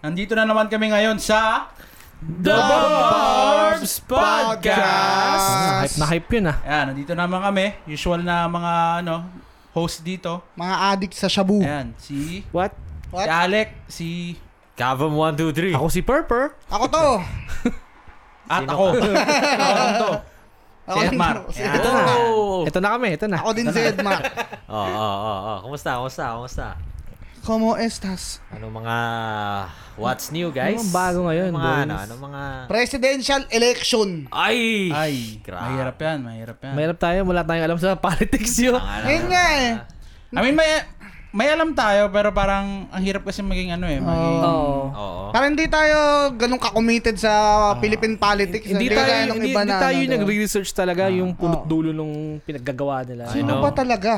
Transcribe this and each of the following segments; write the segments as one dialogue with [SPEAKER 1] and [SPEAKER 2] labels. [SPEAKER 1] Nandito na naman kami ngayon sa...
[SPEAKER 2] The Barbs
[SPEAKER 3] Podcast!
[SPEAKER 2] Hype na hype yun ah.
[SPEAKER 1] Ayan, nandito naman kami. Usual na mga ano, host dito.
[SPEAKER 3] Mga addict sa shabu.
[SPEAKER 2] Eh.
[SPEAKER 1] Ayan, si...
[SPEAKER 2] What?
[SPEAKER 1] Si
[SPEAKER 3] What?
[SPEAKER 1] Alec, si...
[SPEAKER 4] Kavam 1, 2, 3.
[SPEAKER 2] Ako si Purper.
[SPEAKER 3] Ako to.
[SPEAKER 1] At ako. ako din to.
[SPEAKER 3] Ako
[SPEAKER 1] Si
[SPEAKER 3] din
[SPEAKER 1] Edmar.
[SPEAKER 3] to. Si
[SPEAKER 1] Ayan.
[SPEAKER 3] Edmar.
[SPEAKER 2] Ah.
[SPEAKER 4] Oo,
[SPEAKER 2] Ito na kami, ito na.
[SPEAKER 3] Ako din si Edmar.
[SPEAKER 4] oo, oo, oo. Kumusta, kumusta, kumusta?
[SPEAKER 3] Como estas?
[SPEAKER 4] Ano mga... What's new, guys?
[SPEAKER 2] Ano mga bago ngayon,
[SPEAKER 4] Ano mga,
[SPEAKER 2] boys?
[SPEAKER 4] ano, ano mga...
[SPEAKER 2] Ah.
[SPEAKER 3] Presidential election.
[SPEAKER 4] Ay!
[SPEAKER 1] Ay,
[SPEAKER 4] Grabe.
[SPEAKER 1] mahirap yan, mahirap yan.
[SPEAKER 2] Mahirap tayo, wala tayong alam sa politics yun.
[SPEAKER 4] Ang ano,
[SPEAKER 3] Ayun nga eh.
[SPEAKER 1] I mean, may, may alam tayo, pero parang ang hirap kasi maging ano eh. Maging,
[SPEAKER 2] Oo.
[SPEAKER 4] Oo.
[SPEAKER 3] Parang hindi tayo ganun ka-committed sa Philippine politics.
[SPEAKER 2] Ah. Hindi
[SPEAKER 3] gaya
[SPEAKER 2] tayo,
[SPEAKER 3] nung
[SPEAKER 2] hindi,
[SPEAKER 3] iba
[SPEAKER 2] hindi
[SPEAKER 3] na
[SPEAKER 2] tayo
[SPEAKER 3] ano,
[SPEAKER 2] yung
[SPEAKER 3] diba?
[SPEAKER 2] nagre-research talaga yung punot dulo nung pinaggagawa nila. Ano?
[SPEAKER 4] Sino?
[SPEAKER 3] Sino ba talaga?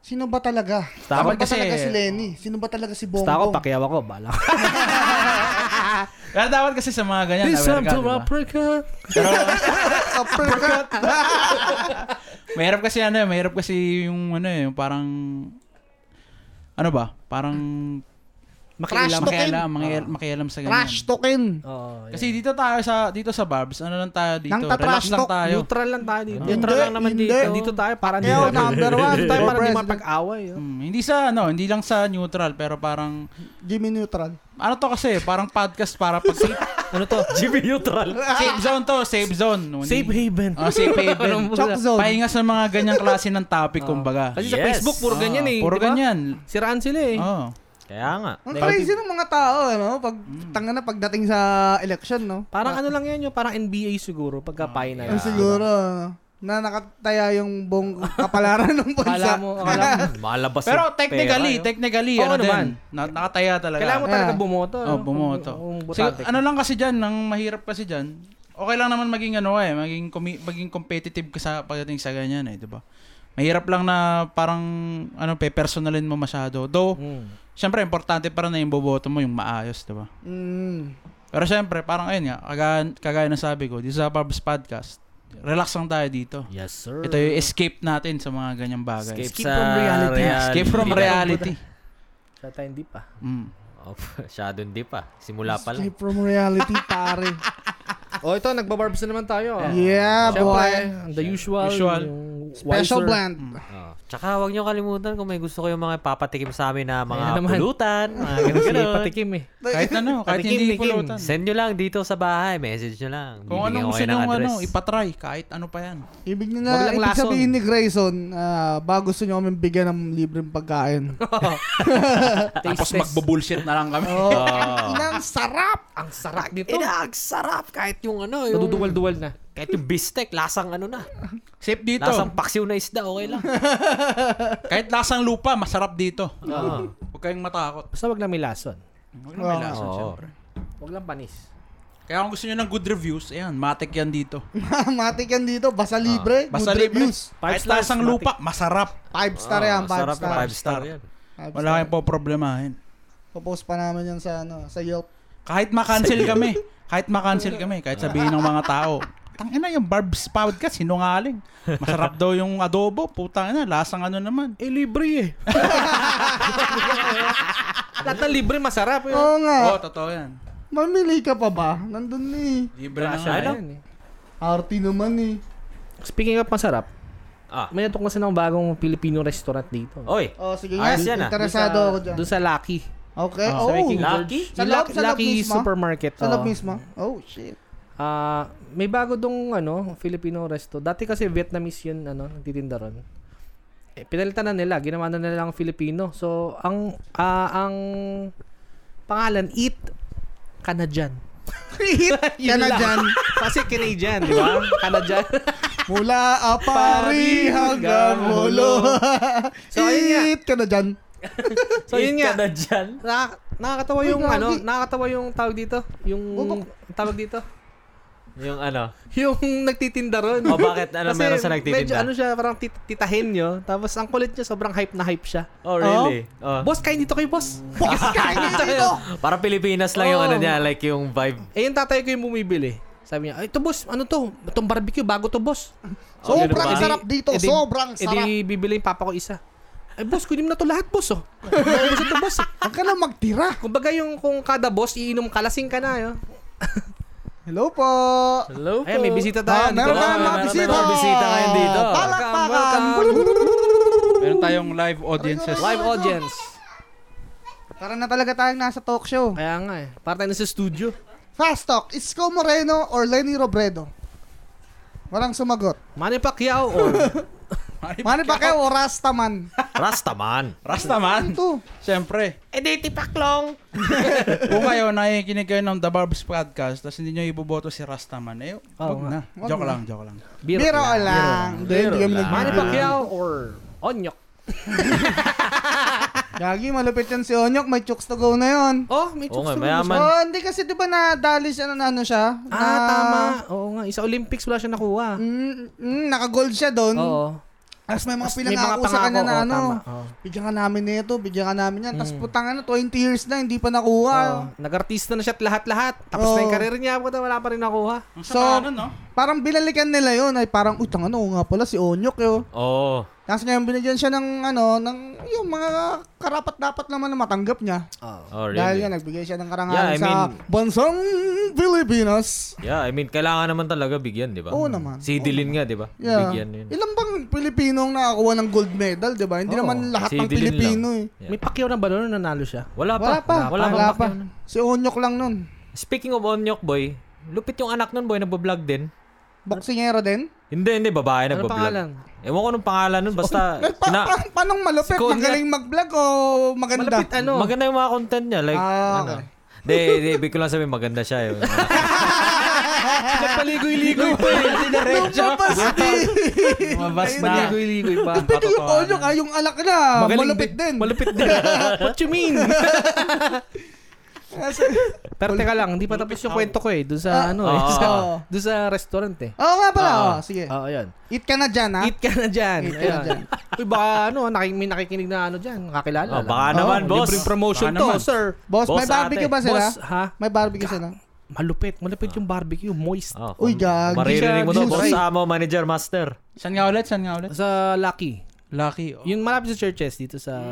[SPEAKER 3] Sino ba talaga?
[SPEAKER 2] Dapat
[SPEAKER 3] Sino ba
[SPEAKER 1] kasi-
[SPEAKER 3] talaga si Lenny? Sino ba talaga si Bongbong?
[SPEAKER 2] Basta ako, pakiyaw ako, bala.
[SPEAKER 1] Kaya dapat kasi sa mga ganyan,
[SPEAKER 2] This
[SPEAKER 1] aware
[SPEAKER 2] time
[SPEAKER 1] ka,
[SPEAKER 2] to
[SPEAKER 1] di ba?
[SPEAKER 2] Africa.
[SPEAKER 3] Uppercut.
[SPEAKER 1] Mahirap kasi ano eh, mahirap kasi yung ano eh, yung parang... Ano ba? Parang...
[SPEAKER 3] Trash
[SPEAKER 2] Makialam.
[SPEAKER 3] talking.
[SPEAKER 1] Makialam, makialam, makialam sa ganyan.
[SPEAKER 3] Trash token.
[SPEAKER 2] Oo.
[SPEAKER 1] Kasi dito tayo sa dito sa Barbs, ano lang tayo dito,
[SPEAKER 3] Nang
[SPEAKER 1] relax
[SPEAKER 3] tatrash
[SPEAKER 1] lang
[SPEAKER 3] talk,
[SPEAKER 1] tayo.
[SPEAKER 2] Neutral lang tayo dito.
[SPEAKER 3] Hindi,
[SPEAKER 2] Neutral lang naman
[SPEAKER 3] hindi.
[SPEAKER 2] dito. Dito tayo parang
[SPEAKER 3] Yo, number one,
[SPEAKER 2] Dito tayo
[SPEAKER 3] for
[SPEAKER 2] parang di
[SPEAKER 3] president.
[SPEAKER 2] mapag-away. oh.
[SPEAKER 1] Mm, hindi sa ano, hindi lang sa neutral pero parang
[SPEAKER 3] Jimmy Neutral.
[SPEAKER 1] ano to kasi, parang podcast para pag safe,
[SPEAKER 2] Ano to?
[SPEAKER 4] Jimmy Neutral.
[SPEAKER 1] safe zone to, safe zone. No,
[SPEAKER 2] Safe
[SPEAKER 1] hindi-
[SPEAKER 2] haven.
[SPEAKER 1] Oh, safe haven.
[SPEAKER 3] Chalk zone.
[SPEAKER 1] Pahinga sa mga ganyang klase ng topic kumbaga.
[SPEAKER 2] Kasi sa
[SPEAKER 4] Yes.
[SPEAKER 2] Facebook, puro
[SPEAKER 1] Ah,
[SPEAKER 2] ganyan eh.
[SPEAKER 1] Puro
[SPEAKER 2] di ba?
[SPEAKER 1] ganyan.
[SPEAKER 2] Siraan sila eh.
[SPEAKER 1] Oh.
[SPEAKER 4] Kaya nga.
[SPEAKER 3] Ang crazy ng mga tao, ano? Pag
[SPEAKER 2] Hmm.
[SPEAKER 3] tanga na pagdating sa election, no?
[SPEAKER 2] Parang ano lang yan yung parang NBA siguro pagka final.
[SPEAKER 3] Ang siguro, ano, na nakataya yung buong kapalaran ng
[SPEAKER 2] Akala
[SPEAKER 3] bansa.
[SPEAKER 2] mo, akala mo.
[SPEAKER 4] Malabas
[SPEAKER 1] Pero
[SPEAKER 4] yung
[SPEAKER 1] technically,
[SPEAKER 4] pera,
[SPEAKER 1] technically
[SPEAKER 2] Oo
[SPEAKER 1] ano
[SPEAKER 2] naman.
[SPEAKER 1] din, na, nakataya talaga.
[SPEAKER 2] Kailangan mo
[SPEAKER 3] Yeah.
[SPEAKER 2] talaga bumoto.
[SPEAKER 1] Oh, bumoto. So, ano lang kasi diyan, nang mahirap kasi diyan. Okay lang naman maging ano eh, maging kumi- maging competitive ka sa pagdating sa ganyan eh, 'di ba? Mahirap lang na parang ano pe personalin mo masyado. Though,
[SPEAKER 2] Hmm.
[SPEAKER 1] syempre importante para na yung boboto mo yung maayos, 'di ba?
[SPEAKER 3] Mm.
[SPEAKER 1] Pero syempre, parang ayun nga, kagaya, kagaya ng sabi ko, dito sa Pabs Podcast, relax lang tayo dito.
[SPEAKER 4] yun. Yes, sir.
[SPEAKER 1] Ito yung escape natin sa mga ganyang bagay.
[SPEAKER 4] Escape,
[SPEAKER 2] Escape
[SPEAKER 4] sa
[SPEAKER 2] from reality.
[SPEAKER 1] Yeah, escape from reality.
[SPEAKER 2] Sa tayo hindi pa.
[SPEAKER 1] Mm.
[SPEAKER 4] Oh, Shadow hindi pa. Simula pa lang.
[SPEAKER 3] Escape from reality, pare.
[SPEAKER 2] Oh, ito, nagbabarbs na naman tayo. ah.
[SPEAKER 3] Yeah,
[SPEAKER 2] Siyempre,
[SPEAKER 3] boy.
[SPEAKER 2] the usual.
[SPEAKER 1] Usual.
[SPEAKER 2] yung wiser.
[SPEAKER 3] Special
[SPEAKER 2] Hmm.
[SPEAKER 3] blend.
[SPEAKER 4] Oh. Tsaka huwag niyo kalimutan kung may gusto kayong mga papatikim sa amin na
[SPEAKER 2] Ayan
[SPEAKER 4] mga
[SPEAKER 2] naman.
[SPEAKER 4] pulutan, mga
[SPEAKER 2] Kasi
[SPEAKER 4] ganun-ganun.
[SPEAKER 2] patikim eh.
[SPEAKER 1] Kahit ano, kahit
[SPEAKER 2] Patikim,
[SPEAKER 1] hindi
[SPEAKER 2] tikim.
[SPEAKER 1] pulutan.
[SPEAKER 4] Send nyo lang dito sa bahay. Message nyo lang.
[SPEAKER 1] Kung
[SPEAKER 4] Bibigyan ko
[SPEAKER 1] anong
[SPEAKER 4] kayo
[SPEAKER 1] gusto
[SPEAKER 4] ng
[SPEAKER 1] nyo ano,
[SPEAKER 4] address.
[SPEAKER 1] ipatry kahit ano pa yan.
[SPEAKER 3] Ibig nyo
[SPEAKER 2] Wag
[SPEAKER 3] na,
[SPEAKER 2] lang
[SPEAKER 3] ibig
[SPEAKER 2] lason.
[SPEAKER 3] sabihin ni Grayson, ah, bago gusto nyo kami bigyan ng libreng pagkain.
[SPEAKER 2] Taste test. Ah.
[SPEAKER 1] magbo-bullshit na lang kami. Oh.
[SPEAKER 3] Ang inang sarap!
[SPEAKER 2] Ang sarap dito.
[SPEAKER 4] Inagsarap kahit yung ano, yung...
[SPEAKER 2] Naduduwal-duwal na.
[SPEAKER 4] Kahit yung bistek, lasang ano na.
[SPEAKER 1] Safe dito.
[SPEAKER 4] Lasang paksiw na isda, okay lang.
[SPEAKER 1] Kahit lasang lupa, masarap dito.
[SPEAKER 4] Oo.
[SPEAKER 1] Huwag kayong matakot.
[SPEAKER 2] Basta wag lang may lason.
[SPEAKER 1] Huwag na may
[SPEAKER 2] Ah.
[SPEAKER 3] Oo.
[SPEAKER 1] lason,
[SPEAKER 4] Oo.
[SPEAKER 1] syempre.
[SPEAKER 2] Wag lang panis.
[SPEAKER 1] Kaya kung gusto nyo ng good reviews, ayan, matik yan dito.
[SPEAKER 3] Matik yan dito, basa libre,
[SPEAKER 2] Ah,
[SPEAKER 1] Basta
[SPEAKER 3] good
[SPEAKER 1] libre.
[SPEAKER 3] reviews.
[SPEAKER 1] Kahit
[SPEAKER 2] Five stars,
[SPEAKER 1] lasang
[SPEAKER 2] matik.
[SPEAKER 1] lupa, masarap.
[SPEAKER 3] Five star yan,
[SPEAKER 2] Ah,
[SPEAKER 3] five
[SPEAKER 4] Ah, Sarap
[SPEAKER 3] star.
[SPEAKER 4] Five star yan.
[SPEAKER 3] Five
[SPEAKER 1] Wala
[SPEAKER 3] star.
[SPEAKER 1] kayong po problemahin.
[SPEAKER 3] Popost pa namin yan sa, ano, sa Yelp.
[SPEAKER 1] Kahit makancel kami. Kahit makancel kami. Kahit sabihin ng mga tao. Tangina yung Barb's Podcast, sinungaling. Masarap daw yung adobo. Putang ina, lasang ano naman.
[SPEAKER 2] Eh, libre eh. Lahat ng libre masarap eh.
[SPEAKER 3] Oo nga,
[SPEAKER 1] Oo, totoo yan.
[SPEAKER 3] mamili ka pa ba? Nandun ni eh.
[SPEAKER 1] Libre na
[SPEAKER 4] Brasya yan.
[SPEAKER 1] nga yan.
[SPEAKER 2] Ayan eh.
[SPEAKER 3] Arty naman eh.
[SPEAKER 2] Speaking of masarap,
[SPEAKER 4] Ah.
[SPEAKER 2] may natuklasan akong bagong Filipino restaurant dito.
[SPEAKER 4] Oy,
[SPEAKER 3] Oh, sige nga.
[SPEAKER 4] Ayos yan ah.
[SPEAKER 3] Interesado
[SPEAKER 2] Doon sa-
[SPEAKER 3] ako dyan.
[SPEAKER 2] Doon sa Lucky.
[SPEAKER 3] Okay.
[SPEAKER 1] Ah,
[SPEAKER 3] Oh,
[SPEAKER 2] Sa Viking
[SPEAKER 4] Lucky?
[SPEAKER 2] Gorge.
[SPEAKER 3] Sa
[SPEAKER 2] Yung
[SPEAKER 3] loob-
[SPEAKER 2] Lucky-
[SPEAKER 3] sa loob
[SPEAKER 2] Lucky
[SPEAKER 3] mismo?
[SPEAKER 2] Supermarket.
[SPEAKER 3] sa loob
[SPEAKER 2] oo.
[SPEAKER 3] mismo. Oh, shit.
[SPEAKER 2] Ah, may bago dong ano, Filipino resto. Dati kasi Vietnamese yun, ano, nagtitinda ron. Eh, pinalitan na nila, ginawa na nila ang Filipino. So, ang ah, ang pangalan, Eat Canadian.
[SPEAKER 3] Yan na dyan.
[SPEAKER 2] Kasi Canadian, di ba? Canadian.
[SPEAKER 3] Mula apari hanggang hulo.
[SPEAKER 2] So, ayun nga.
[SPEAKER 3] Eat ka na dyan.
[SPEAKER 2] so, yun nga.
[SPEAKER 4] na dyan.
[SPEAKER 2] Nakaka- nakakatawa
[SPEAKER 3] Uy,
[SPEAKER 2] yung
[SPEAKER 3] grabe.
[SPEAKER 2] ano, nakakatawa yung tawag dito, yung
[SPEAKER 3] Bubok.
[SPEAKER 2] tawag dito,
[SPEAKER 4] Yung ano.
[SPEAKER 2] yung nagtitinda ron.
[SPEAKER 4] O bakit? Ano
[SPEAKER 2] Kasi
[SPEAKER 4] meron sa
[SPEAKER 2] Medyo
[SPEAKER 4] nagtitinda?
[SPEAKER 2] ano siya, parang tit- titahin nyo. Tapos ang kulit niya, sobrang hype na hype siya.
[SPEAKER 4] Oh, really? Oh.
[SPEAKER 2] Boss, kain dito kayo, boss.
[SPEAKER 3] Boss, kain na dito.
[SPEAKER 4] Para Pilipinas lang yung
[SPEAKER 2] Oh.
[SPEAKER 4] ano niya, like yung vibe.
[SPEAKER 2] Eh, yung tatay ko yung bumibili. Sabi niya, ay, ito boss, ano to? Itong barbecue, bago to boss.
[SPEAKER 3] Sobrang
[SPEAKER 4] ganun ba?
[SPEAKER 3] sarap dito.
[SPEAKER 2] Eh di-
[SPEAKER 3] Sobrang
[SPEAKER 2] Eh
[SPEAKER 3] sarap.
[SPEAKER 2] di, bibili yung papa ko isa. Eh, boss, kunin mo na to lahat, boss, oh. Ubus na to, boss, eh.
[SPEAKER 3] Huwag ka lang magtira.
[SPEAKER 2] Kumbaga yung kung kada boss, iinom kalasing ka na, yo.
[SPEAKER 3] Hello po.
[SPEAKER 5] Hello
[SPEAKER 2] Ayan, may bisita tayo.
[SPEAKER 3] Ah, meron
[SPEAKER 2] dito.
[SPEAKER 3] tayong mga
[SPEAKER 5] meron
[SPEAKER 3] bisita.
[SPEAKER 5] tayong bisita ngayon dito.
[SPEAKER 3] Palakpakan.
[SPEAKER 2] Welcome,
[SPEAKER 1] Meron tayong live audiences.
[SPEAKER 2] Live audience.
[SPEAKER 3] Para na talaga tayong nasa talk show.
[SPEAKER 2] Kaya nga eh. Para tayo na sa studio.
[SPEAKER 3] Fast Talk, Isko Moreno or Lenny Robredo? Walang sumagot.
[SPEAKER 2] Manny Pacquiao oh. or...
[SPEAKER 3] Manny Pacquiao o Rastaman?
[SPEAKER 5] Rastaman.
[SPEAKER 1] Rastaman.
[SPEAKER 3] Ito.
[SPEAKER 1] Siyempre.
[SPEAKER 4] Eh, di tipaklong!
[SPEAKER 1] Kung kayo nakikinig kayo ng The Barbs Podcast tapos hindi nyo iboboto si Rastaman, eh, wag
[SPEAKER 2] Oo nga.
[SPEAKER 1] na.
[SPEAKER 3] Wag
[SPEAKER 1] Joke
[SPEAKER 3] na.
[SPEAKER 1] lang, joke lang.
[SPEAKER 2] Biro.
[SPEAKER 3] Biro lang. Hindi, hindi kami nag-
[SPEAKER 2] Manny Pacquiao or Onyok.
[SPEAKER 3] Gagi, malupit yan si Onyok. May chooks to go na yun.
[SPEAKER 2] Oh, may
[SPEAKER 5] Oo
[SPEAKER 2] chokes
[SPEAKER 5] nga,
[SPEAKER 2] naman
[SPEAKER 5] mayaman.
[SPEAKER 2] siya.
[SPEAKER 3] Oh, hindi kasi di ba nadali siya na ano siya?
[SPEAKER 2] Ah,
[SPEAKER 3] Na-
[SPEAKER 2] tama. Oo nga. Isa Olympics wala siya nakuha.
[SPEAKER 3] Mm, mm, naka-gold siya doon.
[SPEAKER 2] Oo.
[SPEAKER 3] Tapos may mga
[SPEAKER 2] Oh. Tapos may
[SPEAKER 3] pinangako sa kanya na
[SPEAKER 2] oo,
[SPEAKER 3] ano.
[SPEAKER 2] tama, Oh. Mm. oo.
[SPEAKER 3] Bigyan ka namin nito, bigyan ka namin yan. Tapos putang na, 20 years na, hindi pa nakuha.
[SPEAKER 2] Oo. Nag-artista na siya at lahat-lahat. Tapos
[SPEAKER 3] Oo.
[SPEAKER 2] na yung karir niya, buta wala pa rin nakuha.
[SPEAKER 1] Ang
[SPEAKER 3] So,
[SPEAKER 1] sama nun, no?
[SPEAKER 3] Parang binalikan nila yun. Ay parang, utang ano, nga pala si Onyok yun.
[SPEAKER 4] Oh.
[SPEAKER 5] Oo.
[SPEAKER 3] Tapos ngayon binigyan siya ng ano, ng yung mga karapat-dapat naman na matanggap niya.
[SPEAKER 2] Oo.
[SPEAKER 5] Oh,
[SPEAKER 3] Dahil
[SPEAKER 5] really?
[SPEAKER 3] yan, nagbigay siya ng karangalan
[SPEAKER 5] Yeah, I
[SPEAKER 3] sa
[SPEAKER 5] mean-
[SPEAKER 3] bansang Pilipinas.
[SPEAKER 5] Yeah, I mean, kailangan naman talaga bigyan, di ba?
[SPEAKER 3] Oo naman.
[SPEAKER 5] Si Dilin nga, di ba?
[SPEAKER 3] Yeah.
[SPEAKER 5] Bigyan yun. eh.
[SPEAKER 3] Ilan bang Pilipinong nakakuha ng gold medal, di ba? Hindi
[SPEAKER 2] Oo.
[SPEAKER 3] naman lahat
[SPEAKER 5] Si
[SPEAKER 3] ng
[SPEAKER 5] Idilin
[SPEAKER 3] Pilipino eh.
[SPEAKER 5] Yeah.
[SPEAKER 2] May Pacquiao na ba noon nanalo siya?
[SPEAKER 5] Wala
[SPEAKER 3] Wala
[SPEAKER 5] pa.
[SPEAKER 3] pa.
[SPEAKER 5] Wala pa.
[SPEAKER 3] pa. Si Onyok lang nun.
[SPEAKER 5] Speaking of Onyok Boy, lupit yung anak nun boy, nagbablog din.
[SPEAKER 3] Boksingero din.
[SPEAKER 5] Hindi, hindi, babae
[SPEAKER 2] Ano
[SPEAKER 5] nagbablog.
[SPEAKER 2] pangalan?
[SPEAKER 5] Ewan ko nung pangalan nun, basta...
[SPEAKER 3] Eh, pa,
[SPEAKER 5] pina-
[SPEAKER 3] pa, paanong malupit?
[SPEAKER 5] Ah, Si Konyak.
[SPEAKER 3] Magaling mag-vlog o maganda?
[SPEAKER 2] Malapit ano?
[SPEAKER 5] Maganda yung mga content niya, like,
[SPEAKER 3] Ah,
[SPEAKER 5] ano.
[SPEAKER 3] okay.
[SPEAKER 5] Hindi, hindi, ibig ko lang sabihin, maganda siya. eh. Oh, Yun.
[SPEAKER 2] Nagpaligoy-ligoy pa.
[SPEAKER 1] Diretso.
[SPEAKER 3] Lumabas din.
[SPEAKER 1] Lumabas na.
[SPEAKER 3] Ah.
[SPEAKER 2] Nagpaligoy-ligoy pa.
[SPEAKER 3] Pero yung
[SPEAKER 1] Katotohanan.
[SPEAKER 3] Onyok, ay yung alak na. malupit din.
[SPEAKER 2] Malupit din. What you mean? Pero teka lang, hindi pa tapos yung kwento ko eh. Doon
[SPEAKER 3] Ah.
[SPEAKER 2] sa ano eh.
[SPEAKER 5] Oo.
[SPEAKER 2] Sa, doon sa restaurant eh.
[SPEAKER 3] Oo nga pala.
[SPEAKER 5] Ah.
[SPEAKER 3] Oh, sige.
[SPEAKER 2] Oo, ayun.
[SPEAKER 3] Eat ka na dyan, ah. ha?
[SPEAKER 2] Eat ka na dyan.
[SPEAKER 3] Eat ka na
[SPEAKER 2] Ayun.
[SPEAKER 3] dyan.
[SPEAKER 2] Uy, baka ano, naki, may nakikinig na ano dyan, kakilala.
[SPEAKER 5] Oh,
[SPEAKER 2] lang.
[SPEAKER 5] baka naman, boss.
[SPEAKER 2] Libreng promotion
[SPEAKER 1] Baka
[SPEAKER 2] to,
[SPEAKER 1] naman.
[SPEAKER 2] sir.
[SPEAKER 3] Boss,
[SPEAKER 5] Boss,
[SPEAKER 3] may barbecue
[SPEAKER 5] ate.
[SPEAKER 3] ba sila?
[SPEAKER 2] Boss, ha?
[SPEAKER 3] May barbecue sila?
[SPEAKER 2] Malupit. Malupit yung barbecue. Moist.
[SPEAKER 5] Oh,
[SPEAKER 3] Uy, gag.
[SPEAKER 5] maririnig mo to,
[SPEAKER 3] Hindi
[SPEAKER 5] boss
[SPEAKER 3] siya-
[SPEAKER 5] amo, manager, master.
[SPEAKER 1] Saan nga ulit? Saan nga ulit?
[SPEAKER 2] Sa Lucky.
[SPEAKER 1] Lucky. Oh.
[SPEAKER 2] Yung malapit sa churches dito sa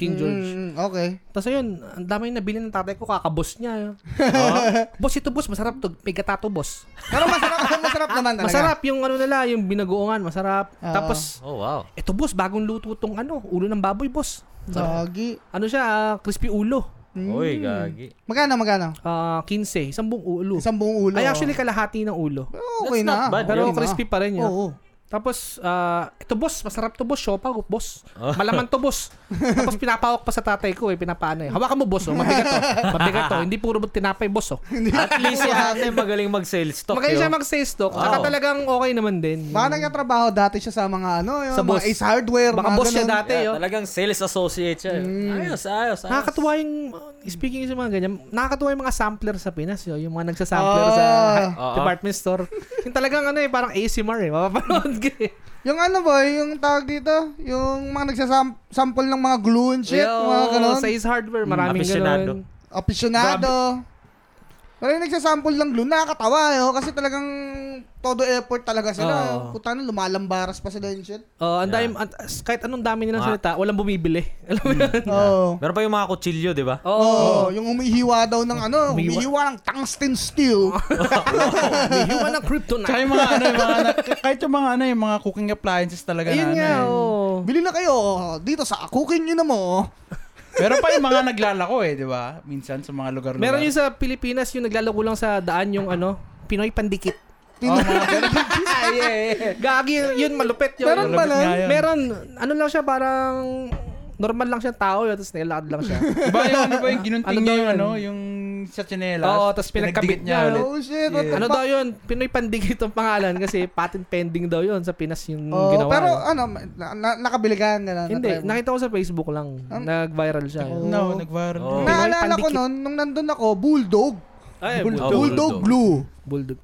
[SPEAKER 2] King George.
[SPEAKER 3] Mm, okay.
[SPEAKER 2] Tapos ayun, ang dami yung nabili ng tatay ko, kakabos niya.
[SPEAKER 5] Oh.
[SPEAKER 2] boss, ito boss, masarap to. May gata to, boss.
[SPEAKER 3] Pero masarap, masarap naman talaga. Ah.
[SPEAKER 2] Masarap yung ano nila, yung binagoongan, masarap.
[SPEAKER 3] Oo.
[SPEAKER 2] Tapos,
[SPEAKER 5] Oh, wow.
[SPEAKER 2] ito boss, bagong luto tong ano, ulo ng baboy, boss.
[SPEAKER 3] Gagi.
[SPEAKER 2] Ano siya, ah, crispy ulo.
[SPEAKER 5] Uy, gagi.
[SPEAKER 3] Magkano, magkano?
[SPEAKER 2] Ah, 15, isang buong ulo.
[SPEAKER 3] Isang buong ulo. Ah,
[SPEAKER 2] Ay, actually, kalahati ng ulo.
[SPEAKER 3] okay na.
[SPEAKER 5] That's not bad.
[SPEAKER 2] Pero
[SPEAKER 5] Ayun,
[SPEAKER 2] crispy pa rin yun.
[SPEAKER 3] Oo.
[SPEAKER 2] Tapos, ah, ito boss, masarap to boss, siopa ko, boss.
[SPEAKER 5] Ah.
[SPEAKER 2] Malaman to boss. Tapos pinapawak pa sa tatay ko eh, pinapaano eh. Hawakan mo boss, oh, mabigat to. Mabigat to, hindi puro tinapay boss oh.
[SPEAKER 5] At least si ate magaling mag-sales talk.
[SPEAKER 2] Magaling
[SPEAKER 5] yo.
[SPEAKER 2] siya mag-sales talk. Saka
[SPEAKER 5] Wow.
[SPEAKER 2] talagang okay naman din.
[SPEAKER 3] Baka nagkatrabaho dati siya sa mga ano, yung
[SPEAKER 2] Sa
[SPEAKER 3] mga
[SPEAKER 2] boss.
[SPEAKER 3] Ace Hardware,
[SPEAKER 2] Baka
[SPEAKER 3] mga
[SPEAKER 2] boss siya
[SPEAKER 3] ganun.
[SPEAKER 2] dati.
[SPEAKER 5] Yeah,
[SPEAKER 2] yo. Mm.
[SPEAKER 5] talagang sales associate siya. yo. Ayos, ayos, ayos.
[SPEAKER 2] Nakakatuwa yung, uh, speaking sa mga ganyan, nakakatuwa yung mga sampler sa Pinas. Yo. Yung mga nagsasampler
[SPEAKER 3] Ah.
[SPEAKER 2] sa
[SPEAKER 5] Oo.
[SPEAKER 2] department store. yung talagang ano eh, parang ASMR eh. Mapapanood ka eh.
[SPEAKER 3] Yung ano boy, yung tawag dito, yung mga nagsasample ng mga glue and shit,
[SPEAKER 2] Yo,
[SPEAKER 3] mga ganun.
[SPEAKER 2] Sa Ace Hardware, maraming
[SPEAKER 5] aficionado.
[SPEAKER 2] ganun.
[SPEAKER 3] Aficionado. Pero yung nagsasample ng glue, nakakatawa yo, kasi talagang todo effort talaga sila.
[SPEAKER 2] Oo.
[SPEAKER 3] Puta na, lumalambaras pa sila and shit.
[SPEAKER 2] Oh, ang dami, at- as- kahit anong dami nilang
[SPEAKER 5] Mga- Hmm.
[SPEAKER 2] salita, walang bumibili. Alam mo yun?
[SPEAKER 3] Oo.
[SPEAKER 5] Meron pa yung mga kutsilyo, di ba?
[SPEAKER 2] Oo.
[SPEAKER 3] Oo, Oh, yung umihiwa daw ng ano,
[SPEAKER 2] Umihiwa.
[SPEAKER 3] umihiwa ng tungsten steel.
[SPEAKER 2] May human ng kryptonite.
[SPEAKER 1] Tsaka yung mga ano, yung mga, na- kahit yung mga ano, yung mga cooking appliances talaga na ano.
[SPEAKER 2] Ayun nga, oh.
[SPEAKER 1] eh.
[SPEAKER 2] oo.
[SPEAKER 3] Bili na kayo dito sa cooking yun na mo.
[SPEAKER 1] Meron pa yung mga naglalako eh, di ba? Minsan sa mga
[SPEAKER 3] Ano
[SPEAKER 1] lugar-lugar.
[SPEAKER 2] Meron yung sa Pilipinas, yung naglalako lang sa daan yung ano, Pinoy pandikit.
[SPEAKER 1] Oh, mga ganun.
[SPEAKER 2] Gagi, yun malupit yun.
[SPEAKER 3] Meron ba
[SPEAKER 1] Malapit
[SPEAKER 3] nun?
[SPEAKER 1] nga yun.
[SPEAKER 2] Meron, ano lang siya, parang normal lang siya tao yun, tapos nilakad lang siya.
[SPEAKER 1] Diba yung ano ba yung ginunting
[SPEAKER 2] Ano
[SPEAKER 1] niya
[SPEAKER 2] daw
[SPEAKER 1] yung
[SPEAKER 2] yun?
[SPEAKER 1] ano, yung sa tsinelas.
[SPEAKER 2] Oo, tapos
[SPEAKER 1] pinagdikit
[SPEAKER 2] pinagkabit niya.
[SPEAKER 1] ulit.
[SPEAKER 3] Oh shit, what the
[SPEAKER 2] ano
[SPEAKER 3] fuck?
[SPEAKER 2] daw yun, Pinoy pandikit ang pangalan kasi patent pending daw yun sa Pinas yung
[SPEAKER 3] Oh,
[SPEAKER 2] ginawa.
[SPEAKER 3] pero
[SPEAKER 2] eh.
[SPEAKER 3] ano, na, na, nakabili ka na,
[SPEAKER 2] Hindi,
[SPEAKER 3] na-try mo?
[SPEAKER 2] nakita ko sa Facebook lang, nag-viral siya. yun.
[SPEAKER 1] No, nag-viral.
[SPEAKER 3] Oh.
[SPEAKER 5] Oo.
[SPEAKER 2] Pinoy
[SPEAKER 3] Naalala ko
[SPEAKER 2] pandikit.
[SPEAKER 3] noon, nung nandun ako, bulldog.
[SPEAKER 2] Ay,
[SPEAKER 3] bulldog.
[SPEAKER 5] bulldog.
[SPEAKER 3] Bulldog glue.
[SPEAKER 2] Bulldog.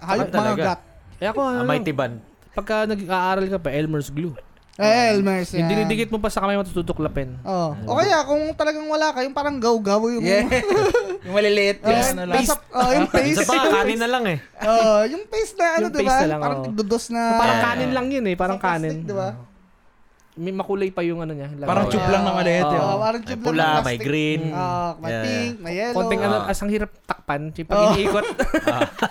[SPEAKER 3] Hayop mga
[SPEAKER 5] Ah, talaga?
[SPEAKER 3] gat.
[SPEAKER 2] Eh ako, ano,
[SPEAKER 5] Ah,
[SPEAKER 2] lang,
[SPEAKER 5] Mighty Band.
[SPEAKER 2] pagka nag-aaral ka pa, Elmer's glue.
[SPEAKER 3] Eh, Elmers
[SPEAKER 2] Yung
[SPEAKER 3] yan.
[SPEAKER 2] dinidikit mo pa sa kamay mo, tututuklapin.
[SPEAKER 3] Oh. O kaya, kung talagang wala ka, yung parang gaw-gaw yung...
[SPEAKER 1] Yeah. yung maliliit.
[SPEAKER 3] Oh,
[SPEAKER 1] yung ano
[SPEAKER 3] yung
[SPEAKER 1] lang.
[SPEAKER 3] face up- oh, yung face.
[SPEAKER 5] Isa pa, kanin na lang eh.
[SPEAKER 3] Oh, yung face na ano,
[SPEAKER 2] Yung
[SPEAKER 3] di
[SPEAKER 2] face
[SPEAKER 3] ba?
[SPEAKER 2] na lang,
[SPEAKER 3] Parang
[SPEAKER 2] oo.
[SPEAKER 1] Ah.
[SPEAKER 3] dudos na...
[SPEAKER 2] Parang
[SPEAKER 5] Yeah.
[SPEAKER 2] kanin lang yun eh, parang
[SPEAKER 3] plastic,
[SPEAKER 2] kanin.
[SPEAKER 3] Di ba?
[SPEAKER 2] may makulay pa yung ano niya. laro.
[SPEAKER 1] Parang
[SPEAKER 4] Oo.
[SPEAKER 1] tube lang ng alete.
[SPEAKER 2] Oo.
[SPEAKER 1] oh.
[SPEAKER 3] Oh, orange
[SPEAKER 4] May
[SPEAKER 3] tube lang
[SPEAKER 4] pula,
[SPEAKER 3] na
[SPEAKER 4] may
[SPEAKER 3] plastic.
[SPEAKER 4] green.
[SPEAKER 3] Oo, may
[SPEAKER 4] Yeah.
[SPEAKER 3] pink, may yellow.
[SPEAKER 2] Konting ano,
[SPEAKER 4] Ah.
[SPEAKER 2] as ang hirap takpan. Yung
[SPEAKER 1] Oh.
[SPEAKER 3] Oo.
[SPEAKER 2] pag iniikot.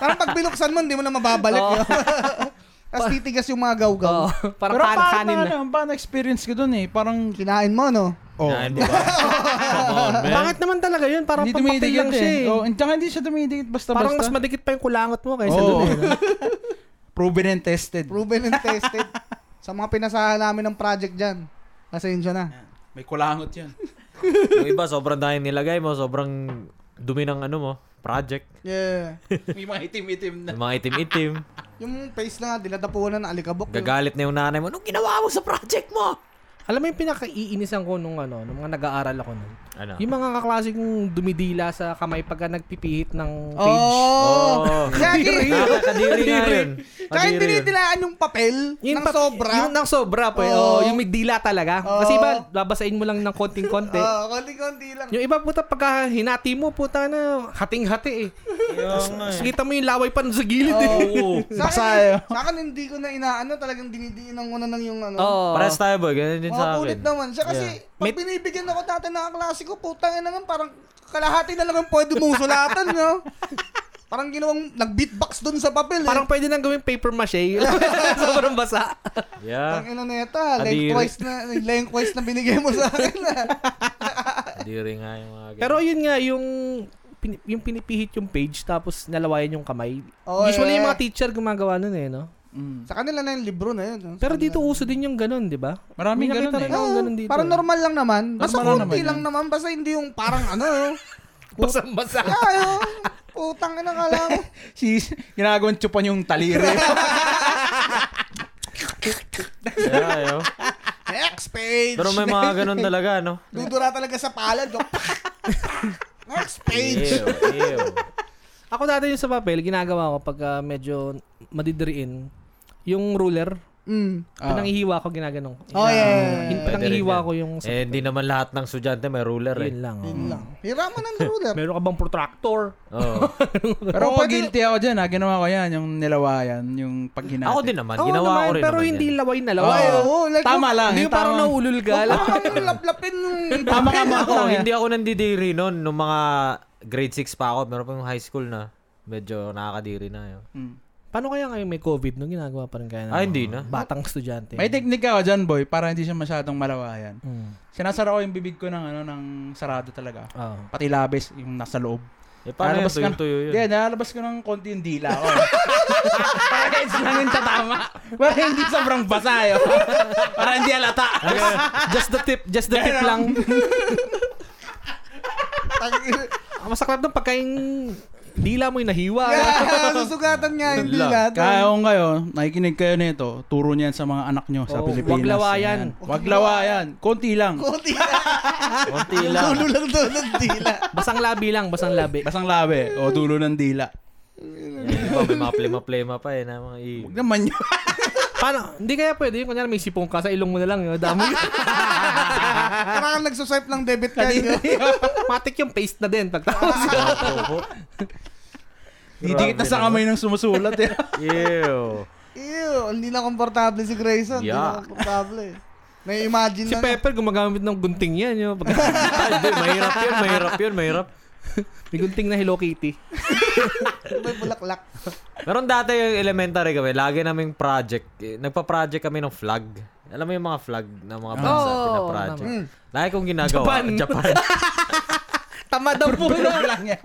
[SPEAKER 3] Parang pag binuksan mo, hindi mo na mababalik. yun. Tapos titigas yung mga
[SPEAKER 2] Oo.
[SPEAKER 3] gaw-gaw.
[SPEAKER 2] Parang
[SPEAKER 1] Pero parang
[SPEAKER 2] kanin
[SPEAKER 1] na.
[SPEAKER 2] na.
[SPEAKER 1] Ano, parang experience ko dun eh. Parang,
[SPEAKER 3] Kinain mo, no?
[SPEAKER 1] oh.
[SPEAKER 4] Yan, di ba? Come on, man.
[SPEAKER 2] Bakit naman talaga yun? Parang
[SPEAKER 1] Hindi
[SPEAKER 2] pampapil
[SPEAKER 1] dumidikit
[SPEAKER 2] lang siya
[SPEAKER 1] eh.
[SPEAKER 2] eh.
[SPEAKER 1] Oh, and tsaka hindi siya dumidikit basta-basta.
[SPEAKER 2] Parang mas madikit pa yung kulangot mo kaysa
[SPEAKER 1] Oo.
[SPEAKER 2] doon eh. no?
[SPEAKER 1] Proven and tested.
[SPEAKER 3] Proven and tested. Sa mga pinasahan namin ng project dyan. Pasensya na.
[SPEAKER 1] May kulangot yan.
[SPEAKER 5] yung iba, sobrang dahil nilagay mo, sobrang dumi ng ano mo, project.
[SPEAKER 3] Yeah.
[SPEAKER 1] May mga itim-itim na.
[SPEAKER 5] Yung mga itim-itim.
[SPEAKER 3] Yung face na nga, dinadapuan na ng alikabok. yun.
[SPEAKER 5] Gagalit na yung nanay mo, anong ginawa mo sa project mo?
[SPEAKER 2] Alam mo yung pinakaiinisan ko nung ano, nung mga nag-aaral ako nun.
[SPEAKER 5] Ano?
[SPEAKER 2] Yung mga kaklaseng dumidila sa kamay pagka nagpipihit ng page.
[SPEAKER 3] Oh!
[SPEAKER 5] Oo.
[SPEAKER 3] Yagi!
[SPEAKER 5] Nakakadiri nga yun.
[SPEAKER 3] Tsaka
[SPEAKER 5] Kadiri
[SPEAKER 3] hindi
[SPEAKER 5] yun.
[SPEAKER 3] nitilaan yung papel ng
[SPEAKER 2] pap-
[SPEAKER 3] sobra.
[SPEAKER 2] Yung ng sobra po. eh.
[SPEAKER 3] Oo.
[SPEAKER 2] Oh, yung may dila talaga.
[SPEAKER 3] Oo.
[SPEAKER 1] Oh.
[SPEAKER 2] Kasi iba, babasain mo lang ng konting-konti.
[SPEAKER 3] Oo, konti-konti lang.
[SPEAKER 2] Yung iba puta pagka hinati mo puta na hating-hati eh.
[SPEAKER 1] eh.
[SPEAKER 2] Tapos kita mo yung laway pa sa gilid eh.
[SPEAKER 5] Oo.
[SPEAKER 3] Sa
[SPEAKER 1] Basa
[SPEAKER 3] akin,
[SPEAKER 1] eh.
[SPEAKER 3] sa akin hindi ko na inaano, talagang dinidiinan ko na ng yung ano.
[SPEAKER 2] Oo.
[SPEAKER 5] Parehas tayo boy, ganun din
[SPEAKER 3] Mga
[SPEAKER 5] sa akin.
[SPEAKER 3] kulit naman siya kasi pag
[SPEAKER 2] May-
[SPEAKER 3] binibigyan ako dati ng kaklase ko, putang ina naman, parang kalahati na lang ang pwede mong sulatan, no? Parang ginawang nag-beatbox doon sa papel.
[SPEAKER 2] Parang
[SPEAKER 3] eh.
[SPEAKER 2] pwede nang gawing paper mache. Sobrang basa.
[SPEAKER 5] Yeah,
[SPEAKER 3] Parang ina neta,
[SPEAKER 5] Kadiri.
[SPEAKER 3] lengthwise na, lengthwise na binigay mo sa akin. ah.
[SPEAKER 5] kadiri nga yung mga ganun.
[SPEAKER 2] Pero yun nga yung pin- yung pinipihit yung page tapos nalawayan yung kamay.
[SPEAKER 3] Oo,
[SPEAKER 2] Usually
[SPEAKER 3] eh.
[SPEAKER 2] yung mga teacher gumagawa nun eh, no?
[SPEAKER 1] Mm.
[SPEAKER 3] sa kanila na yung libro na yun. no?
[SPEAKER 2] Pero dito uso din yung ganun, di ba?
[SPEAKER 1] Maraming
[SPEAKER 2] May
[SPEAKER 1] ganun
[SPEAKER 2] nakita rin
[SPEAKER 1] eh.
[SPEAKER 2] ako
[SPEAKER 3] Oo,
[SPEAKER 2] ganun dito.
[SPEAKER 3] Parang normal lang naman. Basta
[SPEAKER 1] Normal
[SPEAKER 3] konti
[SPEAKER 1] naman
[SPEAKER 3] lang
[SPEAKER 1] yan.
[SPEAKER 3] naman. Basta hindi yung parang ano. eh.
[SPEAKER 2] Basang-basa.
[SPEAKER 3] Kaya, oh, putang ina ka lang.
[SPEAKER 1] Si, ginagawang tsupan yung taliri.
[SPEAKER 5] Yeah, yo.
[SPEAKER 3] Next page.
[SPEAKER 5] Pero may mga ganun talaga, no?
[SPEAKER 3] Dudura talaga sa palad. yung Next page.
[SPEAKER 5] Ew, ew.
[SPEAKER 2] Ako dati yung sa papel, ginagawa ko pagka medyo madidiriin, yung ruler,
[SPEAKER 3] Mm.
[SPEAKER 1] Ah.
[SPEAKER 2] pinangihiwa ko ginaganon ko.
[SPEAKER 3] Oh, yeah.
[SPEAKER 2] Pin-
[SPEAKER 5] Pwede rin
[SPEAKER 2] pinangihiwa
[SPEAKER 5] yan.
[SPEAKER 2] ko yung sa
[SPEAKER 5] Eh, hindi naman lahat ng sudyante may ruler eh.
[SPEAKER 2] yun lang. oh.
[SPEAKER 3] Yun lang. Hiraman ng ruler.
[SPEAKER 2] Meron ka bang protractor?
[SPEAKER 5] Oo.
[SPEAKER 1] Pero
[SPEAKER 3] Oh,
[SPEAKER 1] ako,
[SPEAKER 3] pwede-
[SPEAKER 1] guilty ako dyan ha. Ginawa ko yan, yung nilawayan, yung paghinati.
[SPEAKER 5] Ako din naman,
[SPEAKER 2] Oo
[SPEAKER 5] ginawa
[SPEAKER 2] naman,
[SPEAKER 5] ko rin
[SPEAKER 2] pero
[SPEAKER 5] naman
[SPEAKER 2] hindi
[SPEAKER 5] yan.
[SPEAKER 2] laway na laway. oh.
[SPEAKER 3] Ay,
[SPEAKER 1] Oo.
[SPEAKER 3] oo, like,
[SPEAKER 1] Tama
[SPEAKER 3] wag-
[SPEAKER 1] lang.
[SPEAKER 2] Hindi
[SPEAKER 1] yung
[SPEAKER 2] ko parang
[SPEAKER 1] tama.
[SPEAKER 2] naulul
[SPEAKER 3] Wag
[SPEAKER 2] gala.
[SPEAKER 3] mo kang laplapin yung...
[SPEAKER 1] Tama ka mga
[SPEAKER 5] Ako, hindi ako nandidiri noon. Nung mga grade 6 pa ako, meron pa yung high school na medyo nakakadiri na yun.
[SPEAKER 1] Hmm.
[SPEAKER 2] Paano kaya ngayon may COVID nung ginagawa pa rin kaya ng
[SPEAKER 5] Ah,
[SPEAKER 2] mga
[SPEAKER 5] hindi na.
[SPEAKER 2] Batang estudyante.
[SPEAKER 1] May technique ako dyan, boy, para hindi siya masyadong malawayan.
[SPEAKER 2] Mm.
[SPEAKER 1] Sinasara ko yung bibig ko ng, ano, ng sarado talaga.
[SPEAKER 2] Oo.
[SPEAKER 5] Ah.
[SPEAKER 1] Pati labis, yung nasa loob.
[SPEAKER 5] Eh, paano yun?
[SPEAKER 1] Lalabas ka na-
[SPEAKER 5] Tuyo-tuyo yun.
[SPEAKER 1] Hindi, nalalabas ko ng konti yung dila ko. para it's lang yung tatama. Para hindi sobrang basa yun. para hindi alata.
[SPEAKER 2] Ah, just the tip, just the tip lang. Ang Masakit ng pagkain dila mo yung nahiwa.
[SPEAKER 3] Susugatan nga yung
[SPEAKER 5] Yun lang.
[SPEAKER 3] dila.
[SPEAKER 1] Kaya kung kayo, nakikinig kayo nito, turo niyan sa mga anak nyo sa
[SPEAKER 2] Oo,
[SPEAKER 1] Pilipinas.
[SPEAKER 2] wag lawayan.
[SPEAKER 1] Yan. Wag lawayan. Konti lang.
[SPEAKER 3] Kunti lang.
[SPEAKER 5] Konti lang.
[SPEAKER 3] Dulo lang doon ng dila.
[SPEAKER 2] Basang labi lang, basang labi.
[SPEAKER 1] Basang labi o dulo ng dila.
[SPEAKER 5] Hindi pa, may mga plema-plema pa eh. Na mga i...
[SPEAKER 1] Huwag naman yun.
[SPEAKER 2] Paano? Hindi kaya pwede yun. Kunyari may sipong ka sa ilong mo na lang. Yung damo.
[SPEAKER 3] Parang kang nagsuswipe ng debit card.
[SPEAKER 1] Hindi-
[SPEAKER 3] yun.
[SPEAKER 2] Matik yung paste na din. Pagtapos yun.
[SPEAKER 5] Opo.
[SPEAKER 1] Didikit na sa kamay ng sumusulat. Eh.
[SPEAKER 5] Ew.
[SPEAKER 3] Ew, hindi na komportable si Grayson. Hindi na
[SPEAKER 5] Yeah.
[SPEAKER 3] komportable. eh. Na-imagine
[SPEAKER 2] si
[SPEAKER 3] na.
[SPEAKER 2] Pepper gumagamit ng gunting yan. Yung pag
[SPEAKER 5] Ay, Hindi, mahirap yun, mahirap yun, mahirap.
[SPEAKER 2] may gunting na Hello Kitty.
[SPEAKER 3] May Ano bulaklak.
[SPEAKER 5] Meron dati yung elementary kami, lagi naming project. eh, Nagpa-project kami ng flag. Alam mo yung mga flag ng mga bansa
[SPEAKER 2] Oo,
[SPEAKER 5] pinaproject.
[SPEAKER 3] tama.
[SPEAKER 5] Lagi kong ginagawa.
[SPEAKER 2] Japan.
[SPEAKER 5] Japan.
[SPEAKER 2] Tama daw po
[SPEAKER 1] Tulog lang yan.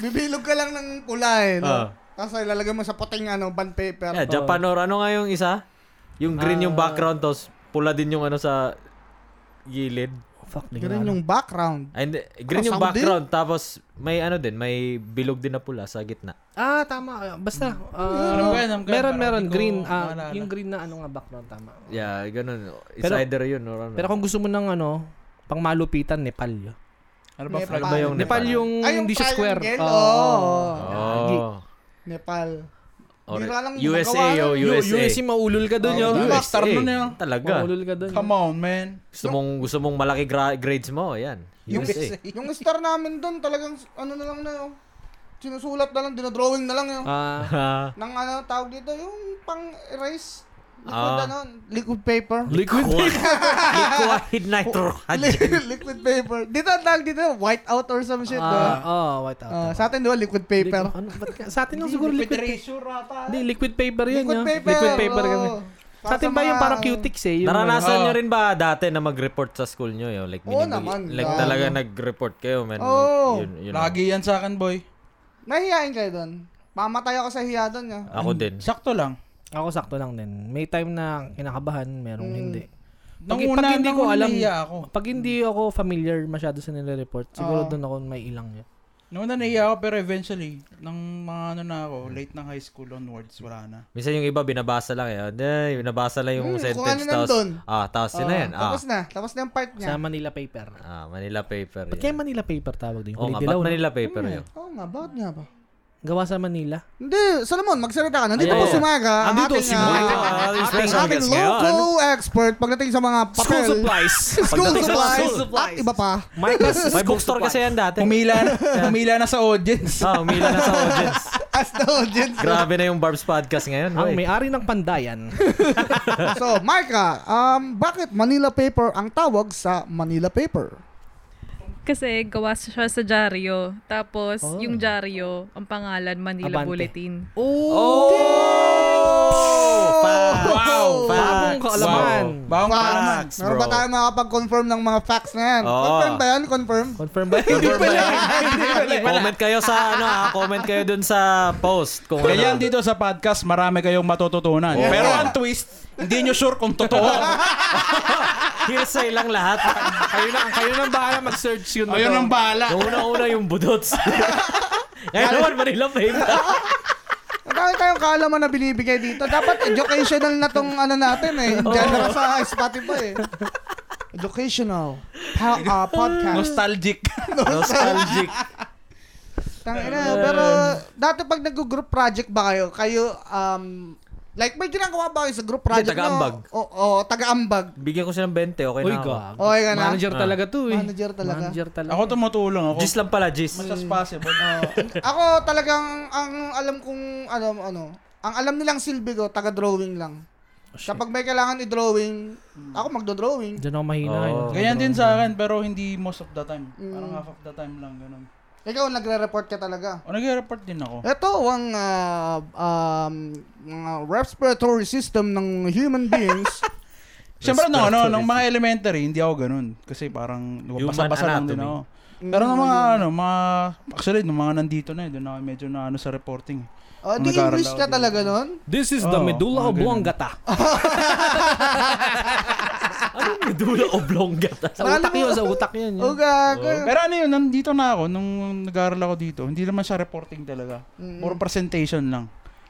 [SPEAKER 3] Bibilog ka lang ng pula eh. No?
[SPEAKER 5] Ah.
[SPEAKER 3] Tapos ilalagay mo sa puting ano, band
[SPEAKER 2] Eh,
[SPEAKER 3] paper.
[SPEAKER 5] Yeah, Japan or ano nga yung isa? Yung green yung background, tapos pula din yung ano sa gilid.
[SPEAKER 2] Fuck, di ko na
[SPEAKER 3] Ganun
[SPEAKER 2] alam.
[SPEAKER 3] yung background.
[SPEAKER 5] Ay, hindi. green yung
[SPEAKER 3] Kasama din?
[SPEAKER 5] background, tapos may ano din, may bilog din na pula sa gitna.
[SPEAKER 2] Ah, tama. Ah, Basta.
[SPEAKER 1] Alam
[SPEAKER 2] ah,
[SPEAKER 1] ko yan, alam ko yan,
[SPEAKER 2] meron,
[SPEAKER 1] parang
[SPEAKER 2] meron.
[SPEAKER 1] hindi ko
[SPEAKER 2] Green. ah,
[SPEAKER 1] maalala.
[SPEAKER 2] yung green na ano nga background. Tama.
[SPEAKER 5] Yeah, ganun. It's
[SPEAKER 2] Pero-
[SPEAKER 5] either yun or ano.
[SPEAKER 2] Pero kung gusto mo ng ano, pang malupitan, Nepal yun.
[SPEAKER 1] Ano ba,
[SPEAKER 3] May
[SPEAKER 1] flag?
[SPEAKER 3] pa-
[SPEAKER 5] ba yung
[SPEAKER 2] Nepal
[SPEAKER 5] Nepal?
[SPEAKER 2] yung
[SPEAKER 3] Ay, yung
[SPEAKER 2] hindi siya square.
[SPEAKER 3] triangle,
[SPEAKER 2] Oo.
[SPEAKER 3] oo.
[SPEAKER 5] Oh.
[SPEAKER 3] Nepal.
[SPEAKER 5] Or,
[SPEAKER 3] Bira lang
[SPEAKER 5] USA,
[SPEAKER 3] magawa
[SPEAKER 5] yo,
[SPEAKER 3] nun.
[SPEAKER 5] USA.
[SPEAKER 2] USA. USA, maulol ka dun
[SPEAKER 3] Oo,
[SPEAKER 2] yun. Ano Oh,
[SPEAKER 1] Diba, star nun yun.
[SPEAKER 5] Talaga.
[SPEAKER 2] Maulol ka dun.
[SPEAKER 1] Come on, man.
[SPEAKER 5] Gusto mong, gusto mong malaki gra- grades mo, yan.
[SPEAKER 3] Yung,
[SPEAKER 5] USA.
[SPEAKER 3] yung star namin doon, talagang ano na lang na yun. Sinusulat na lang, eh, oh. dinodrawing na lang yun.
[SPEAKER 2] Ah,
[SPEAKER 3] Nang ano, tawag dito, yung pang erase. Liquid ano? Liquid paper?
[SPEAKER 5] Liquid Liquid nitrogen.
[SPEAKER 3] Li- liquid paper. Dito ang tawag dito, white out or some shit.
[SPEAKER 2] Ah,
[SPEAKER 3] no?
[SPEAKER 2] oh, white out.
[SPEAKER 3] Ah, sa atin, di ba, liquid paper?
[SPEAKER 2] Ano, ba't ka- sa atin lang siguro liquid paper.
[SPEAKER 1] ata.
[SPEAKER 2] Hindi, liquid paper yun.
[SPEAKER 3] Liquid
[SPEAKER 2] no?
[SPEAKER 3] paper,
[SPEAKER 2] Liquid paper
[SPEAKER 3] oo.
[SPEAKER 2] kami.
[SPEAKER 3] Para
[SPEAKER 2] Sa atin
[SPEAKER 3] sa
[SPEAKER 2] ba yung
[SPEAKER 3] mga-
[SPEAKER 2] parang cutics eh? Yung
[SPEAKER 5] Naranasan
[SPEAKER 1] ano.
[SPEAKER 5] nyo rin ba dati na mag-report sa school nyo? Yo? Like,
[SPEAKER 3] Oo
[SPEAKER 5] minimum-
[SPEAKER 3] naman,
[SPEAKER 5] Like,
[SPEAKER 3] lalo.
[SPEAKER 5] talaga nag-report kayo, man.
[SPEAKER 3] Oo.
[SPEAKER 5] Yun, yun,
[SPEAKER 1] Lagi yan sa akin, boy.
[SPEAKER 3] Nahihiyain kayo doon. Mamatay ako sa hiya eh. doon. nga.
[SPEAKER 5] Ako din.
[SPEAKER 1] Sakto lang.
[SPEAKER 2] Ako sakto lang din. May time na kinakabahan, merong
[SPEAKER 3] Hmm.
[SPEAKER 2] hindi.
[SPEAKER 1] Nung
[SPEAKER 2] Pag- pag
[SPEAKER 1] una,
[SPEAKER 2] hindi ko
[SPEAKER 1] nung
[SPEAKER 2] alam-
[SPEAKER 1] nahiya ako.
[SPEAKER 2] Pag hindi ako familiar masyado sa nire-report, siguro doon ako may ilang yun.
[SPEAKER 1] Nung una, nahiya ako, pero eventually, nang mga ano na ako, late ng high school onwards, wala na.
[SPEAKER 5] Minsan yung iba, binabasa lang eh. Ay, binabasa lang yung
[SPEAKER 3] Hmm,
[SPEAKER 5] sentence.
[SPEAKER 3] kung ano
[SPEAKER 5] Tapos,
[SPEAKER 3] nandun.
[SPEAKER 5] ah, tapos yun na yan. Ah,
[SPEAKER 3] Tapos na. Tapos na yung part niya.
[SPEAKER 2] Sa Manila paper.
[SPEAKER 5] ah, Manila paper.
[SPEAKER 2] Ba't
[SPEAKER 5] yun.
[SPEAKER 2] kaya Manila paper tawag din?
[SPEAKER 5] Oo
[SPEAKER 2] Huli
[SPEAKER 5] nga,
[SPEAKER 2] dilaw. Hmm. no?
[SPEAKER 5] ba't Manila paper yun?
[SPEAKER 3] Oo nga, bakit nga ba?
[SPEAKER 2] Gawa sa Manila.
[SPEAKER 3] Hindi, Solomon, magsalita ka. Nandito
[SPEAKER 5] Ayan.
[SPEAKER 3] po si Maga. ang
[SPEAKER 5] Andito
[SPEAKER 3] ating,
[SPEAKER 5] si
[SPEAKER 3] ah,
[SPEAKER 5] Maga, ang
[SPEAKER 3] ating,
[SPEAKER 5] special
[SPEAKER 3] ating
[SPEAKER 5] guest
[SPEAKER 3] local expert pagdating sa mga papel.
[SPEAKER 5] School supplies.
[SPEAKER 3] School
[SPEAKER 5] Pagdating sa
[SPEAKER 3] supplies.
[SPEAKER 5] school supplies.
[SPEAKER 3] At iba pa.
[SPEAKER 2] Micah's
[SPEAKER 5] May bookstore kasi yan dati.
[SPEAKER 1] Humila na, humila na sa audience.
[SPEAKER 5] Ah, umila na sa audience.
[SPEAKER 3] As the audience.
[SPEAKER 5] Grabe na yung Barb's podcast ngayon.
[SPEAKER 2] Ang
[SPEAKER 5] boy.
[SPEAKER 2] may-ari ng pandayan.
[SPEAKER 3] so, Maika, um, bakit Manila paper ang tawag sa Manila paper?
[SPEAKER 6] Kasi gawa siya sa dyaryo. Tapos,
[SPEAKER 2] Oh.
[SPEAKER 6] yung dyaryo, ang pangalan, Manila
[SPEAKER 2] Abante.
[SPEAKER 6] Bulletin.
[SPEAKER 5] Oh!
[SPEAKER 3] Oh,
[SPEAKER 5] Facts.
[SPEAKER 1] Wow!
[SPEAKER 2] Bagong kaalaman.
[SPEAKER 1] Bagong kaalaman.
[SPEAKER 5] Facts,
[SPEAKER 3] Meron ba
[SPEAKER 5] bro.
[SPEAKER 3] tayo makapag-confirm ng mga facts na yan?
[SPEAKER 5] Oo.
[SPEAKER 3] Confirm ba yan? Confirm?
[SPEAKER 2] Confirm ba? Hindi
[SPEAKER 5] Confirm ba yan? Comment kayo sa ano, ah, comment kayo dun sa post kung
[SPEAKER 1] Kaya
[SPEAKER 5] ano.
[SPEAKER 1] dito sa podcast, marami kayong matututunan.
[SPEAKER 5] Oo.
[SPEAKER 1] Pero ang twist, hindi nyo sure kung totoo.
[SPEAKER 5] Hearsay lang lahat.
[SPEAKER 2] kayo na, kayo na bahala mag-search yun.
[SPEAKER 1] Ayun ang bahala.
[SPEAKER 5] Yung una-una yung budots. Ngayon naman, Manila Paper.
[SPEAKER 3] Ang dami tayong kaalaman na binibigay dito. Dapat educational na tong ano natin eh. In general sa Spotify eh. Educational pa- ah, podcast.
[SPEAKER 1] Nostalgic.
[SPEAKER 5] Nostalgic.
[SPEAKER 3] Tangina. Pero dati pag nag-group project ba kayo, kayo um, like may ginagawa ba kayo sa group project
[SPEAKER 5] Hindi, taga-ambag.
[SPEAKER 3] nyo? Oo, oo, taga-ambag.
[SPEAKER 5] Bigyan ko siya ng 20, okay
[SPEAKER 2] Uy,
[SPEAKER 5] na ako.
[SPEAKER 2] gago.
[SPEAKER 3] Okay ka na?
[SPEAKER 2] Manager
[SPEAKER 5] Ah.
[SPEAKER 2] talaga to eh.
[SPEAKER 3] Manager talaga.
[SPEAKER 2] Manager talaga.
[SPEAKER 1] ako tumutulong ako.
[SPEAKER 5] Jis lang pala, Jis.
[SPEAKER 1] much as possible.
[SPEAKER 3] Ako talagang ang alam kong alam ano, ang alam nilang silbi ko taga-drawing lang. Kapag may kailangan i-drawing, ako magdo-drawing.
[SPEAKER 2] Diyan ako mahina. eh.
[SPEAKER 5] Oo.
[SPEAKER 2] yun.
[SPEAKER 1] Ganyan din sa akin, pero hindi most of the time. Parang half of the time lang, ganun.
[SPEAKER 3] Ikaw nagre-report ka talaga.
[SPEAKER 1] O nag-report din ako.
[SPEAKER 3] Ito ang ah, um, mga respiratory system ng human beings.
[SPEAKER 1] Siyempre, no, no, nung mga elementary, hindi ako ganun. Kasi parang basa-basa lang din
[SPEAKER 5] anatomy.
[SPEAKER 1] ako. Pero nung mga, ano, mga, actually, nung mga nandito na, eh, doon ako medyo na ano sa reporting. eh.
[SPEAKER 3] Oh, di
[SPEAKER 1] Nag-aaral
[SPEAKER 3] English
[SPEAKER 1] ako
[SPEAKER 3] ka
[SPEAKER 1] dito.
[SPEAKER 3] talaga nun?
[SPEAKER 2] This is the
[SPEAKER 1] Oo,
[SPEAKER 2] medulla
[SPEAKER 1] mga ganun.
[SPEAKER 2] oblongata.
[SPEAKER 5] Anong dula oblongata?
[SPEAKER 2] Sa
[SPEAKER 3] Lalo
[SPEAKER 2] utak
[SPEAKER 3] mo-
[SPEAKER 2] yun, sa utak yun. yun.
[SPEAKER 3] O gago.
[SPEAKER 1] Pero ano yun, nandito na ako, nung nag-aaral ako dito, hindi naman siya reporting talaga. More presentation lang.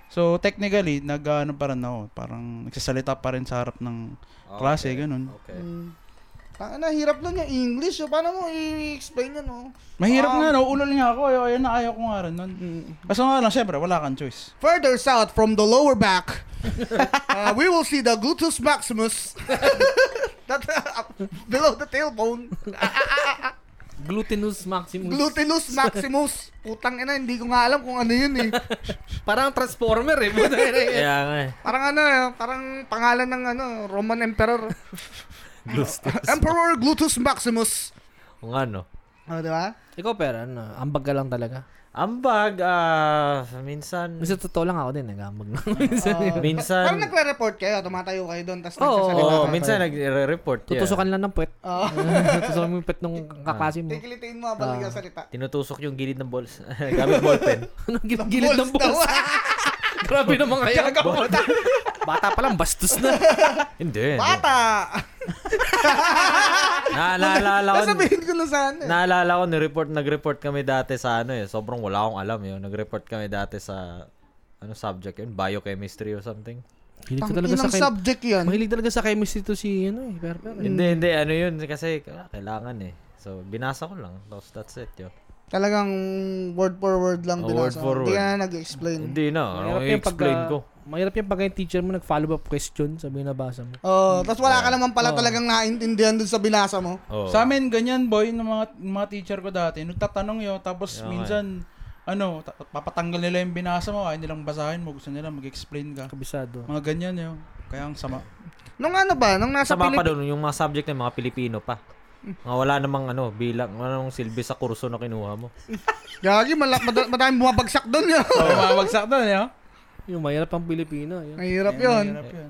[SPEAKER 1] So, technically, nag-ano pa rin ako. Parang nagsasalita pa rin sa harap ng klase, ganun.
[SPEAKER 5] Ah, Okay.
[SPEAKER 3] Ang na, hirap nun yung English. So, paano mo i-explain yun? Oh?
[SPEAKER 1] Mahirap
[SPEAKER 3] Ah.
[SPEAKER 1] nga, no? ulol nga ako. Ayaw, ayaw na ayaw ko nga rin nun. Basta nga lang, syempre, wala kang choice.
[SPEAKER 3] Further south from the lower back, uh, we will see the gluteus maximus. That, uh, below the tailbone.
[SPEAKER 2] Glutinous maximus.
[SPEAKER 3] Gluteus maximus. Putang ina, hindi ko nga alam kung ano yun eh.
[SPEAKER 2] Parang transformer eh.
[SPEAKER 5] Kaya nga eh.
[SPEAKER 3] Parang ano, parang pangalan ng ano, Roman Emperor. Emperor Gluteus Maximus.
[SPEAKER 5] Kung ano.
[SPEAKER 3] Ano, di ba?
[SPEAKER 2] Ikaw pero ano, ambag ka lang talaga.
[SPEAKER 5] Ambag, ah, minsan,
[SPEAKER 2] Minsan totoo lang ako din, nag-ambag na.
[SPEAKER 3] Parang
[SPEAKER 5] minsan,
[SPEAKER 3] nagre-report kayo, tumatayo kayo doon, tapos
[SPEAKER 2] Oo,
[SPEAKER 3] nagsasalita
[SPEAKER 5] oh,
[SPEAKER 3] kayo.
[SPEAKER 5] minsan nagre-report. Yeah.
[SPEAKER 2] Tutusukan lang ng puwet. Tutusukan mo yung puwet nung kaklase mo.
[SPEAKER 3] Kikilitiin mo habang nagsasalita.
[SPEAKER 5] Tinutusok yung gilid ng balls. Gamit ballpen.
[SPEAKER 2] Anong gilid ng
[SPEAKER 3] daw.
[SPEAKER 2] boss? Grabe naman kayo. Bata pa lang, bastos na.
[SPEAKER 5] Hindi.
[SPEAKER 3] Bata!
[SPEAKER 5] Naalala ko.
[SPEAKER 3] Sasabihin ko na saan. eh.
[SPEAKER 5] Naalala ko, nireport, nag-report kami dati sa ano eh. Sobrang wala akong alam yun. Nag-report kami dati sa, ano subject yun? Biochemistry or something?
[SPEAKER 2] Hilig ko
[SPEAKER 3] Tang
[SPEAKER 2] talaga sa
[SPEAKER 3] inang
[SPEAKER 2] chem-
[SPEAKER 3] subject yun.
[SPEAKER 2] Mahilig talaga sa chemistry to si ano eh, pero pero.
[SPEAKER 5] Hindi, hindi. Ano yun? Kasi ah, kailangan eh. So, binasa ko lang. Tapos that's it yun.
[SPEAKER 3] Talagang word for word lang
[SPEAKER 5] Oh, word
[SPEAKER 3] binasa.
[SPEAKER 5] for
[SPEAKER 3] Hindi
[SPEAKER 5] word.
[SPEAKER 3] ka na nag-explain.
[SPEAKER 5] Hindi na. Ano i-explain
[SPEAKER 2] ah,
[SPEAKER 5] ko?
[SPEAKER 2] Mahirap yung pagka yung teacher mo nag-follow up question sa binabasa mo.
[SPEAKER 3] Oh, tapos wala ka naman pala talagang naintindihan dun sa binasa mo.
[SPEAKER 5] Oh.
[SPEAKER 1] Sa amin, ganyan, boy, ng mga, ng mga teacher ko dati. Nagtatanong yun, tapos minsan, ano, ta- papatanggal nila yung binasa mo, ayaw nilang basahin mo, gusto nila mag-explain ka.
[SPEAKER 2] Kabisado.
[SPEAKER 1] Mga ganyan yun. Kaya ang sama.
[SPEAKER 3] Nung ano ba? Nung nasa
[SPEAKER 5] Sama pa
[SPEAKER 3] Pilipinas.
[SPEAKER 5] doon yung mga subject ng mga Pilipino pa. Nga wala namang ano, bilang, anong silbi sa kurso na kinuha mo.
[SPEAKER 3] Gagi, mala- mad- madaming bumabagsak doon yun.
[SPEAKER 1] Oh, mabagsak doon, yun.
[SPEAKER 2] Yung mahirap ang Pilipino. Yun.
[SPEAKER 3] Mahirap yun.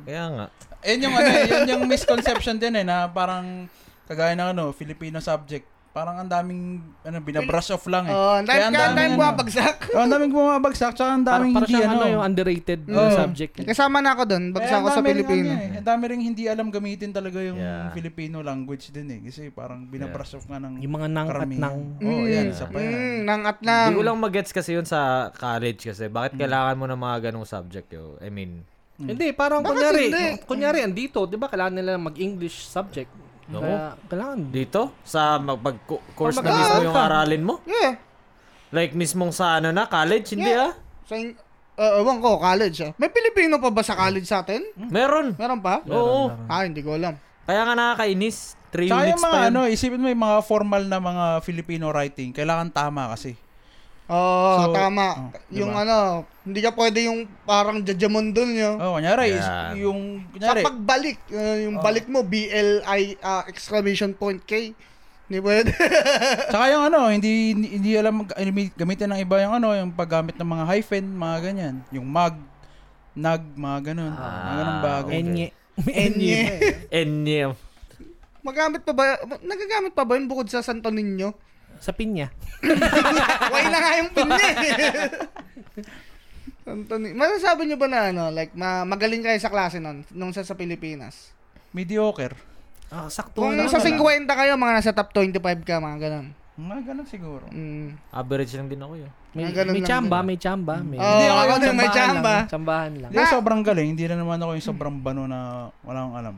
[SPEAKER 5] Kaya nga.
[SPEAKER 1] Ayun yung ano, eh, yun yung misconception din eh na parang kagaya ng ano, Filipino subject. Parang ang daming ano, binabrush off lang eh.
[SPEAKER 3] Oh, ang dami- kaya ang
[SPEAKER 1] ano,
[SPEAKER 3] daming bumabagsak.
[SPEAKER 1] Oh, ang daming bumabagsak, tsaka ang
[SPEAKER 2] Para,
[SPEAKER 1] daming
[SPEAKER 2] para
[SPEAKER 1] hindi
[SPEAKER 2] siyang
[SPEAKER 1] ano.
[SPEAKER 2] ano, yung underrated na
[SPEAKER 1] Oo.
[SPEAKER 2] subject. eh.
[SPEAKER 3] Kasama na ako doon, bagsak
[SPEAKER 1] Eh,
[SPEAKER 3] ako
[SPEAKER 1] oh. ang
[SPEAKER 3] sa
[SPEAKER 1] dami rin
[SPEAKER 3] Pilipino.
[SPEAKER 1] ano eh, Ang dami rin hindi alam gamitin talaga yung
[SPEAKER 5] Yeah.
[SPEAKER 1] Filipino language din eh. Kasi parang binabrush off nga ng
[SPEAKER 2] Yung mga nang at
[SPEAKER 1] karamihan.
[SPEAKER 2] nang.
[SPEAKER 1] Oo, oh, yan. Isa pa yan.
[SPEAKER 3] Mm, nang at nang.
[SPEAKER 5] Hindi ko lang magets kasi yun sa college kasi. Bakit kailangan mo ng mga ganong subject yo? I mean,
[SPEAKER 2] Hindi, parang kunyari, hmm,
[SPEAKER 3] hindi?
[SPEAKER 2] kunyari andito, 'di ba? Kailangan nila mag-English subject.
[SPEAKER 5] Oo.
[SPEAKER 2] Kaya kailangan.
[SPEAKER 5] dito sa magpag course na
[SPEAKER 2] Pag-
[SPEAKER 5] mismo
[SPEAKER 2] Ah,
[SPEAKER 5] yung
[SPEAKER 2] ka.
[SPEAKER 5] aralin mo.
[SPEAKER 3] Yeah.
[SPEAKER 5] Like mismong sa ano na college, hindi ah.
[SPEAKER 3] Sa, uh, ewan ko, college ah. May Pilipino pa ba sa college sa atin?
[SPEAKER 5] Meron.
[SPEAKER 3] Meron pa?
[SPEAKER 5] Oo.
[SPEAKER 3] Ah, hindi ko alam.
[SPEAKER 5] Kaya nga nakakainis. Three
[SPEAKER 1] Tsaka
[SPEAKER 5] units
[SPEAKER 1] yung mga
[SPEAKER 5] pa yun.
[SPEAKER 1] ano, isipin mo yung mga formal na mga Filipino writing, kailangan tama kasi.
[SPEAKER 3] Oo,
[SPEAKER 1] So, oh,
[SPEAKER 3] tama. Yung
[SPEAKER 1] diba?
[SPEAKER 3] ano, hindi ka pwede yung parang jajamon dun yun.
[SPEAKER 1] Oh, kunyari, is-
[SPEAKER 5] Yan.
[SPEAKER 1] yung,
[SPEAKER 3] Sa
[SPEAKER 1] kunyari,
[SPEAKER 3] pagbalik, uh, yung balik mo, BLI ah, exclamation point K. Hindi pwede.
[SPEAKER 1] Tsaka yung ano, hindi hindi alam mag- gamit- gamitin ng iba yung ano, yung paggamit ng mga hyphen, mga ganyan. Yung mag, nag, mga ganun. mga ganun bagay.
[SPEAKER 5] Ah, okay.
[SPEAKER 2] Enye.
[SPEAKER 5] Enye.
[SPEAKER 3] Magamit pa ba, nagagamit pa ba yun bukod sa Santo Niño?
[SPEAKER 2] Sa pinya.
[SPEAKER 3] Why na nga yung pin niya eh. Santo Niño. Masasabi niyo ba na ano, like, ma- magaling kayo sa klase nun, nung sa, sa Pilipinas?
[SPEAKER 1] Mediocre.
[SPEAKER 2] Ah, sakto
[SPEAKER 3] Kung
[SPEAKER 2] lang.
[SPEAKER 3] sa 50 kayo, mga nasa top 25 ka, mga ganun.
[SPEAKER 1] Mga ganun siguro.
[SPEAKER 3] Mm.
[SPEAKER 5] Average lang din ako eh. yun.
[SPEAKER 2] May,
[SPEAKER 3] Ah, ganun
[SPEAKER 2] may
[SPEAKER 3] lang
[SPEAKER 2] chamba,
[SPEAKER 3] din.
[SPEAKER 2] may chamba, may.
[SPEAKER 3] Oo,
[SPEAKER 1] Hindi ako
[SPEAKER 3] ako din, may
[SPEAKER 2] Chambahan
[SPEAKER 3] chamba.
[SPEAKER 2] Lang, chambahan lang.
[SPEAKER 1] Hindi sobrang galing, hindi na naman ako yung sobrang bano na wala akong alam.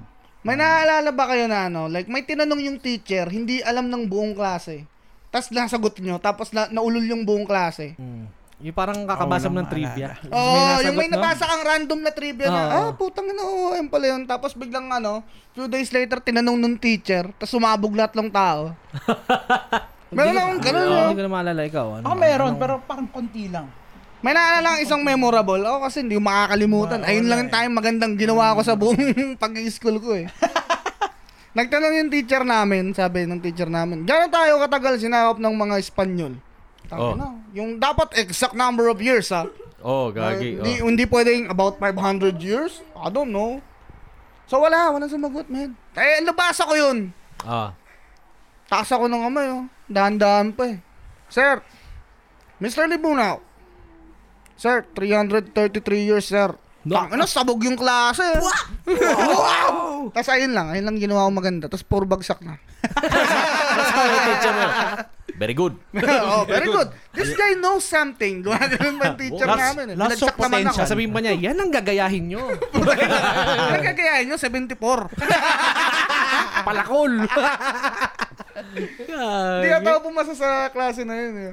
[SPEAKER 3] May
[SPEAKER 2] Hmm.
[SPEAKER 3] naaalala ba kayo na ano, like, may tinanong yung teacher, hindi alam ng buong klase. Tapos nasagot nyo, tapos na, naulol yung buong klase.
[SPEAKER 2] Mm. Yung parang kakabasam
[SPEAKER 1] Oo,
[SPEAKER 2] ng trivia.
[SPEAKER 3] Oo,
[SPEAKER 2] nasagot,
[SPEAKER 3] Oh, yung may
[SPEAKER 2] no?
[SPEAKER 3] nabasa kang random na trivia na,
[SPEAKER 2] Oo.
[SPEAKER 3] ah, putang ina, OM pala yun. Tapos biglang ano, few days later, tinanong nung teacher, tapos sumabog lahat ng tao. Meron akong ganun,
[SPEAKER 2] Oo,
[SPEAKER 3] no?
[SPEAKER 2] Ah, oh, Hindi ko na maalala ikaw. Ano?
[SPEAKER 1] Ako Ah, meron, pero parang konti lang.
[SPEAKER 3] May naalala akong isang memorable. Ako kasi hindi ko makakalimutan. Ayun lang
[SPEAKER 5] eh.
[SPEAKER 3] yung time magandang ginawa ko sa buong pag-school ko eh. Nagtanong yung teacher namin, sabi ng teacher namin, gano'n tayo katagal sinakop ng mga Espanyol? Tangina,
[SPEAKER 5] Oh.
[SPEAKER 3] Yung dapat exact number of years ha.
[SPEAKER 5] Oh, gagi.
[SPEAKER 3] Ah, Hindi,
[SPEAKER 5] Oh.
[SPEAKER 3] hindi pwedeng about 500 years? I don't know. So wala, walang sumagot man. Eh, nabasa ko yun.
[SPEAKER 5] Ah.
[SPEAKER 3] Taas ako ng kamay, oh. Dahan-dahan pa eh. Sir, Mr. Libunaw. Sir, 333 years, sir. Tang, ano, sabog yung klase. eh. wow! Tapos ayun lang, ayun lang ginawa ko maganda. Tapos puro bagsak na.
[SPEAKER 5] Sabi ng teacher mo. Very good.
[SPEAKER 3] oh, very good. This guy knows something. Gumagano'n ba yung teacher
[SPEAKER 5] Last-
[SPEAKER 3] namin? Eh.
[SPEAKER 1] last
[SPEAKER 3] Binagsak
[SPEAKER 1] of
[SPEAKER 3] naman ako.
[SPEAKER 1] potential.
[SPEAKER 2] Sabihin pa niya, yan ang gagayahin nyo.
[SPEAKER 3] Ang kagayahin nyo, 74.
[SPEAKER 2] Palakol.
[SPEAKER 3] Hindi na tao pumasa sa klase na yun. Eh.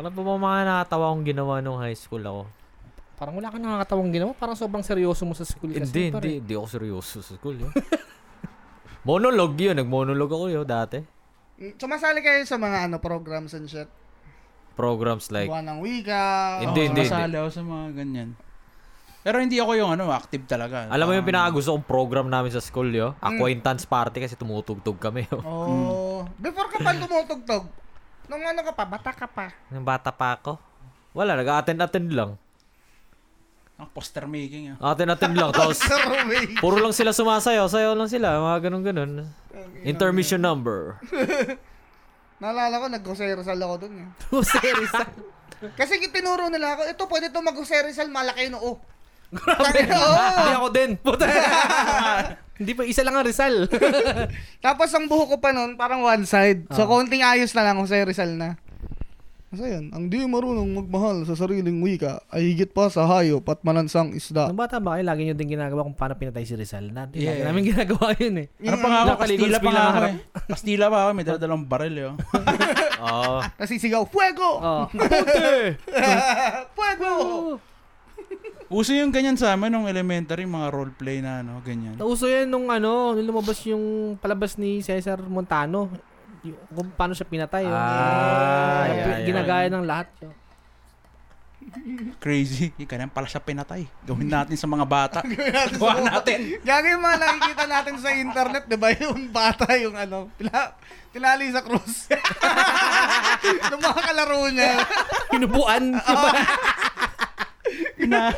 [SPEAKER 5] Alam Ano po ba mga nakatawa kong ginawa nung high school ako?
[SPEAKER 2] parang wala ka nakakatawang ginawa. Parang sobrang seryoso mo sa school. kasi,
[SPEAKER 5] Hindi,
[SPEAKER 2] pare.
[SPEAKER 5] hindi. Hindi ako seryoso sa school yun. Monologue yun. Nag-monologue ako yun dati.
[SPEAKER 3] Sumasali kayo sa mga ano programs and shit.
[SPEAKER 5] Programs like...
[SPEAKER 3] Buwan ng wika.
[SPEAKER 5] Hindi,
[SPEAKER 1] Oo,
[SPEAKER 5] hindi, hindi.
[SPEAKER 1] sumasali ako sa mga ganyan. Pero hindi ako yung ano, active talaga.
[SPEAKER 5] Alam mo yung pinakagusto kong program namin sa school yo? Acquaintance party kasi tumutugtog kami yo.
[SPEAKER 3] Oh. Before ka pa tumutugtog, nung ano ka pa, bata ka pa.
[SPEAKER 5] Nung bata pa ako. Wala, nag-attend-attend lang.
[SPEAKER 1] Ang poster making ah.
[SPEAKER 5] Attend-attend lang. Tapos,
[SPEAKER 3] Survey.
[SPEAKER 5] puro lang sila sumasayaw. Sayaw lang sila. Mga ganun-ganun. Intermission number.
[SPEAKER 3] Naalala ko, nag-Rizal ako dun. Eh.
[SPEAKER 2] Jose Rizal.
[SPEAKER 3] Kasi tinuro nila ako, ito pwede itong mag-Rizal, malaki yung noo. "Oh." Grabe. Oo.
[SPEAKER 2] Hindi ako din. Puta. Hindi pa, isa lang ang Rizal.
[SPEAKER 3] Tapos ang buhok ko pa nun, parang one side. So, konting ayos na lang, Jose Rizal na. Kasi yan, ang di marunong magmahal sa sariling wika ay higit pa sa hayop at malansang isda.
[SPEAKER 2] Nung bata ba kayo, lagi nyo din ginagawa kung paano pinatay si Rizal. Natin, lagi
[SPEAKER 1] Yeah.
[SPEAKER 2] namin ginagawa yun eh.
[SPEAKER 1] Ano pa nga ako,
[SPEAKER 2] Nakaligod
[SPEAKER 1] Kastila pa nga
[SPEAKER 2] sa
[SPEAKER 1] ako eh.
[SPEAKER 2] pinakaharap.
[SPEAKER 1] Kastila pa ako, may daladalang baril eh, oh. yun.
[SPEAKER 5] Oo.
[SPEAKER 3] Tapos sisigaw, Fuego!
[SPEAKER 2] Oh.
[SPEAKER 3] Fuego!
[SPEAKER 1] Uso yung ganyan sa amin nung elementary, mga roleplay na ano, ganyan.
[SPEAKER 2] Nauso yan nung ano, nung lumabas yung palabas ni Cesar Montano. Yung, kung paano siya pinatay. yun.
[SPEAKER 5] Ah,
[SPEAKER 2] Yung
[SPEAKER 5] yeah, yeah.
[SPEAKER 2] ginagaya ng lahat. yun.
[SPEAKER 1] Crazy. Yung ganyan pala siya pinatay. Gawin natin sa mga bata. Gawin natin.
[SPEAKER 3] Gagay yung mga nakikita natin sa internet, di ba? Yung bata, yung ano, tila, tilali sa krus. Yung mga kalaro niya.
[SPEAKER 2] Hinubuan.
[SPEAKER 1] Pina...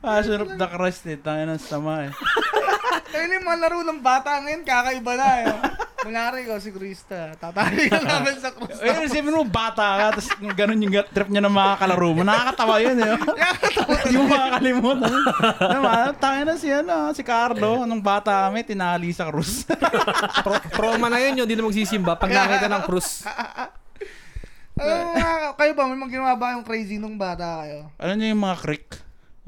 [SPEAKER 1] Ah, sarap na crust eh. Tangin ang sama eh.
[SPEAKER 3] Dahil yung mga laro ng bata ngayon, kakaiba na. Eh. Kunwari ko, si Krista. Tatali ka namin sa krus.
[SPEAKER 1] Eh, isipin mo, bata ka, tapos ganun yung trip niya ng mga kalaro mo. Nakakatawa yun, eh. Hindi mo makakalimutan. Naman, tangin Diba? na si, ano, si Carlo, nung bata kami, tinali sa krus.
[SPEAKER 2] Tro- trauma na yun yun. Hindi na magsisimba. Pag nakita ng krus.
[SPEAKER 3] Ano nga, kayo ba? May mga ginawa ba yung crazy nung bata kayo?
[SPEAKER 1] ano niya yung mga creek?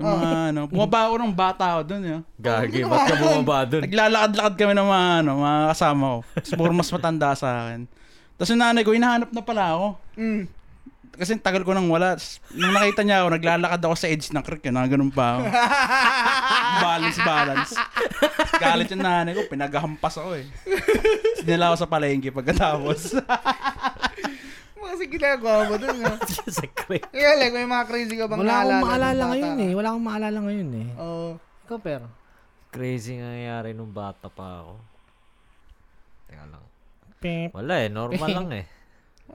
[SPEAKER 1] Yung mga, ano, bumaba ako ng bata ako dun, eh.
[SPEAKER 5] Gagi, ba't ka bumaba dun?
[SPEAKER 1] Naglalakad-lakad kami ng mga, ano, mga kasama ko. Tapos puro mas matanda sa akin. Tapos yung nanay ko, hinahanap na pala ako.
[SPEAKER 2] Hmm.
[SPEAKER 3] Mm.
[SPEAKER 1] Kasi ang tagal ko nang wala. Tapos, Nung nakita niya ako, naglalakad ako sa edge ng creek. Yun, ah, ganun pa ako. balance, balance. Galit yung nanay ko, pinaghampas ako eh. Tapos Dinala ako sa palengke pagkatapos.
[SPEAKER 3] Mga kasi ginagawa mo dun. ah.
[SPEAKER 5] Sa creek.
[SPEAKER 3] Kaya like, may mga crazy ka bang
[SPEAKER 2] Wala akong
[SPEAKER 3] nung
[SPEAKER 2] maalala
[SPEAKER 3] bata? Oh.
[SPEAKER 2] ngayon eh. Wala akong maalala ngayon eh.
[SPEAKER 3] Oo.
[SPEAKER 2] Ikaw pero.
[SPEAKER 5] Crazy nga nangyari nung bata pa ako. Teka lang. Wala eh, normal lang eh.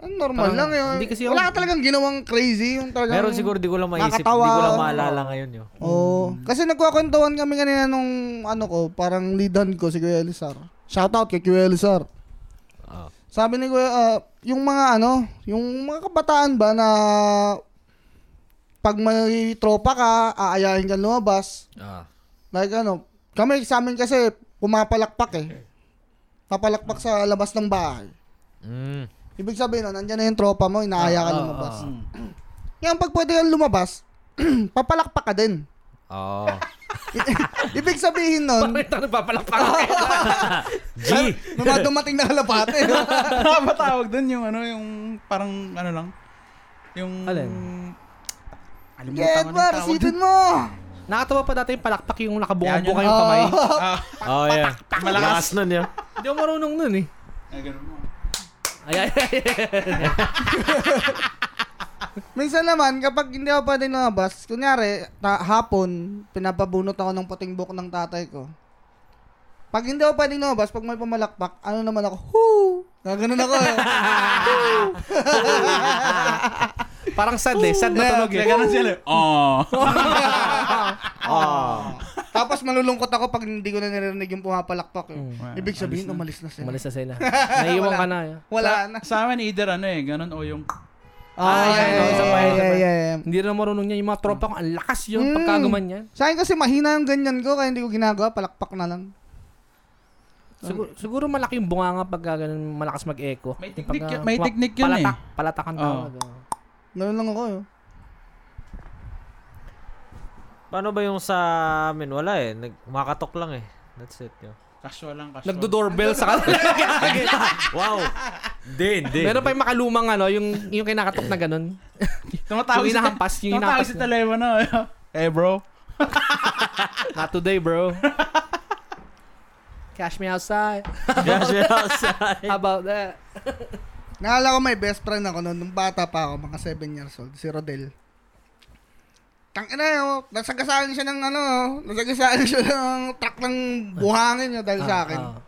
[SPEAKER 3] Ang normal lang yun.
[SPEAKER 2] hindi kasi
[SPEAKER 3] Wala
[SPEAKER 2] ako-
[SPEAKER 3] ka talagang ginawang crazy. Yung talagang...
[SPEAKER 5] Meron siguro di ko lang maisip,
[SPEAKER 3] Nakatawa.
[SPEAKER 5] di ko lang maalala ngayon yun.
[SPEAKER 3] Oo. Kasi nagkwakwentuhan kami kanina nung ano ko, parang leadan ko si Kuya Elisar. Shoutout kay Kuya Elisar.
[SPEAKER 5] Ah.
[SPEAKER 3] Sabi ni Kuya, ah, yung mga ano, yung mga kabataan ba na pag may tropa ka, aayahin ka lumabas.
[SPEAKER 5] Ah.
[SPEAKER 3] Like ano, kami sa amin kasi pumapalakpak eh. Papalakpak sa labas ng bahay.
[SPEAKER 5] Mm.
[SPEAKER 3] Ibig sabihin nun, nandiyan na yung tropa mo, inaaya
[SPEAKER 2] Ah,
[SPEAKER 3] ka lumabas. Ngayon, pag pwede kang lumabas, papalakpak ka din.
[SPEAKER 5] Oo.
[SPEAKER 3] Ibig sabihin nun,
[SPEAKER 2] Parang ito nagpapalakpak.
[SPEAKER 5] G!
[SPEAKER 3] Nung mga dumating na kalapate.
[SPEAKER 1] Ano ba tawag doon yung ano, yung parang ano lang? Yung...
[SPEAKER 2] Alin?
[SPEAKER 1] Alam mo
[SPEAKER 3] Get
[SPEAKER 1] tama
[SPEAKER 3] bar,
[SPEAKER 1] ng tawag
[SPEAKER 3] sipin mo!
[SPEAKER 2] Nakatawa pa dati yung palakpak yung nakabungabong
[SPEAKER 1] Yan yun.
[SPEAKER 2] kayong kamay.
[SPEAKER 1] Ah,
[SPEAKER 5] Oh, yeah. Malakas nun yun.
[SPEAKER 2] Hindi ako marunong nun eh.
[SPEAKER 1] ah, ganun mo.
[SPEAKER 2] Ay, ay, ay.
[SPEAKER 3] Minsan naman, kapag hindi ako pwede lumabas, kunyari, ta- hapon, pinapabunot ako ng puting buhok ng tatay ko. Pag hindi ako pwede lumabas, pag may pumalakpak, ano naman ako, hoo! Gaganon ako eh.
[SPEAKER 2] Parang sad eh. Sad na tunog
[SPEAKER 1] Kaya
[SPEAKER 2] eh.
[SPEAKER 1] ganun sila. eh. Oh.
[SPEAKER 2] Oh.
[SPEAKER 3] Tapos malulungkot ako pag hindi ko na narinig yung pumapalakpak. Eh. Ibig sabihin, umalis na sila.
[SPEAKER 2] Umalis na sila. Naiiwan ka na. eh.
[SPEAKER 3] Wala na.
[SPEAKER 1] Oh. Sa amin either ano eh, ganun o yung...
[SPEAKER 3] Ah, yeah,
[SPEAKER 2] yeah, isa pa, isa
[SPEAKER 3] yeah,
[SPEAKER 2] pa.
[SPEAKER 3] yeah, yeah.
[SPEAKER 2] Hindi na marunong niya. Yung mga tropa ko, ang lakas yun. Pagkaguman niya.
[SPEAKER 3] Sa akin kasi mahina yung ganyan ko, kaya hindi ko ginagawa, palakpak na lang.
[SPEAKER 2] Siguro, siguro malaki yung bunga nga pag ah, ganun, malakas mag-echo.
[SPEAKER 1] May
[SPEAKER 2] Yung pag,
[SPEAKER 1] technique yun-
[SPEAKER 2] ah,
[SPEAKER 1] may
[SPEAKER 2] puma-
[SPEAKER 1] technique yun
[SPEAKER 2] palatak,
[SPEAKER 1] eh.
[SPEAKER 2] Palatak ang
[SPEAKER 1] Oo.
[SPEAKER 2] tawag. oh.
[SPEAKER 3] Ganun lang ako eh.
[SPEAKER 5] Paano ba yung sa amin? Wala eh. Nag- makatok lang eh. That's it. Yo.
[SPEAKER 1] Casual lang, casual.
[SPEAKER 2] Nagdo-doorbell sa kanila.
[SPEAKER 5] Wow! Hindi, hindi.
[SPEAKER 2] Meron pa yung makalumang ano, yung, yung kinakatok na ganun.
[SPEAKER 1] Tumatawag
[SPEAKER 2] Yung
[SPEAKER 1] sa-
[SPEAKER 2] inahampas, yung
[SPEAKER 1] tumatawag
[SPEAKER 2] inahampas
[SPEAKER 1] sa
[SPEAKER 2] niya.
[SPEAKER 1] telepono. eh bro.
[SPEAKER 2] Not today, bro. Cash me outside.
[SPEAKER 5] Cash me outside.
[SPEAKER 2] How about that?
[SPEAKER 3] Naalala ko may best friend ako noon, nung bata pa ako, mga 7 years old, si Rodel. Tang ina, oh, nasagasaan siya ng ano, oh, nasagasaan siya ng truck ng buhangin niya dahil sa akin.
[SPEAKER 2] Ah, ah.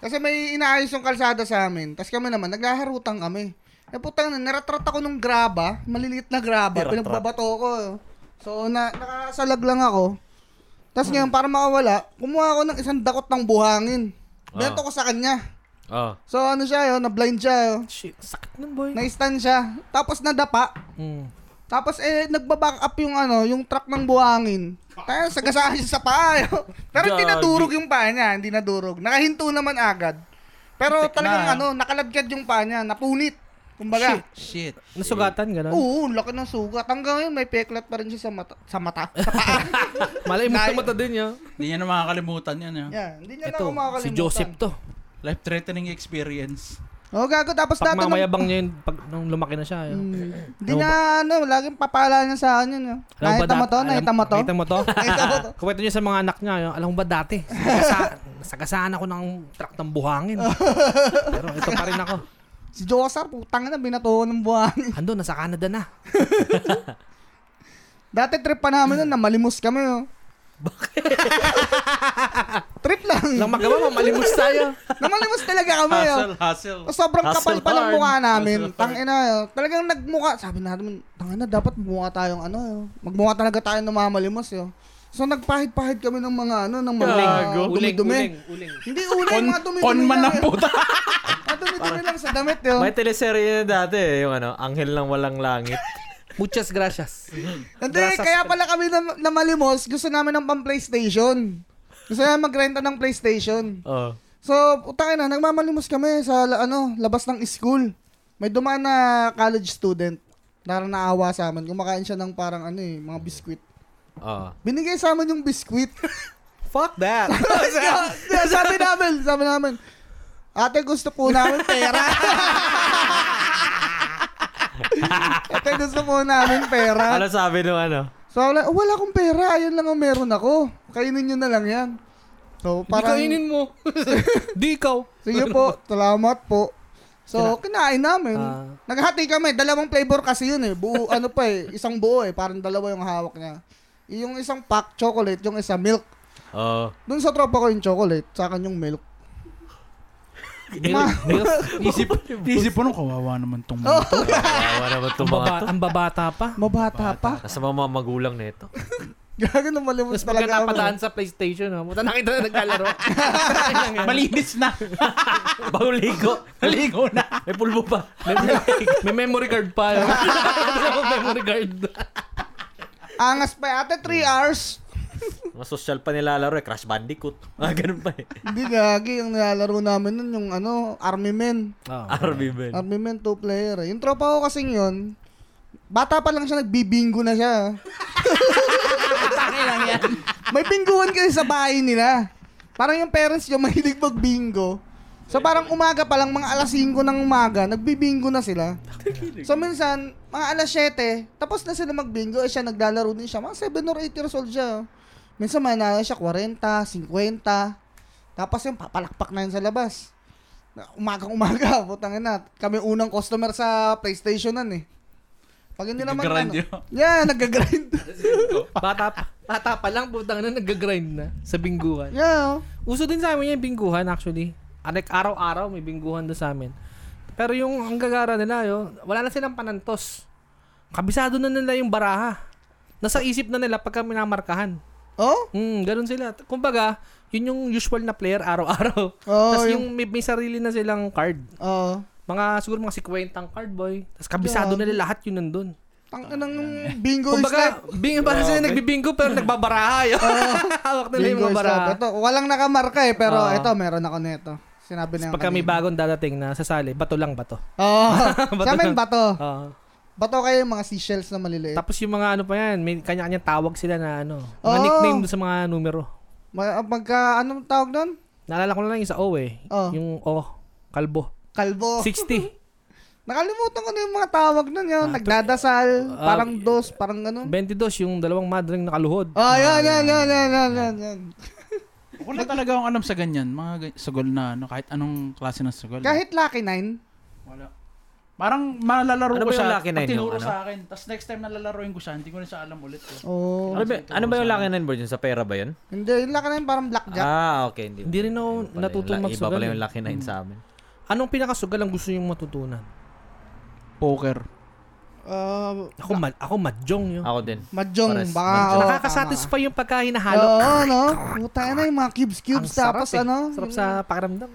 [SPEAKER 3] Kasi may inaayos yung kalsada sa amin. Tapos kami naman, naghaharutang kami. Eh putang na, naratrat ako nung graba, maliliit na graba, pinagbabato ko. oh. So, na, nakasalag lang ako. Tapos ngayon, para makawala, kumuha ako ng isang dakot ng buhangin. Bento
[SPEAKER 2] Ah.
[SPEAKER 3] ko sa kanya.
[SPEAKER 5] Oh.
[SPEAKER 3] So, ano siya, oh, na-blind siya. oh.
[SPEAKER 2] Shit, sakit nun, boy.
[SPEAKER 3] Na-stun siya. Tapos nadapa.
[SPEAKER 2] Mm.
[SPEAKER 3] Tapos eh, nagbaback up yung ano, yung truck ng buhangin. Tayo, sagasaan siya sa paa. yo. Pero hindi
[SPEAKER 5] Gagi.
[SPEAKER 3] nadurog yung paa niya, hindi nadurog. Nakahinto naman agad. Pero talagang ano, nakalagkad yung paa niya, napunit. Kumbaga,
[SPEAKER 1] Shit.
[SPEAKER 2] Nasugatan, ganun.
[SPEAKER 3] oo, laki ng sugat. Hanggang ngayon, may peklat pa rin siya sa mata. Sa mata. Sa paa.
[SPEAKER 2] Malay mo
[SPEAKER 3] Layo.
[SPEAKER 2] mata din, yo.
[SPEAKER 1] Hindi niya na makakalimutan yan. eh.
[SPEAKER 3] Yan, hindi niya
[SPEAKER 2] Ito,
[SPEAKER 3] na ako
[SPEAKER 2] si Joseph to.
[SPEAKER 1] Life-threatening experience.
[SPEAKER 3] Oo, gago. Tapos
[SPEAKER 2] Pag
[SPEAKER 3] dati, nung-
[SPEAKER 2] mamayabang niya yun, pag, nung lumaki na siya, yo.
[SPEAKER 3] hindi niya ano, laging papala niya sa akin yun. yo.
[SPEAKER 2] Alam mo ba
[SPEAKER 3] Hmm. Nakita mo
[SPEAKER 2] dat-
[SPEAKER 3] to,
[SPEAKER 2] alam-
[SPEAKER 3] nakita mo to.
[SPEAKER 2] Nakita mo to?
[SPEAKER 3] Nakita mo to.
[SPEAKER 2] Kwento niya sa mga anak niya, yo, alam mo ba dati, sagasa- nasagasaan ako ng truck ng buhangin. Pero ito pa rin ako.
[SPEAKER 3] Si Josar, putang na, binatuhan ng buhangin.
[SPEAKER 2] Ando, nasa Canada na.
[SPEAKER 7] Dati trip pa namin nun, namalimos kami, oh. Bakit? trip lang.
[SPEAKER 2] Nang magawa, mamalimos tayo.
[SPEAKER 7] namalimos talaga kami, oh.
[SPEAKER 1] Hustle, hustle.
[SPEAKER 7] O, sobrang kapal
[SPEAKER 5] Hustle
[SPEAKER 7] pa ng
[SPEAKER 5] hard.
[SPEAKER 7] mukha namin.
[SPEAKER 1] Hustle hard.
[SPEAKER 7] Tangina, oh. talagang nagmukha. Sabi natin, tangina, dapat mukha tayong ano, oh. Magmukha talaga tayo ng mamalimos, oh. So, nagpahid-pahid kami ng mga ano, ng mga
[SPEAKER 1] Gago.
[SPEAKER 2] Uling, uling,
[SPEAKER 7] dumi-dumi.
[SPEAKER 2] uling.
[SPEAKER 7] Hindi uling,
[SPEAKER 1] Kon,
[SPEAKER 7] mga dumi-dumi
[SPEAKER 1] kon man
[SPEAKER 7] lang,
[SPEAKER 1] ang
[SPEAKER 7] eh.
[SPEAKER 1] puta.
[SPEAKER 7] Mga dumi-dumi lang sa damit, oh.
[SPEAKER 5] May teleserye na dati eh, yung ano, Anghel ng Walang Langit.
[SPEAKER 2] Muchas gracias.
[SPEAKER 7] Hindi,
[SPEAKER 2] Grasas
[SPEAKER 7] kaya pala kami na, na malimos, gusto namin ng pang-PlayStation. Gusto namin magrenta ng PlayStation.
[SPEAKER 5] Oh.
[SPEAKER 7] So, utangin na, nagmamalimos kami sa la- ano, labas ng school. May dumaan na college student. Parang naawa sa amin. Kumakain siya ng parang ano eh, mga biskwit.
[SPEAKER 5] Oh.
[SPEAKER 7] Binigay sa amin yung biskwit.
[SPEAKER 2] Fuck that.
[SPEAKER 7] Kaya sabi namin, sabi namin, ate gusto po namin pera. ate gusto po namin pera.
[SPEAKER 5] Ano sabi nung ano?
[SPEAKER 7] So, wala, oh, wala akong pera. Ayan lang ang meron ako. Kainin nyo na lang yan. So, parang,
[SPEAKER 2] Di kainin mo. Di ikaw.
[SPEAKER 7] sige po, salamat po. So, kinain namin.
[SPEAKER 2] Ah.
[SPEAKER 7] Naghati kami. Dalawang flavor kasi yun eh. Buo, ano pa eh. Isang buo eh. Parang dalawa yung hawak niya. Yung isang pack chocolate, yung isa milk.
[SPEAKER 5] Oh.
[SPEAKER 7] Doon sa tropa ko yung chocolate, sa akin yung milk. Ma-
[SPEAKER 1] Isip, isip po nung kawawa naman tong mga. to.
[SPEAKER 5] Kawawa naman itong mga to.
[SPEAKER 2] ang babata pa.
[SPEAKER 7] Mabata pa.
[SPEAKER 5] Kasama mga magulang nito.
[SPEAKER 7] Gago na malimos
[SPEAKER 2] Tapos pagka
[SPEAKER 7] talaga. ako. eh.
[SPEAKER 2] napadaan sa PlayStation, ha? Muta nakita na naglalaro.
[SPEAKER 1] Malinis na.
[SPEAKER 5] Bagong ligo.
[SPEAKER 1] Maligo na.
[SPEAKER 5] May pulbo pa.
[SPEAKER 2] may, may memory card pa. yun. memory card.
[SPEAKER 7] Angas pa eh. ate, 3 hours.
[SPEAKER 5] Mga social pa nilalaro eh. Crash Bandicoot. Mga ganun pa eh.
[SPEAKER 7] Hindi gagi. Yung nilalaro namin nun, yung ano, army men.
[SPEAKER 2] Ah,
[SPEAKER 5] Army man.
[SPEAKER 7] Army man, two player. eh. Yung tropa ko kasing yun, bata pa lang siya, nagbibingo na siya.
[SPEAKER 1] Taki lang yan.
[SPEAKER 7] May binguhan kasi sa bahay nila. Parang yung parents niya mahilig magbingo. So parang umaga pa lang, mga alas 5 ng umaga, nagbibingo na sila. So minsan, mga alas 7, tapos na sila magbingo, eh siya naglalaro din siya. Mga 7 or 8 years old siya. oh. Minsan manalo siya 40, 50. Tapos yung papalakpak na yun sa labas. Na- Umagang-umaga, putangin na. Kami unang customer sa PlayStation nan eh. Pag hindi naman...
[SPEAKER 1] Nag-grind
[SPEAKER 7] ano-
[SPEAKER 1] yun.
[SPEAKER 7] Yeah, nag-grind.
[SPEAKER 2] Bata pa. Bata pa lang, putang na nag-grind na sa bingguhan.
[SPEAKER 7] yeah. oh.
[SPEAKER 2] Uso din sa amin yung bingguhan actually. Ah, Like araw-araw may bingguhan doon sa amin. Pero yung ang gagara nila, yo, wala na silang panantos. Kabisado na nila yung baraha. Nasa isip na nila pagka minamarkahan.
[SPEAKER 7] Oh?
[SPEAKER 2] Hmm, ganun sila. Kumbaga, yun yung usual na player araw-araw.
[SPEAKER 7] Oo,
[SPEAKER 2] Tapos
[SPEAKER 7] Oh, yung-
[SPEAKER 2] yung may, may sarili na silang card.
[SPEAKER 7] Oo.
[SPEAKER 2] Mga siguro mga 50 card boy. Tapos kabisado
[SPEAKER 7] Yeah.
[SPEAKER 2] nila lahat yun nandun.
[SPEAKER 7] Tang ng bingo
[SPEAKER 2] Kumbaga,
[SPEAKER 7] is
[SPEAKER 2] bing, parang sila nagbibingo pero nagbabaraha yun. Hawak
[SPEAKER 7] live.
[SPEAKER 2] nila yung
[SPEAKER 7] Oh. Bingo
[SPEAKER 2] mga
[SPEAKER 7] is
[SPEAKER 2] baraha.
[SPEAKER 7] live. Ito, walang nakamarka eh, pero
[SPEAKER 2] Oo.
[SPEAKER 7] ito, meron ako nito. Sinabi na yan
[SPEAKER 2] Pagka may
[SPEAKER 7] kanina.
[SPEAKER 2] bagong dadating na sasali, bato lang bato.
[SPEAKER 7] Oo.
[SPEAKER 2] Bato
[SPEAKER 7] Sa amin,
[SPEAKER 2] lang.
[SPEAKER 7] bato.
[SPEAKER 2] Oo.
[SPEAKER 7] Bato kayo yung mga seashells na maliliit.
[SPEAKER 2] tapos yung mga ano pa yan, may kanya-kanyang tawag sila na ano. Mga
[SPEAKER 7] Oo.
[SPEAKER 2] nickname dun sa mga numero.
[SPEAKER 7] Ma- ah, pagka, anong tawag doon?
[SPEAKER 2] Naalala ko na lang yung sa O eh.
[SPEAKER 7] Oo.
[SPEAKER 2] Yung O, kalbo.
[SPEAKER 7] Kalbo.
[SPEAKER 2] 60.
[SPEAKER 7] Nakalimutan ko na yung mga tawag nun yun. Nagdadasal,
[SPEAKER 2] Ah,
[SPEAKER 7] parang dos, parang ganun.
[SPEAKER 2] 22, yung dalawang madring nakaluhod.
[SPEAKER 7] Oh, yan, yan, yan, yan, yan, yan, yan.
[SPEAKER 1] Wala talaga akong alam sa ganyan. Mga gan- sagol na ano, kahit anong klase ng sagol.
[SPEAKER 7] Kahit Lucky Nine,
[SPEAKER 1] Wala. Parang malalaro ko
[SPEAKER 5] Ano ba yung
[SPEAKER 1] siya.
[SPEAKER 5] Lucky
[SPEAKER 1] pag
[SPEAKER 5] Nine
[SPEAKER 1] tinuro
[SPEAKER 5] yung ano?
[SPEAKER 1] sa akin. Tapos next time na lalaroin ko siya, hindi ko na siya alam ulit. Eh.
[SPEAKER 7] oh.
[SPEAKER 5] Ano ba, ano ba yung laki nun board yun? Sa pera ba yun?
[SPEAKER 7] Hindi, yung Lucky Nine parang blackjack.
[SPEAKER 5] Ah, okay. Hindi,
[SPEAKER 2] Hindi rin ako
[SPEAKER 5] Iba pala
[SPEAKER 2] natutong
[SPEAKER 5] yung la- Iba
[SPEAKER 2] magsugal.
[SPEAKER 5] pala
[SPEAKER 2] eh.
[SPEAKER 5] yung laki na yun sa amin.
[SPEAKER 2] Anong pinakasugal ang gusto yung matutunan?
[SPEAKER 1] Poker.
[SPEAKER 7] Ah,
[SPEAKER 2] Ako, ma- ako madjong yun.
[SPEAKER 5] Ako din.
[SPEAKER 7] Mahjong,
[SPEAKER 5] Pares,
[SPEAKER 7] baka.
[SPEAKER 5] mahjong.
[SPEAKER 7] oo, tama.
[SPEAKER 2] Nakakasatisfy yung pagka hinahalo.
[SPEAKER 7] Oo, Oh, no? Puta na yung mga
[SPEAKER 2] Ang
[SPEAKER 7] cubes-cubes.
[SPEAKER 2] sarap
[SPEAKER 7] Tapos
[SPEAKER 2] eh.
[SPEAKER 7] ano?
[SPEAKER 2] Sarap
[SPEAKER 7] yung-
[SPEAKER 2] sa pakiramdam.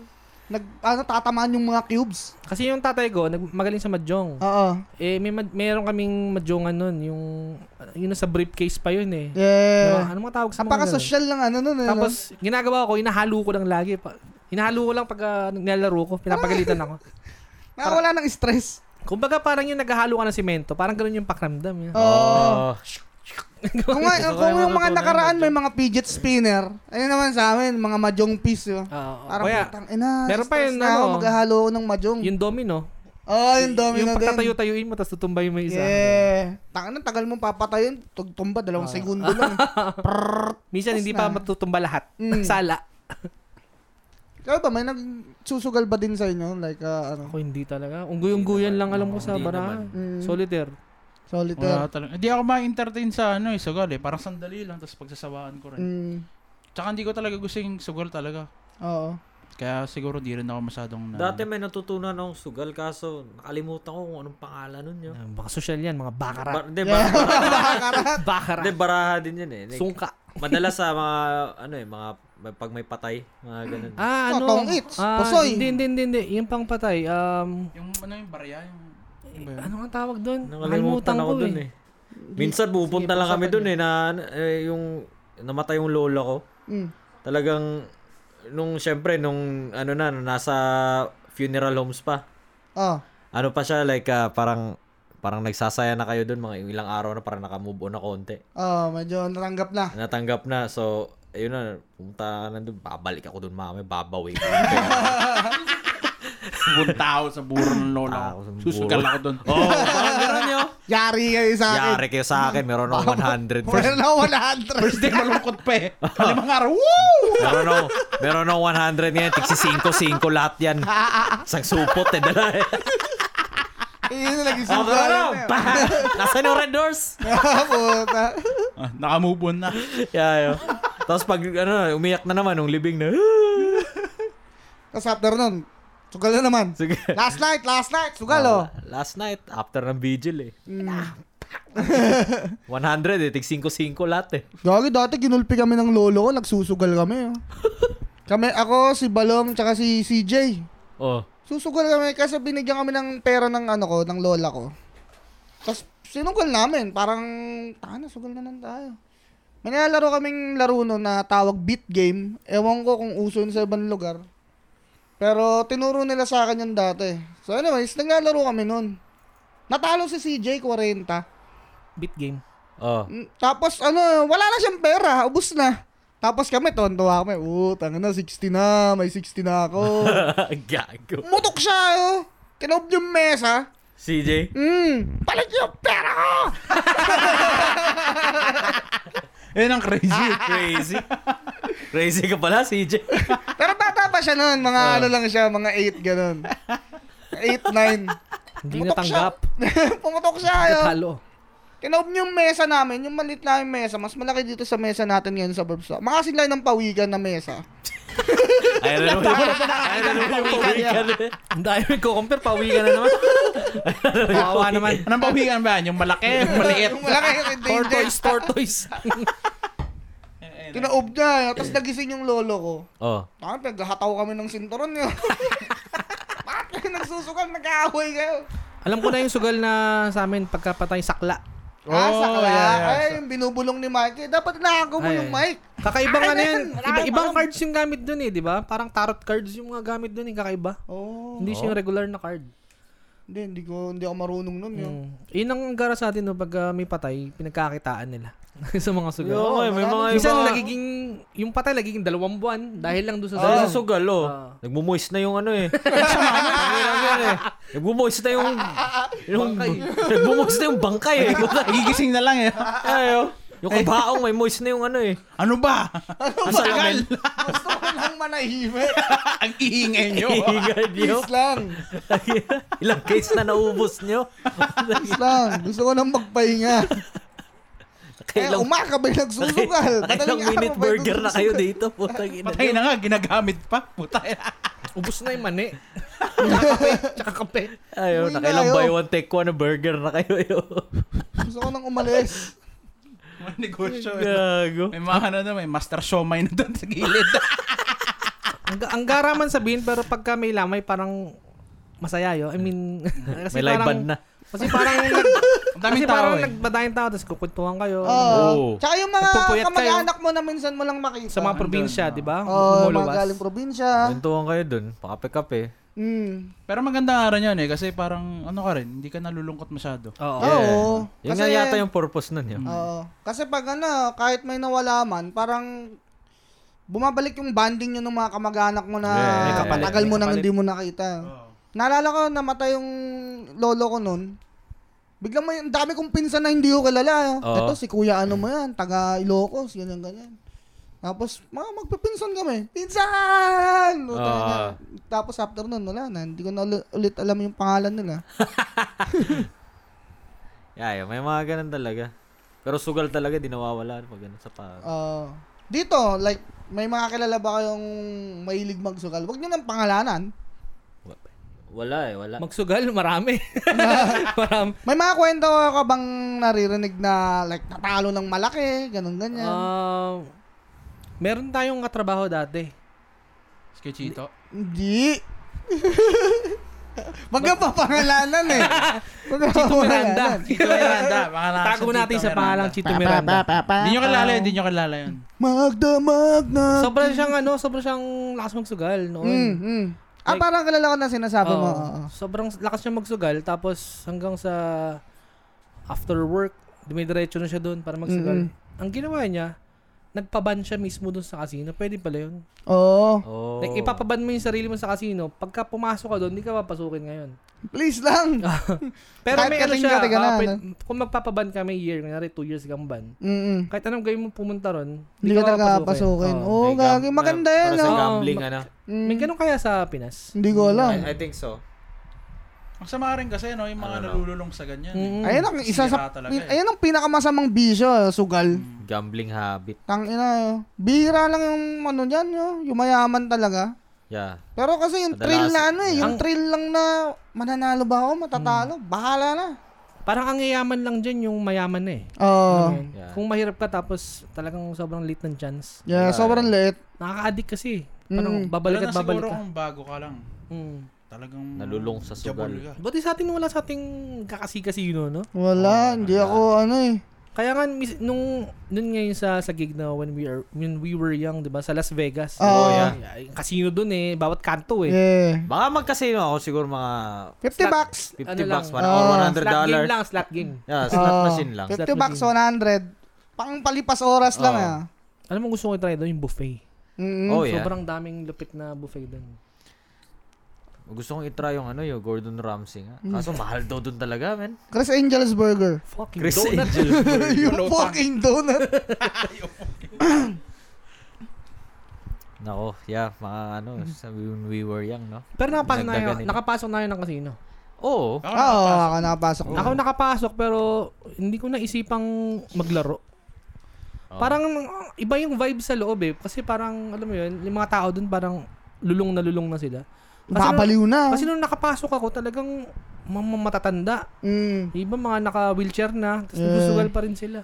[SPEAKER 7] Nag, ano, tatamaan yung mga cubes.
[SPEAKER 2] Kasi yung tatay ko, nag- magaling sa madjong.
[SPEAKER 7] Oo.
[SPEAKER 2] Eh, may mad- meron kaming madjongan nun. Yung, yun sa briefcase pa yun eh. Ano,
[SPEAKER 7] Yeah.
[SPEAKER 2] ano mga tawag sa mga ganun?
[SPEAKER 7] Napaka-social lang ano nun. eh, no?
[SPEAKER 2] Tapos, ginagawa ko, inahalo ko lang lagi. Pa- inahalo ko lang pag ah, nilalaro ko. Pinapagalitan ako.
[SPEAKER 7] Nakawala ng stress.
[SPEAKER 2] Kumbaga parang yung naghahalo ka ng simento. Parang ganun yung pakiramdam. Yun.
[SPEAKER 5] Oh.
[SPEAKER 7] Oo. Kung, nga- kung yung mga nakaraan may mga fidget spinner, ayun naman sa amin, mga mahjong piece. Yun.
[SPEAKER 2] Oo.
[SPEAKER 7] Parang
[SPEAKER 2] Oh, Kaya,
[SPEAKER 7] putang ina.
[SPEAKER 2] meron pa
[SPEAKER 7] stress
[SPEAKER 2] yun,
[SPEAKER 7] na ako,
[SPEAKER 2] ano,
[SPEAKER 7] Maghahalo ako ng mahjong.
[SPEAKER 2] yung domino.
[SPEAKER 7] Oo, yung domino
[SPEAKER 2] yung
[SPEAKER 7] din.
[SPEAKER 2] pagtatayo-tayuin mo, tapos tutumbay mo yung isa.
[SPEAKER 7] Yeah. Tangin na, tagal mong papatayin. Tugtumba, dalawang
[SPEAKER 2] Ah.
[SPEAKER 7] segundo lang. Prrrt.
[SPEAKER 2] Minsan hindi pa matutumba lahat.
[SPEAKER 7] Mm.
[SPEAKER 2] Sala.
[SPEAKER 7] Kayo ba, may nagsusugal ba din sa inyo? Like, ah, ano?
[SPEAKER 2] Ako hindi talaga. Ang guyong-guyan lang alam ko sa
[SPEAKER 5] Hindi
[SPEAKER 2] bara.
[SPEAKER 5] naman.
[SPEAKER 7] Mm.
[SPEAKER 2] Solitaire.
[SPEAKER 3] Solitaire.
[SPEAKER 1] Wala talaga. Hindi ako ma-entertain sa ano eh, sugal eh. Parang sandali lang, tapos pagsasawaan ko rin.
[SPEAKER 3] Mm,
[SPEAKER 1] Tsaka hindi ko talaga gusto yung sugal talaga.
[SPEAKER 3] oo.
[SPEAKER 1] Kaya siguro di rin ako masyadong na...
[SPEAKER 5] Dati may natutunan akong sugal kaso nakalimutan ko kung anong pangalan nun yun.
[SPEAKER 2] Ah, Baka social yan, mga bakara.
[SPEAKER 5] Ba- Hindi, baraha,
[SPEAKER 2] bakara.
[SPEAKER 5] hindi, baraha din yun eh. Like,
[SPEAKER 2] Sungka.
[SPEAKER 5] madalas sa mga, ano eh, mga pag may patay, mga ganun.
[SPEAKER 2] Ah,
[SPEAKER 3] Ah,
[SPEAKER 2] ano?
[SPEAKER 3] pang its,
[SPEAKER 2] Ah,
[SPEAKER 3] pusoy.
[SPEAKER 2] Hindi, hindi, hindi, hindi. Yung pang patay. Um,
[SPEAKER 1] Yung ano yung barya, yung... Ano ba yun?
[SPEAKER 2] ano nga tawag doon?
[SPEAKER 5] Nakalimutan ako dun eh. Minsan pupunta
[SPEAKER 2] Sige,
[SPEAKER 5] lang kami
[SPEAKER 2] pag-usapan
[SPEAKER 5] dun eh, na eh, yung namatay yung lola ko.
[SPEAKER 2] Hmm.
[SPEAKER 3] Mm.
[SPEAKER 5] Talagang, nung syempre, nung ano na, nung nasa funeral homes pa.
[SPEAKER 7] Oh,
[SPEAKER 3] Ah.
[SPEAKER 5] Ano pa siya, like ah, parang, parang nagsasaya na kayo dun, mga ilang araw na parang nakamove on na konti.
[SPEAKER 7] oh,
[SPEAKER 3] Ah, medyo natanggap na.
[SPEAKER 5] Natanggap na, so, ayun na, pumunta na dun, babalik ako dun mamaya, babawi ko.
[SPEAKER 1] Punta ako sa buro ng lola.
[SPEAKER 5] Tao sa
[SPEAKER 1] ko.
[SPEAKER 5] buro.
[SPEAKER 1] Susugal ako doon.
[SPEAKER 5] Oo, oh, parang ganun yun.
[SPEAKER 3] Yari kayo sa akin.
[SPEAKER 5] Yari kayo sa akin, meron akong 100. First
[SPEAKER 3] Meron ako 100.
[SPEAKER 1] First day malungkot pa eh. Kalimang araw, woo!
[SPEAKER 5] meron ako, meron ako 100 ngayon, tigsi 5, 5 lahat yan. Isang supot eh, dala eh.
[SPEAKER 3] Yun yung
[SPEAKER 2] Ah,
[SPEAKER 3] naging
[SPEAKER 5] Ako
[SPEAKER 3] sugal.
[SPEAKER 5] ano, pa- Nasaan yung red doors?
[SPEAKER 3] Ah, Puta.
[SPEAKER 1] Ah, nakamove on na.
[SPEAKER 5] Yeah, yun. Tapos pag ano, umiyak na naman, nung libing na.
[SPEAKER 3] Tapos after nun, sugal na naman.
[SPEAKER 5] Sige.
[SPEAKER 3] Last night, last night, sugal oh.
[SPEAKER 5] Last night, after ng vigil eh. 100 eh, tig 5-5 lahat eh.
[SPEAKER 3] Gagi, dati ginulpi kami ng lolo ko, nagsusugal kami. Oh. kami, ako, si Balong, tsaka si CJ.
[SPEAKER 5] Oh.
[SPEAKER 3] Susugal kami kasi binigyan kami ng pera ng ano ko, ng lola ko. Tapos sinugal namin, parang, tana, sugal na lang tayo. May nilalaro kaming laro nun na tawag beat game. Ewan ko kung uso yun sa ibang lugar. Pero tinuro nila sa akin yun dati. So anyways, naglalaro kami nun. Natalo si CJ 40.
[SPEAKER 2] Beat game.
[SPEAKER 5] Oh.
[SPEAKER 3] Mm, Tapos ano, wala na siyang pera, ubus na. Tapos kami, tontuwa kami. Oh, tanga na, 60 na, may 60 na ako.
[SPEAKER 5] Gago.
[SPEAKER 3] Mutok siya, oh. Kinob yung mesa.
[SPEAKER 5] CJ?
[SPEAKER 3] Mm, balik yung pera ko!
[SPEAKER 1] Yun ang crazy.
[SPEAKER 5] Crazy. Crazy ka pala, CJ.
[SPEAKER 3] Pero bata pa siya nun, mga ano lang siya, mga 8, ganun. 8, 9.
[SPEAKER 2] Hindi natanggap.
[SPEAKER 3] Pumutok siya, oh.
[SPEAKER 2] Katalo.
[SPEAKER 3] Kinob yung mesa namin, yung maliit na yung mesa, mas malaki dito sa mesa natin ngayon sa Burbs. Makasin lang ng pawikan na mesa.
[SPEAKER 5] Ayun na naman yung- ayun na naman yung pawikan eh.
[SPEAKER 2] Ang dami nagko-compare. Pawi ka na naman. Kawawa naman.
[SPEAKER 1] Anong pawikan ba yan? Yung malaki, yung maliit.
[SPEAKER 3] Yung malaki kasi danger.
[SPEAKER 2] Tortoise, tortoise.
[SPEAKER 3] Kinaob niya, eh. tapos nagising yung lolo ko.
[SPEAKER 5] Oh.
[SPEAKER 3] Ah, pinaghataw kami ng sinturon yun. Bakit kayo nagsusukan? Nag-aaway kayo.
[SPEAKER 2] Alam ko na yung sugal na sa amin pagkapatay sakla.
[SPEAKER 3] ah,
[SPEAKER 1] Oh,
[SPEAKER 3] sakla.
[SPEAKER 1] yeah, yeah.
[SPEAKER 3] Ay, yung binubulong ni Mikey. Dapat nakagaw mo
[SPEAKER 2] Ay,
[SPEAKER 3] yung
[SPEAKER 2] ay.
[SPEAKER 3] mic.
[SPEAKER 2] Kakaibang
[SPEAKER 3] Ay,
[SPEAKER 2] ano yun.
[SPEAKER 3] man, wala
[SPEAKER 2] Iba,
[SPEAKER 3] akong
[SPEAKER 2] ibang
[SPEAKER 3] alam.
[SPEAKER 2] cards yung gamit dun eh, di ba? Parang tarot cards yung mga gamit dun eh, kakaiba.
[SPEAKER 3] Oh.
[SPEAKER 2] Hindi siya yung regular na card.
[SPEAKER 3] Hindi, hindi ko, hindi ako marunong nun eh. yun.
[SPEAKER 2] Mm. Yun ang gara sa atin no, pag ah, may patay, pinagkakitaan nila sa mga sugal.
[SPEAKER 5] Oo, nga eh, may mga
[SPEAKER 2] Minsan
[SPEAKER 5] iba-
[SPEAKER 2] nagiging, yung patay nagiging dalawang buwan dahil lang doon sa sugal.
[SPEAKER 5] Dahil sa sugal, oh.
[SPEAKER 2] Ah.
[SPEAKER 5] Nagmumoist na yung ano eh. Ang hirap yun eh. Nagmumoist na yung... yung nagmumoist na yung bangkay eh.
[SPEAKER 1] Nagigising na lang eh.
[SPEAKER 5] Ayo. Yung kabaong may moist na yung ano eh.
[SPEAKER 1] Ano ba?
[SPEAKER 3] Ano ba? Gusto ko lang manahimik.
[SPEAKER 1] ang iingay nyo.
[SPEAKER 5] Hihingal nyo.
[SPEAKER 3] Please lang.
[SPEAKER 5] Ilang case na naubos nyo.
[SPEAKER 3] Please lang. Gusto ko lang magpahinga. Kaya
[SPEAKER 5] Kailang,
[SPEAKER 3] umaga ba yung nagsusugal?
[SPEAKER 5] kailang
[SPEAKER 3] Madaling araw
[SPEAKER 5] minute
[SPEAKER 3] ba yung
[SPEAKER 5] burger na kayo dito. Putang ina
[SPEAKER 1] Patay
[SPEAKER 5] nyo.
[SPEAKER 1] na nga, ginagamit pa. Putay na.
[SPEAKER 2] Ubus na yung mani. Tsaka kape. Tsaka kape.
[SPEAKER 5] Ayaw,
[SPEAKER 3] Uwi na
[SPEAKER 5] oh, nakailang
[SPEAKER 3] kayo.
[SPEAKER 5] buy one take one na burger na kayo. eh, oh. Yo.
[SPEAKER 3] Gusto ko nang umalis.
[SPEAKER 1] Mga negosyo. eh.
[SPEAKER 5] Gago.
[SPEAKER 1] May mga ano na, may master showmay na doon sa gilid.
[SPEAKER 2] Ang, ga- ang gara man sabihin, pero pagka may lamay, parang masaya yo. I mean, kasi
[SPEAKER 5] May live
[SPEAKER 2] parang,
[SPEAKER 5] band na.
[SPEAKER 2] Kasi parang, nag-
[SPEAKER 1] Ang daming
[SPEAKER 2] kasi parang
[SPEAKER 1] tao eh.
[SPEAKER 2] nagmadayang tao, tapos kukuntuhan kayo.
[SPEAKER 3] Oo.
[SPEAKER 5] Oo.
[SPEAKER 3] Tsaka yung mga
[SPEAKER 2] Nagpupuyat kayo.
[SPEAKER 3] kamag-anak mo na minsan mo lang makita.
[SPEAKER 2] Sa mga probinsya,
[SPEAKER 1] Andun,
[SPEAKER 2] di ba?
[SPEAKER 3] Oo, mga
[SPEAKER 2] Lumuluwas.
[SPEAKER 3] galing probinsya.
[SPEAKER 5] Kwentuhan kayo dun. Pakape-kape.
[SPEAKER 3] Mm.
[SPEAKER 1] Pero maganda nga rin yun eh. Kasi parang ano ka rin, hindi ka nalulungkot masyado.
[SPEAKER 2] Oo.
[SPEAKER 3] Oo.
[SPEAKER 5] Oh, Yun nga yata yung purpose nun yun.
[SPEAKER 3] Oo. Kasi pag ano, kahit may nawala man, parang bumabalik yung bonding nyo ng mga kamag-anak mo na
[SPEAKER 5] Yeah. May
[SPEAKER 2] kapalit.
[SPEAKER 3] matagal
[SPEAKER 2] May
[SPEAKER 3] mo nang
[SPEAKER 2] kapalit.
[SPEAKER 3] hindi mo nakita. Naalala ko, namatay yung lolo ko noon. Biglang may ang dami kong pinsan na hindi ko kilala.
[SPEAKER 5] Oo.
[SPEAKER 3] Ito, si kuya ano mo yan, taga Ilocos, ganyan, ganyan. Tapos, mga magpipinsan kami. Pinsan! O, tayo na.
[SPEAKER 5] Ah.
[SPEAKER 3] Tapos after nun, wala na. Hindi ko na uli- ulit alam yung pangalan nila.
[SPEAKER 5] Yeah, yeah, may mga ganun talaga. Pero sugal talaga, di nawawala pag ganun sa pa.
[SPEAKER 3] Ah, dito, like, may mga kilala ba kayong mahilig magsugal? Huwag nyo nang pangalanan.
[SPEAKER 5] Wala eh, wala.
[SPEAKER 2] Magsugal, marami. marami.
[SPEAKER 3] May mga kwento ka bang naririnig na like natalo ng malaki, ganun ganyan?
[SPEAKER 2] Ah, meron tayong katrabaho dati.
[SPEAKER 1] Skechito.
[SPEAKER 3] Hindi. Wag ka pa pangalanan eh. Wag ka
[SPEAKER 2] Chito Miranda.
[SPEAKER 3] papangalanan.
[SPEAKER 1] Chito Miranda. Mga nasa
[SPEAKER 2] Tago
[SPEAKER 1] Chito
[SPEAKER 2] natin sa
[SPEAKER 1] Miranda.
[SPEAKER 2] pangalang Chito Miranda.
[SPEAKER 1] Hindi nyo kilala yun,
[SPEAKER 2] Ah.
[SPEAKER 1] hindi nyo kilala yun.
[SPEAKER 3] Magda, Magda.
[SPEAKER 2] Sobrang siyang ano, sobrang siyang lakas magsugal
[SPEAKER 7] Hmm.
[SPEAKER 3] Mm,
[SPEAKER 2] noon.
[SPEAKER 3] mm. Ah, parang kilala ko na sinasabi mo.
[SPEAKER 2] Oo.
[SPEAKER 3] oo.
[SPEAKER 2] Sobrang lakas niya magsugal tapos hanggang sa after work, dumidiretso na siya doon para magsugal. Ang ginawa niya, nagpaban siya mismo doon sa casino. Pwede pala yun.
[SPEAKER 3] Oo.
[SPEAKER 5] Oh.
[SPEAKER 2] Like, ipapaban mo yung sarili mo sa casino. Pagka pumasok ka doon, hindi ka papasukin ngayon.
[SPEAKER 3] Please lang.
[SPEAKER 2] Pero
[SPEAKER 3] Kahit
[SPEAKER 2] may ano
[SPEAKER 3] kating
[SPEAKER 2] siya,
[SPEAKER 3] kate ka na,
[SPEAKER 2] ah, pwede- kung magpapaban ka may year, kunyari 2 years kang ban,
[SPEAKER 3] Mm.
[SPEAKER 2] kahit anong gawin mo pumunta ron,
[SPEAKER 3] Hindi ka talaga pasukin.
[SPEAKER 2] Oh,
[SPEAKER 3] Oo, gagi. Maganda yan.
[SPEAKER 5] Para sa
[SPEAKER 3] ah.
[SPEAKER 5] gambling,
[SPEAKER 2] Oo,
[SPEAKER 5] ano.
[SPEAKER 3] Mm.
[SPEAKER 2] May ganun kaya sa Pinas?
[SPEAKER 3] Hindi ko alam.
[SPEAKER 5] I, I think so.
[SPEAKER 1] Magsama rin kasi, no? Yung mga
[SPEAKER 2] Ano
[SPEAKER 1] nalululong sa ganyan. eh.
[SPEAKER 2] Mm.
[SPEAKER 3] Ayun ang isa
[SPEAKER 1] Sira
[SPEAKER 3] sa
[SPEAKER 1] talaga eh.
[SPEAKER 3] pin- ayun ang pinakamasamang bisyo, ah, sugal.
[SPEAKER 5] Gambling habit.
[SPEAKER 3] Tang ina. Bira lang yung ano niyan, yo, yung mayaman talaga.
[SPEAKER 5] Yeah.
[SPEAKER 3] Pero kasi yung thrill na ano eh,
[SPEAKER 2] Ang-
[SPEAKER 3] yung thrill lang na mananalo ba ako, matatalo, bahala na.
[SPEAKER 2] Parang ang yayaman lang dyan yung mayaman na eh.
[SPEAKER 3] Oo.
[SPEAKER 5] Yeah.
[SPEAKER 2] Kung mahirap ka tapos talagang sobrang late ng chance.
[SPEAKER 3] yeah, sobrang late.
[SPEAKER 2] Nakaka-addict kasi. eh.
[SPEAKER 3] Mm.
[SPEAKER 2] Parang
[SPEAKER 1] Lalo
[SPEAKER 2] babalik
[SPEAKER 1] na
[SPEAKER 2] at babalik
[SPEAKER 1] siguro
[SPEAKER 2] ka.
[SPEAKER 1] kung bago ka lang.
[SPEAKER 2] Mm.
[SPEAKER 1] Talagang...
[SPEAKER 5] Nalulong sa sugal.
[SPEAKER 1] jabol ka.
[SPEAKER 2] Buti sa atin wala sa ating kakasi-kasino, no?
[SPEAKER 3] Wala, hindi ako ano eh.
[SPEAKER 2] Kaya nga, mis- nung, nun ngayon sa, sa gig na when we, are, when we were young, di ba? Sa Las Vegas.
[SPEAKER 3] Oo.
[SPEAKER 2] Ay, Yung casino dun eh, bawat kanto eh.
[SPEAKER 3] Yeah.
[SPEAKER 5] Baka magkasino ako siguro mga
[SPEAKER 3] 50
[SPEAKER 2] Slot-
[SPEAKER 3] bucks.
[SPEAKER 5] 50
[SPEAKER 2] Ano lang.
[SPEAKER 5] bucks, one
[SPEAKER 3] Ah.
[SPEAKER 5] or
[SPEAKER 2] Slot
[SPEAKER 5] 100
[SPEAKER 2] game
[SPEAKER 5] dollars.
[SPEAKER 2] lang, slot game.
[SPEAKER 5] Yeah, slot
[SPEAKER 3] Oo.
[SPEAKER 5] machine lang.
[SPEAKER 3] 50
[SPEAKER 2] Slot
[SPEAKER 3] bucks, 100. Pang palipas oras lang
[SPEAKER 5] Oo.
[SPEAKER 3] ah.
[SPEAKER 2] Alam mo gusto ko i-try doon yung buffet.
[SPEAKER 3] Mm-mm.
[SPEAKER 5] Oh
[SPEAKER 2] Mm,
[SPEAKER 5] yeah.
[SPEAKER 2] Sobrang daming lupit na buffet doon.
[SPEAKER 5] Gusto kong itry yung ano, yung Gordon Ramsay nga.
[SPEAKER 3] Mm.
[SPEAKER 5] Kaso mahal daw dun talaga, men.
[SPEAKER 3] Chris Angel's Burger.
[SPEAKER 2] Fucking
[SPEAKER 5] Chris
[SPEAKER 2] donut.
[SPEAKER 5] Angel.
[SPEAKER 3] yung fucking donut.
[SPEAKER 5] Nako, yeah, mga ano, sabi when we were young, no? Oh,
[SPEAKER 2] Pero nakapasok na yun,
[SPEAKER 5] Dagdagan nila.
[SPEAKER 2] nakapasok na yun ng casino.
[SPEAKER 5] Oo.
[SPEAKER 1] Ako
[SPEAKER 3] Oo,
[SPEAKER 1] nakapasok.
[SPEAKER 3] ako nakapasok.
[SPEAKER 5] Oh.
[SPEAKER 2] Ako nakapasok pero hindi ko naisipang maglaro.
[SPEAKER 5] Oh.
[SPEAKER 2] Parang uh, iba yung vibe sa loob eh. Kasi parang, alam mo yun, yung mga tao doon parang lulong na lulong na sila. Kasi nung-
[SPEAKER 3] Nakapaliw na.
[SPEAKER 2] Kasi nung nakapasok ako, talagang mga matatanda.
[SPEAKER 3] Mm.
[SPEAKER 2] Iba mga naka-wheelchair na, tapos
[SPEAKER 3] Yeah.
[SPEAKER 2] nagsusugal pa rin sila.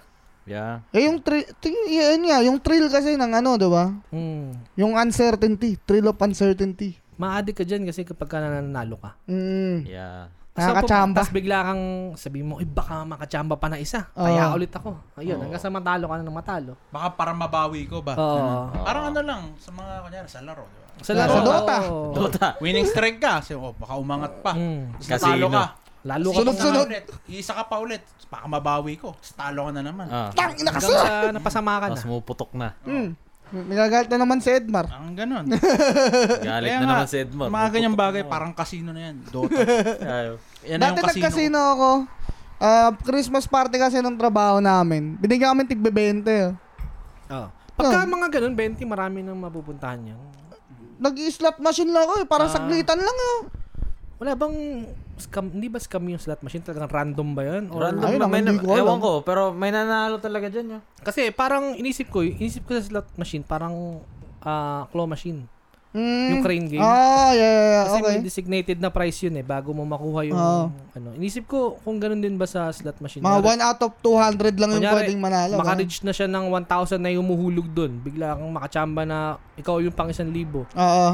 [SPEAKER 5] Yeah.
[SPEAKER 3] Eh, yung thrill, ting- yun nga, yung thrill kasi ng ano, di ba?
[SPEAKER 2] Mm.
[SPEAKER 3] Yung uncertainty, thrill of uncertainty.
[SPEAKER 2] Ma-addict ka dyan kasi kapag ka nananalo ka.
[SPEAKER 3] Mm.
[SPEAKER 5] Yeah.
[SPEAKER 3] Nakakachamba.
[SPEAKER 2] Tapos bigla kang sabi mo, eh baka makachamba pa na isa.
[SPEAKER 3] Oo.
[SPEAKER 2] Kaya ulit ako. Ayun, hanggang sa matalo ka na ng matalo.
[SPEAKER 1] Baka para mabawi ko ba?
[SPEAKER 2] Oo.
[SPEAKER 1] Parang ano lang, sa mga, kunyari, sa laro, di ba?
[SPEAKER 2] Sa
[SPEAKER 3] Sa Dota.
[SPEAKER 2] oo.
[SPEAKER 5] Dota.
[SPEAKER 1] Winning streak ka, kasi, oh, baka umangat pa.
[SPEAKER 2] Mm.
[SPEAKER 1] Tapos natalo
[SPEAKER 5] Casino.
[SPEAKER 1] ka.
[SPEAKER 2] Lalo ka
[SPEAKER 3] Sunod-
[SPEAKER 2] pang-
[SPEAKER 3] Sunod-sunod.
[SPEAKER 1] Isa ka pa ulit. Baka mabawi ko. Talo ka na naman.
[SPEAKER 5] Ah.
[SPEAKER 3] Tang, ina kasi!
[SPEAKER 2] hanggang sa napasama ka na.
[SPEAKER 5] Tapos pumuputok na.
[SPEAKER 3] Mm. Nagagalit na naman si Edmar.
[SPEAKER 1] Ang ganon.
[SPEAKER 5] Galit
[SPEAKER 1] Kaya
[SPEAKER 5] na
[SPEAKER 1] nga,
[SPEAKER 5] naman si Edmar.
[SPEAKER 1] Mga ganyang
[SPEAKER 5] Pumuputok
[SPEAKER 1] bagay,
[SPEAKER 5] na.
[SPEAKER 1] parang casino na yan. Dota.
[SPEAKER 5] Ayaw.
[SPEAKER 1] Yan na
[SPEAKER 3] Dati nag-casino ako. Ah, Christmas party kasi ng trabaho namin. Binigyan kami tig-20.
[SPEAKER 2] Oo. Pagka
[SPEAKER 3] Hmm.
[SPEAKER 2] mga ganun, 20, marami nang mapupuntahan yan.
[SPEAKER 3] Nag-slot machine lang ako eh. Parang saglitan lang eh.
[SPEAKER 2] Wala bang scam, hindi ba scam yung slot machine? Talagang random ba yun? Or-
[SPEAKER 5] Random
[SPEAKER 3] Ayun
[SPEAKER 5] na
[SPEAKER 3] lang,
[SPEAKER 5] may,
[SPEAKER 3] hindi ko alam.
[SPEAKER 5] ewan ko, pero may nanalo talaga dyan, yun.
[SPEAKER 2] Kasi parang inisip ko, inisip ko sa slot machine, parang ah, claw machine.
[SPEAKER 3] Mm.
[SPEAKER 2] Yung crane game.
[SPEAKER 3] Ah, yeah, yeah, yeah.
[SPEAKER 2] Kasi
[SPEAKER 3] Okay.
[SPEAKER 2] may designated na price yun eh, bago mo makuha yung
[SPEAKER 3] Oo.
[SPEAKER 2] ano. Inisip ko kung ganun din ba sa slot machine.
[SPEAKER 3] Mga
[SPEAKER 2] Kunyari-
[SPEAKER 3] 1 out of 200 lang yung
[SPEAKER 2] kunyari,
[SPEAKER 3] pwedeng manalo. ah.
[SPEAKER 2] Makareach na siya ng 1,000 na yung humuhulog doon. Bigla kang makachamba na ikaw yung pang isang libo.
[SPEAKER 3] Oo.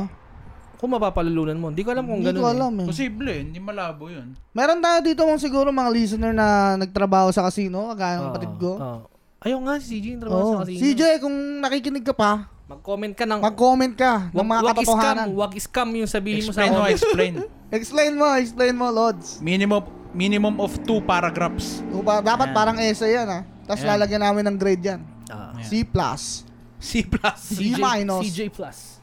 [SPEAKER 2] Kung mapapalulunan mo, hindi ko alam kung
[SPEAKER 3] Hindi
[SPEAKER 2] ganun
[SPEAKER 3] ko alam eh.
[SPEAKER 1] Posible, hindi malabo yun.
[SPEAKER 3] Meron tayo dito mga siguro mga listener na nagtrabaho sa casino,
[SPEAKER 2] eh.
[SPEAKER 3] kagaya ng
[SPEAKER 2] Oo,
[SPEAKER 3] kapatid ko.
[SPEAKER 2] oo. Ayaw nga si CJ yung trabaho
[SPEAKER 3] Oo.
[SPEAKER 2] sa kasino.
[SPEAKER 3] CJ, kung nakikinig ka pa,
[SPEAKER 2] Mag-comment ka ng...
[SPEAKER 3] mag-comment ka ng
[SPEAKER 2] wag-
[SPEAKER 3] mga
[SPEAKER 2] wag scam,
[SPEAKER 3] katotohanan.
[SPEAKER 2] wag scam yung sabihin mo
[SPEAKER 1] Explain
[SPEAKER 2] sa
[SPEAKER 1] mo,
[SPEAKER 2] comment.
[SPEAKER 1] explain.
[SPEAKER 3] Explain mo, explain mo, Lods.
[SPEAKER 1] Minimum minimum of two paragraphs.
[SPEAKER 3] O ba- Dapat parang essay yan, ha? Tapos lalagyan namin ng grade yan.
[SPEAKER 2] Ah.
[SPEAKER 3] C plus.
[SPEAKER 1] C plus.
[SPEAKER 3] C minus.
[SPEAKER 2] CJ Plus.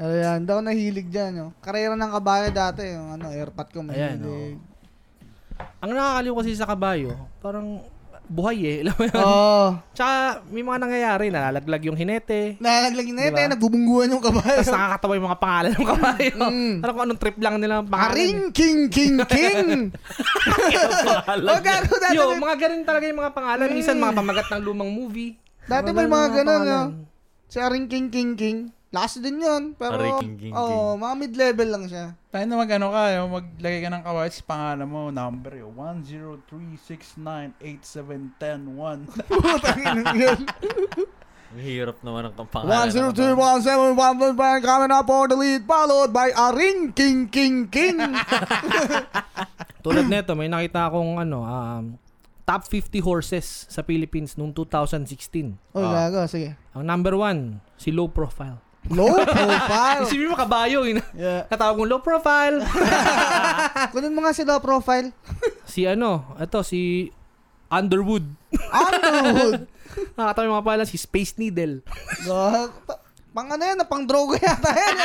[SPEAKER 3] Ayan, daw nahilig dyan. Yo. Karera ng kabayo dati. Yung ano, airpot ko
[SPEAKER 2] Ayan, oh.
[SPEAKER 3] mahilig.
[SPEAKER 2] Ang nakakaliw kasi sa kabayo, parang buhay eh. Alam mo yun?
[SPEAKER 3] Oo.
[SPEAKER 2] Tsaka may mga nangyayari, nalalaglag yung hinete.
[SPEAKER 3] Nalaglag na
[SPEAKER 2] Diba?
[SPEAKER 3] yun, eh, nagbubungguan yung kabayo.
[SPEAKER 2] Tapos nakakatawa yung mga pangalan ng kabayo.
[SPEAKER 3] Mm.
[SPEAKER 2] Parang kung anong trip lang nila ang pangalan. eh.
[SPEAKER 3] Aring, king, king, king! o gago dati.
[SPEAKER 2] Yo,
[SPEAKER 3] may-
[SPEAKER 2] mga ganun talaga yung mga pangalan. Minsan mga pamagat ng lumang movie.
[SPEAKER 3] Mm. dati may mga ganun, ah. no? Si Aring, king, king, king. Lakas din yun. Pero,
[SPEAKER 5] Aring King King
[SPEAKER 3] Oo, mga mid-level lang siya.
[SPEAKER 1] Tayo na mag ano ka, yung maglagay ka ng kawait sa pangalan mo, number yun, 103698710.
[SPEAKER 3] Putang ina yun.
[SPEAKER 5] Ang hirap naman ang
[SPEAKER 3] One,
[SPEAKER 5] pangalan.
[SPEAKER 3] zero,
[SPEAKER 5] ng
[SPEAKER 3] two,
[SPEAKER 5] kapatid.
[SPEAKER 3] one, seven, one, one, one, coming up for the lead, followed by Aring, king, king, king.
[SPEAKER 2] Tulad nito, may nakita akong ano, um, top 50 horses sa Philippines noong 2016.
[SPEAKER 3] oh, gago, sige.
[SPEAKER 2] Ang number one, si low profile.
[SPEAKER 3] Low profile.
[SPEAKER 2] Isipin mo kabayo, yun.
[SPEAKER 3] yeah.
[SPEAKER 2] Natawag kong low profile.
[SPEAKER 3] Ah, Kunin mo nga si low profile.
[SPEAKER 2] si ano, ito, si Underwood.
[SPEAKER 3] Underwood.
[SPEAKER 2] Nakatawa yung mga pala, si Space Needle.
[SPEAKER 3] Gago. Pa- Pang ano yan, pang droga yata yan.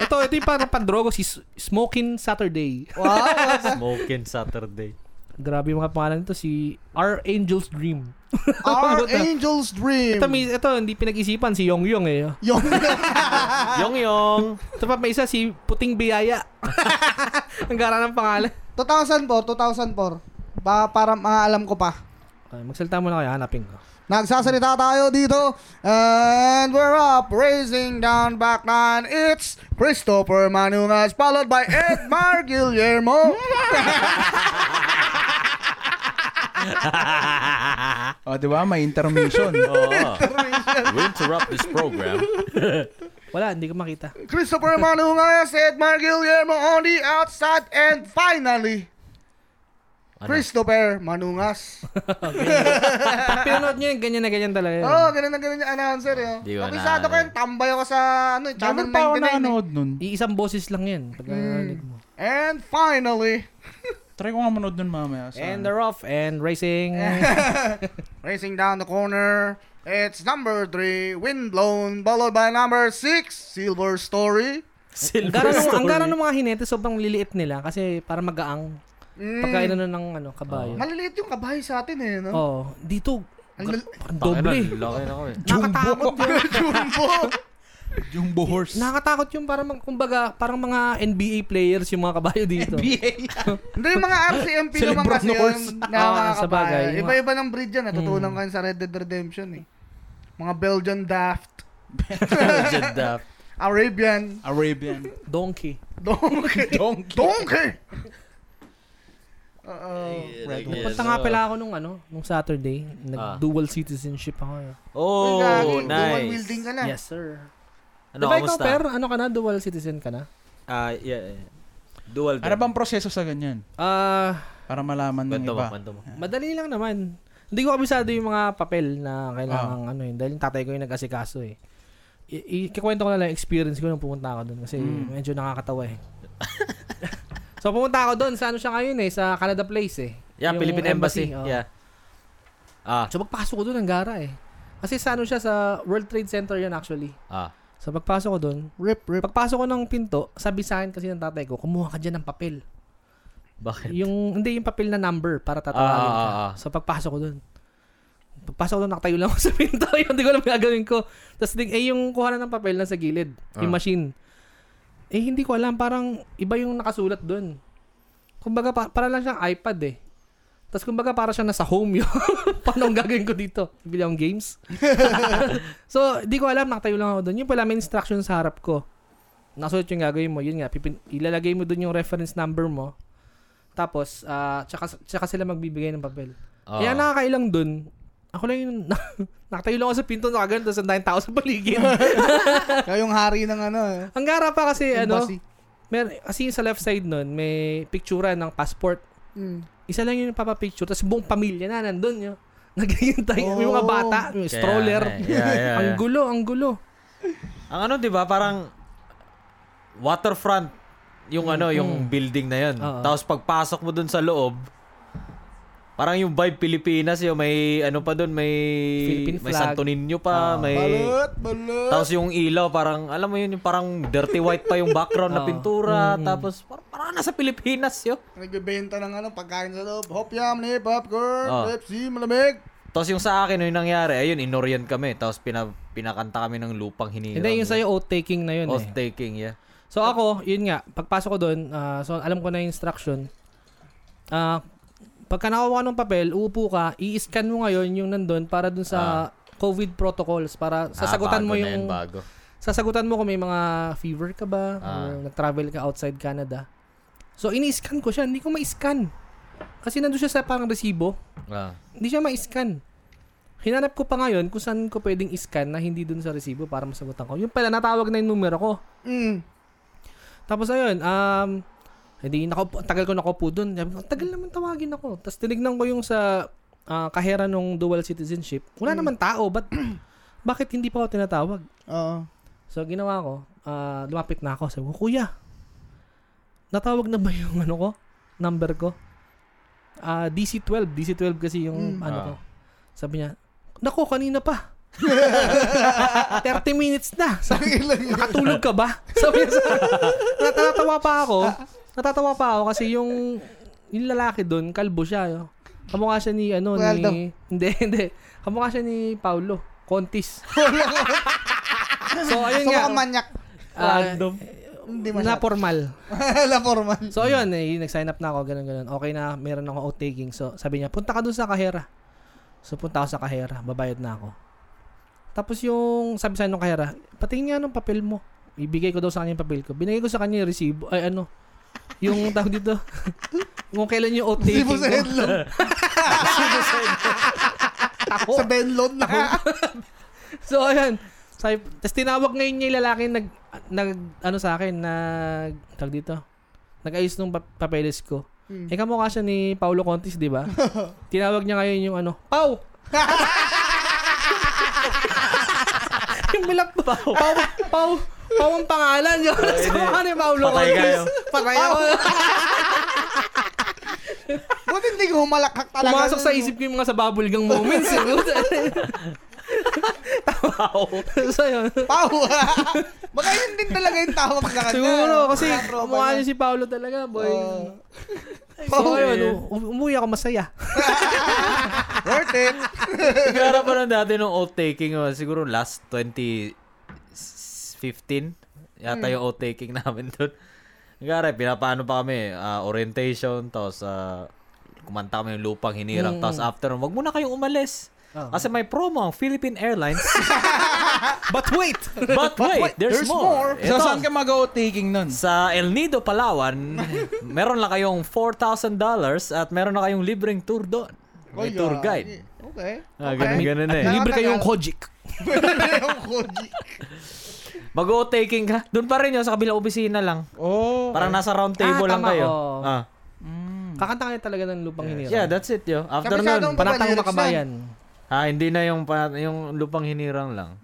[SPEAKER 2] Ito, ito yung parang pandrogo, si S- Smoking Saturday.
[SPEAKER 3] wow.
[SPEAKER 5] Smoking Saturday.
[SPEAKER 2] Grabe yung mga pangalan nito, si Our Angel's Dream. Ano
[SPEAKER 3] Our angel's dream.
[SPEAKER 2] Ito, may, ito, hindi pinag-isipan, si Yong Yong eh.
[SPEAKER 3] Yung
[SPEAKER 5] Yong Yong!
[SPEAKER 2] Ito pa, may isa, si Puting Biyaya. Ang gara ng pangalan.
[SPEAKER 3] 2004, 2004. Ba, para maalam ko pa.
[SPEAKER 2] Okay, magsalita mo na kayo, hanapin ko.
[SPEAKER 3] Nagsasalita tayo dito. And we're up, raising down back nine. It's Christopher Manungas, followed by Edmar Guillermo.
[SPEAKER 1] O, Oh, di ba? May intermission.
[SPEAKER 5] Oo. We interrupt this program.
[SPEAKER 2] Wala, hindi ko makita.
[SPEAKER 3] Christopher Manungas, Edmar Guillermo on the outside. And finally, Christopher Manungas.
[SPEAKER 2] Pag pinanood nyo yun, ganyan na ganyan talaga yun.
[SPEAKER 3] Oo, ganun na ganun yung announcer. Yun.
[SPEAKER 5] Di ko
[SPEAKER 3] Kabisado
[SPEAKER 5] na-
[SPEAKER 3] ko yun, tambay ako sa ano,
[SPEAKER 1] Channel
[SPEAKER 3] channel
[SPEAKER 1] pa ako
[SPEAKER 3] 99. eh.
[SPEAKER 1] nanood nun.
[SPEAKER 2] Iisang boses lang yan. Pag narinig mo.
[SPEAKER 3] And finally,
[SPEAKER 1] Try ko nga manood nun mamaya. Sa,
[SPEAKER 2] And they're off and racing.
[SPEAKER 3] Racing down the corner, it's number 3, Windblown, followed by number 6, Silver Story.
[SPEAKER 2] ang gara nung, ang gara nung mga hinete, sobrang liliit nila kasi para magaang.
[SPEAKER 3] Mm.
[SPEAKER 2] Pagkain na ng ano, kabayo.
[SPEAKER 3] Maliliit yung kabahay sa atin
[SPEAKER 2] Oo.
[SPEAKER 3] eh, no?
[SPEAKER 2] Oh, dito,
[SPEAKER 3] Ang lal-
[SPEAKER 2] parang doble.
[SPEAKER 5] Laki na ako eh.
[SPEAKER 2] Nakatakot yun.
[SPEAKER 3] Jumbo.
[SPEAKER 1] Jumbo Horse.
[SPEAKER 2] Nakatakot yung parang, mga- kumbaga, parang mga NBA players yung mga kabayo dito.
[SPEAKER 3] Hindi yung mga RCMP naman kasi yun na
[SPEAKER 2] Oo,
[SPEAKER 3] mga
[SPEAKER 2] Ah, sa bagay. Hmm.
[SPEAKER 3] kabahay. Iba-iba ng breed yan. Natutunan ko yun sa Red Dead Redemption eh. Mga Belgian Daft,
[SPEAKER 5] Jeddah.
[SPEAKER 3] Arabian,
[SPEAKER 1] Arabian.
[SPEAKER 2] Donkey.
[SPEAKER 3] Donkey.
[SPEAKER 1] Donkey.
[SPEAKER 3] Donkey! Oo.
[SPEAKER 2] Punta nga pala ako nung ano, nung Saturday.
[SPEAKER 5] Ah.
[SPEAKER 2] Nag-dual citizenship ako. eh.
[SPEAKER 5] Oh, nice.
[SPEAKER 3] wielding ka na.
[SPEAKER 2] Yes, sir. Ano,
[SPEAKER 5] Ano,
[SPEAKER 2] diba ikaw,
[SPEAKER 5] kamusta?
[SPEAKER 2] Per? Ano ka na? Dual citizen ka na?
[SPEAKER 5] Ah, yeah, yeah. Dual
[SPEAKER 1] Ano bang proseso sa ganyan?
[SPEAKER 2] Ah,
[SPEAKER 1] Para malaman ng
[SPEAKER 5] Kwento mo,
[SPEAKER 1] iba.
[SPEAKER 5] kwento mo.
[SPEAKER 2] madali lang naman. Hindi ko kabisado yung mga papel na
[SPEAKER 5] Ah.
[SPEAKER 2] kailangan ano yun. Dahil yung tatay ko yung nag-asikaso eh. I- ikikwento ko na lang yung experience ko nung pumunta ako doon kasi
[SPEAKER 5] Mm.
[SPEAKER 2] medyo nakakatawa eh. so pumunta ako doon sa ano siya ngayon eh, sa Canada Place eh. Yung
[SPEAKER 5] Yeah,
[SPEAKER 2] oh.
[SPEAKER 5] Philippine Embassy.
[SPEAKER 2] oo.
[SPEAKER 5] Yeah. Ah,
[SPEAKER 2] So magpasok ko doon ang gara eh. Kasi sa ano siya sa World Trade Center yan actually.
[SPEAKER 5] ah.
[SPEAKER 2] So pagpasok ko doon,
[SPEAKER 3] Rip, rip.
[SPEAKER 2] pagpasok ko ng pinto, sabi sa akin kasi ng tatay ko, kumuha ka dyan ng papel.
[SPEAKER 5] Bakit?
[SPEAKER 2] Yung, hindi, yung papel na number para tatawagin
[SPEAKER 5] Ah,
[SPEAKER 2] ka.
[SPEAKER 5] ah, ah.
[SPEAKER 2] So, pagpasok ko dun. Pagpasok ko dun, nakatayo lang ako sa pinto. yun, hindi ko alam gagawin ko. Tapos, di- eh, yung kuha na ng papel na sa gilid. Yung
[SPEAKER 5] Ah.
[SPEAKER 2] machine. Eh, hindi ko alam. Parang iba yung nakasulat dun. Kumbaga, pa- para lang siyang iPad eh. Tapos kumbaga para siya nasa home yun. Paano ang gagawin ko dito? Bili akong games? so, di ko alam. Nakatayo lang ako dun. Yung pala may instruction sa harap ko. Nasulat yung gagawin mo. Yun nga, pipin- ilalagay mo dun yung reference number mo. Tapos, ah, tsaka, tsaka sila magbibigay ng papel.
[SPEAKER 5] Ah.
[SPEAKER 2] Kaya nakakailang dun, ako lang yung, nakatayo lang ako sa pinto, nakagano, tapos ang daming tao sa paligid.
[SPEAKER 3] Kaya yung hari ng ano eh.
[SPEAKER 2] ang gara pa kasi, ano,
[SPEAKER 3] Embassy.
[SPEAKER 2] mer- kasi yung sa left side nun, may picturean ng passport.
[SPEAKER 3] Mm.
[SPEAKER 2] Isa lang yung papapicture, tapos buong pamilya na nandun yun. Naghihintay, may mga
[SPEAKER 3] Oh.
[SPEAKER 2] bata, may
[SPEAKER 5] Kaya,
[SPEAKER 2] stroller.
[SPEAKER 5] eh, yeah, yeah,
[SPEAKER 2] ang
[SPEAKER 5] yeah.
[SPEAKER 2] gulo, ang gulo.
[SPEAKER 5] Ang ano, 'di ba, parang waterfront yung ano, yung building na 'yon.
[SPEAKER 2] Oo.
[SPEAKER 5] Tapos pagpasok mo dun sa loob, Parang yung vibe Pilipinas yun, may ano pa doon, may
[SPEAKER 2] Philippine
[SPEAKER 5] may
[SPEAKER 2] flag.
[SPEAKER 5] Santo Niño pa, may
[SPEAKER 3] Balot, balot.
[SPEAKER 5] tapos yung ilaw parang alam mo yun, yung parang dirty white pa yung background na pintura,
[SPEAKER 2] Mm-hmm.
[SPEAKER 5] tapos parang, parang nasa Pilipinas yun.
[SPEAKER 3] Nagbebenta ng ano, pagkain sa loob. Hop yam, ni popcorn,
[SPEAKER 5] Oh.
[SPEAKER 3] Pepsi, malamig.
[SPEAKER 5] Tapos yung sa akin, yung nangyari, ayun, inorient kami. Tapos pina, pinakanta kami ng lupang hiniram.
[SPEAKER 2] Hindi, yung sa'yo, oath-taking na yun eh.
[SPEAKER 5] Oath-taking, yeah.
[SPEAKER 2] So ako, yun nga, pagpasok ko doon, ah, so alam ko na yung instruction. Ah, pagka nakakuha ng papel, uupo ka, i-scan mo ngayon yung nandun para dun sa COVID protocols para sasagutan
[SPEAKER 5] Ah,
[SPEAKER 2] mo
[SPEAKER 5] bago na
[SPEAKER 2] yung
[SPEAKER 5] yan, bago.
[SPEAKER 2] sasagutan mo kung may mga fever ka ba
[SPEAKER 5] Ah.
[SPEAKER 2] or nag-travel ka outside Canada. So ini-scan ko siya, hindi ko ma-scan. Kasi nandun siya sa parang resibo,
[SPEAKER 5] Ah.
[SPEAKER 2] hindi siya ma-scan. Hinanap ko pa ngayon kung saan ko pwedeng i-scan na hindi dun sa resibo para masagutan ko. Yung pala, natawag na yung numero ko.
[SPEAKER 3] Mm.
[SPEAKER 2] Tapos ayun, um, hindi nakaupo, ang tagal ko nakaupo doon. Sabi ko, "Ang tagal naman tawagin ako. Tapos tinignan ko yung sa ah, kahera nung dual citizenship. Wala naman tao, but bakit hindi pa ako tinatawag?
[SPEAKER 3] Oo.
[SPEAKER 2] So ginawa ko, ah, lumapit na ako. Sabi ko, kuya, natawag na ba yung ano ko? Number ko? Ah, DC-12. DC-12 kasi yung ano
[SPEAKER 5] Ah.
[SPEAKER 2] ko. Sabi niya, nako, kanina pa. 30 minutes na. Sabi, nakatulog ka ba? Sabi niya, sa- natatawa pa ako. Natatawa pa ako kasi yung, yung lalaki doon, kalbo siya. Yo. Kamukha siya ni ano,
[SPEAKER 3] Waldo.
[SPEAKER 2] ni... Hindi, hindi. Kamukha siya ni Paulo. Contis. so, ayun
[SPEAKER 3] So,
[SPEAKER 2] nga.
[SPEAKER 3] mga manyak.
[SPEAKER 2] Ah,
[SPEAKER 3] Hindi
[SPEAKER 2] na
[SPEAKER 3] masyado.
[SPEAKER 2] formal.
[SPEAKER 3] La formal.
[SPEAKER 2] So, ayun, eh, nag-sign up na ako, ganun, ganun. Okay na, meron ako outtaking. So, sabi niya, punta ka dun sa kahera. So, punta ako sa kahera, babayad na ako. Tapos yung, sabi sa akin ng kahera, patingin nga ng papel mo. Ibigay ko daw sa kanya yung papel ko. Binigay ko sa kanya yung resibo, ay ano, yung tawag dito, kung kailan yung outtaking
[SPEAKER 3] Sibo sa
[SPEAKER 2] ko.
[SPEAKER 3] headlock. Sa download na.
[SPEAKER 2] So, ayun. Sabi, tapos tinawag ngayon niya yung lalaki nag, nag, ano sa akin, nag, tag dito, nag-ayos ng pap- papeles ko.
[SPEAKER 3] Hmm.
[SPEAKER 2] Eh, kamukha siya ni Paulo Contis, di ba? tinawag niya ngayon yung ano, Pau! yung bilak pa. Pau, Pau, Pau ang pangalan. Yung sa mga ni Paulo
[SPEAKER 5] Patay kayo.
[SPEAKER 2] Contis. Patay ako.
[SPEAKER 3] Buti hindi ko humalakhak talaga.
[SPEAKER 2] Pumasok sa
[SPEAKER 3] nun.
[SPEAKER 2] isip ko yung mga sa bubblegum moments. eh. so, yun.
[SPEAKER 3] Pau. Baka yun din talaga yung tawag sa kanya.
[SPEAKER 2] Siguro, kasi
[SPEAKER 3] Mga tropa
[SPEAKER 2] mukha
[SPEAKER 3] niya.
[SPEAKER 2] niya si Paolo talaga, boy.
[SPEAKER 3] Oo.
[SPEAKER 2] so, ayun, um- umuwi ako masaya.
[SPEAKER 3] Worth it.
[SPEAKER 5] Nagkara pa lang dati nung oath-taking, oh, siguro last 2015, yata yung oath-taking namin doon. Nagkara, pinapaano pa kami, ah, orientation, tapos ah, kumanta kami yung lupang hinirang, tapos after, wag muna kayong umalis. Kasi may promo ang Philippine Airlines.
[SPEAKER 2] But wait!
[SPEAKER 5] But wait, there's,
[SPEAKER 3] there's more.
[SPEAKER 5] more.
[SPEAKER 1] So,
[SPEAKER 5] Ito,
[SPEAKER 1] saan ka mag-outtaking nun?
[SPEAKER 5] Sa El Nido, Palawan, meron lang kayong $4,000 at meron na kayong libreng tour doon. May
[SPEAKER 3] Kuya,
[SPEAKER 5] tour guide.
[SPEAKER 3] Okay.
[SPEAKER 5] Ah, ganun, ganun eh.
[SPEAKER 2] Libre kayong Kojic.
[SPEAKER 3] Yung koji.
[SPEAKER 5] Mag-o-taking ka. Doon pa rin yun, sa kabilang opisina lang.
[SPEAKER 1] Oh.
[SPEAKER 5] Parang nasa round table
[SPEAKER 2] Ah,
[SPEAKER 5] lang
[SPEAKER 2] tama,
[SPEAKER 5] kayo.
[SPEAKER 2] oo.
[SPEAKER 5] Ah.
[SPEAKER 2] Kakanta kayo talaga ng lupang hinirang.
[SPEAKER 5] Yeah, that's it yo. After
[SPEAKER 3] Kapisadong
[SPEAKER 5] nun,
[SPEAKER 3] pa-
[SPEAKER 2] Panatang
[SPEAKER 3] Kapag
[SPEAKER 2] makabayan.
[SPEAKER 5] ah, hindi na yung, pa- yung lupang hinirang lang.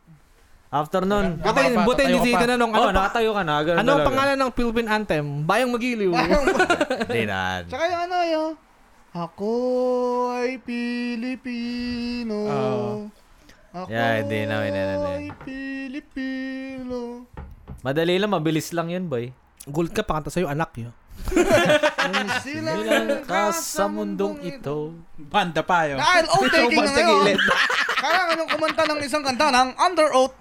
[SPEAKER 5] After nun,
[SPEAKER 2] Buti,
[SPEAKER 1] Tatayo ka pa,
[SPEAKER 2] buti
[SPEAKER 1] tatayo
[SPEAKER 2] hindi
[SPEAKER 1] ka
[SPEAKER 2] siya
[SPEAKER 1] pa.
[SPEAKER 2] tinanong, ano,
[SPEAKER 5] oh,
[SPEAKER 2] pa,
[SPEAKER 5] nakatayo ka na. Ganun
[SPEAKER 2] ano ang
[SPEAKER 5] talaga.
[SPEAKER 2] pangalan ng Philippine anthem? Bayang Magiliw.
[SPEAKER 5] Hindi na.
[SPEAKER 3] Tsaka yung ano yung Ako ay Pilipino.
[SPEAKER 1] Oo.
[SPEAKER 3] Ako
[SPEAKER 5] Ah. Yeah, hindi namin ano na
[SPEAKER 3] ay
[SPEAKER 5] yun.
[SPEAKER 3] Pilipino.
[SPEAKER 5] Madali lang, mabilis lang yun, boy.
[SPEAKER 2] Gold ka, pakanta sa'yo, anak yun.
[SPEAKER 3] Sila
[SPEAKER 5] Bilang ka sa mundong ito.
[SPEAKER 1] Banda pa yun.
[SPEAKER 3] Dahil oath taking
[SPEAKER 1] Tumabag
[SPEAKER 3] na
[SPEAKER 1] sa
[SPEAKER 3] ngayon.
[SPEAKER 1] gilid.
[SPEAKER 3] Kailangan yung kumanta ng isang kanta ng Under Oath.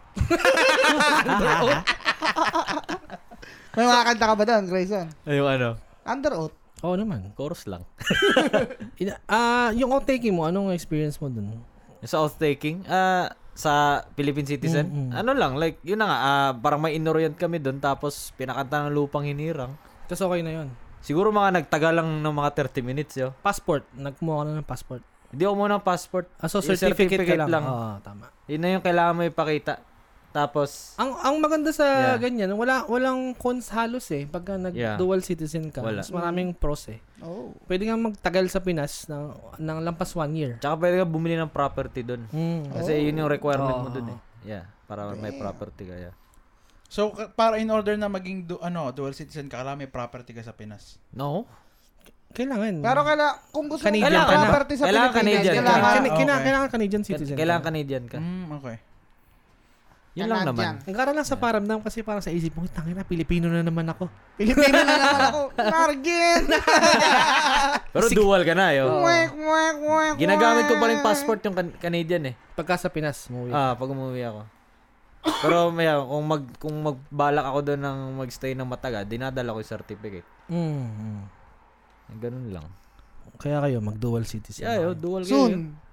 [SPEAKER 3] May mga kanta ka ba doon, Grayson?
[SPEAKER 5] Ay, yung ano?
[SPEAKER 3] Under Oath.
[SPEAKER 2] Oo naman.
[SPEAKER 5] Chorus lang.
[SPEAKER 2] Ina- Ah, yung outtaking mo, anong experience mo dun?
[SPEAKER 5] Yung sa oath-taking, ah, sa Philippine citizen, ano lang, like, yun na nga, ah, parang may inorient kami doon, tapos pinakanta ng lupang hinirang.
[SPEAKER 2] Tapos okay na yun.
[SPEAKER 5] Siguro mga nagtaga lang ng mga 30 minutes, yo.
[SPEAKER 2] Passport. Nagkumuha ka na ng passport.
[SPEAKER 5] Hindi ako muna ng passport.
[SPEAKER 2] Ah, so
[SPEAKER 5] Yung
[SPEAKER 2] certificate, ka lang. Ah. Oo, tama.
[SPEAKER 5] Yun na yung kailangan mo ipakita. Tapos,
[SPEAKER 2] Ang ang maganda sa
[SPEAKER 5] Yeah.
[SPEAKER 2] ganyan, wala walang cons halos eh pagka nag
[SPEAKER 5] Yeah.
[SPEAKER 2] dual citizen ka.
[SPEAKER 5] Wala.
[SPEAKER 2] Mas maraming pros eh.
[SPEAKER 3] Oh.
[SPEAKER 2] Pwede kang magtagal sa Pinas ng ng lampas one year.
[SPEAKER 5] tsaka pwede ka bumili ng property doon.
[SPEAKER 2] Mm.
[SPEAKER 5] Kasi yun yung
[SPEAKER 2] Oo.
[SPEAKER 5] requirement mo doon eh. Yeah, para may property ka. Yeah.
[SPEAKER 1] So, ka- para in order na maging du- ano, dual citizen ka, kailangan may property ka sa Pinas.
[SPEAKER 5] No?
[SPEAKER 2] Kailangan.
[SPEAKER 7] Pero kala, kung gusto mo
[SPEAKER 2] Canadian ka
[SPEAKER 7] ng
[SPEAKER 2] na.
[SPEAKER 7] property sa
[SPEAKER 5] Kailangan
[SPEAKER 7] Pilipinas,
[SPEAKER 5] Canadian ka na.
[SPEAKER 7] kailangan,
[SPEAKER 1] Ah,
[SPEAKER 2] Kailangan,
[SPEAKER 7] Hmm.
[SPEAKER 2] kailangan,
[SPEAKER 1] okay.
[SPEAKER 2] kailangan Canadian citizen. ka.
[SPEAKER 5] Kailangan Canadian ka.
[SPEAKER 1] Mm, okay.
[SPEAKER 5] Yun lang naman.
[SPEAKER 7] Canadian.
[SPEAKER 2] Ang karan lang sa paramdam kasi parang sa isip mo, "Uy, tangina, Pilipino na naman ako.
[SPEAKER 7] Pilipino na naman ako. Nargin!
[SPEAKER 5] Pero dual ka na, yo.
[SPEAKER 7] Kwek, kwek, kwek,
[SPEAKER 5] Ginagamit ko pa rin
[SPEAKER 7] kwek.
[SPEAKER 5] passport yung Can- Canadian eh.
[SPEAKER 2] Pagka sa Pinas, movie.
[SPEAKER 5] Ah, pag umuwi ako. Pero may kung mag kung magbalak ako doon ng magstay ng matagal, dinadala ko yung certificate.
[SPEAKER 2] Mm.
[SPEAKER 5] Ganun lang.
[SPEAKER 2] Kaya kayo, mag-dual citizen.
[SPEAKER 5] Yeah, yo, dual kayo.
[SPEAKER 7] Soon.
[SPEAKER 5] yo.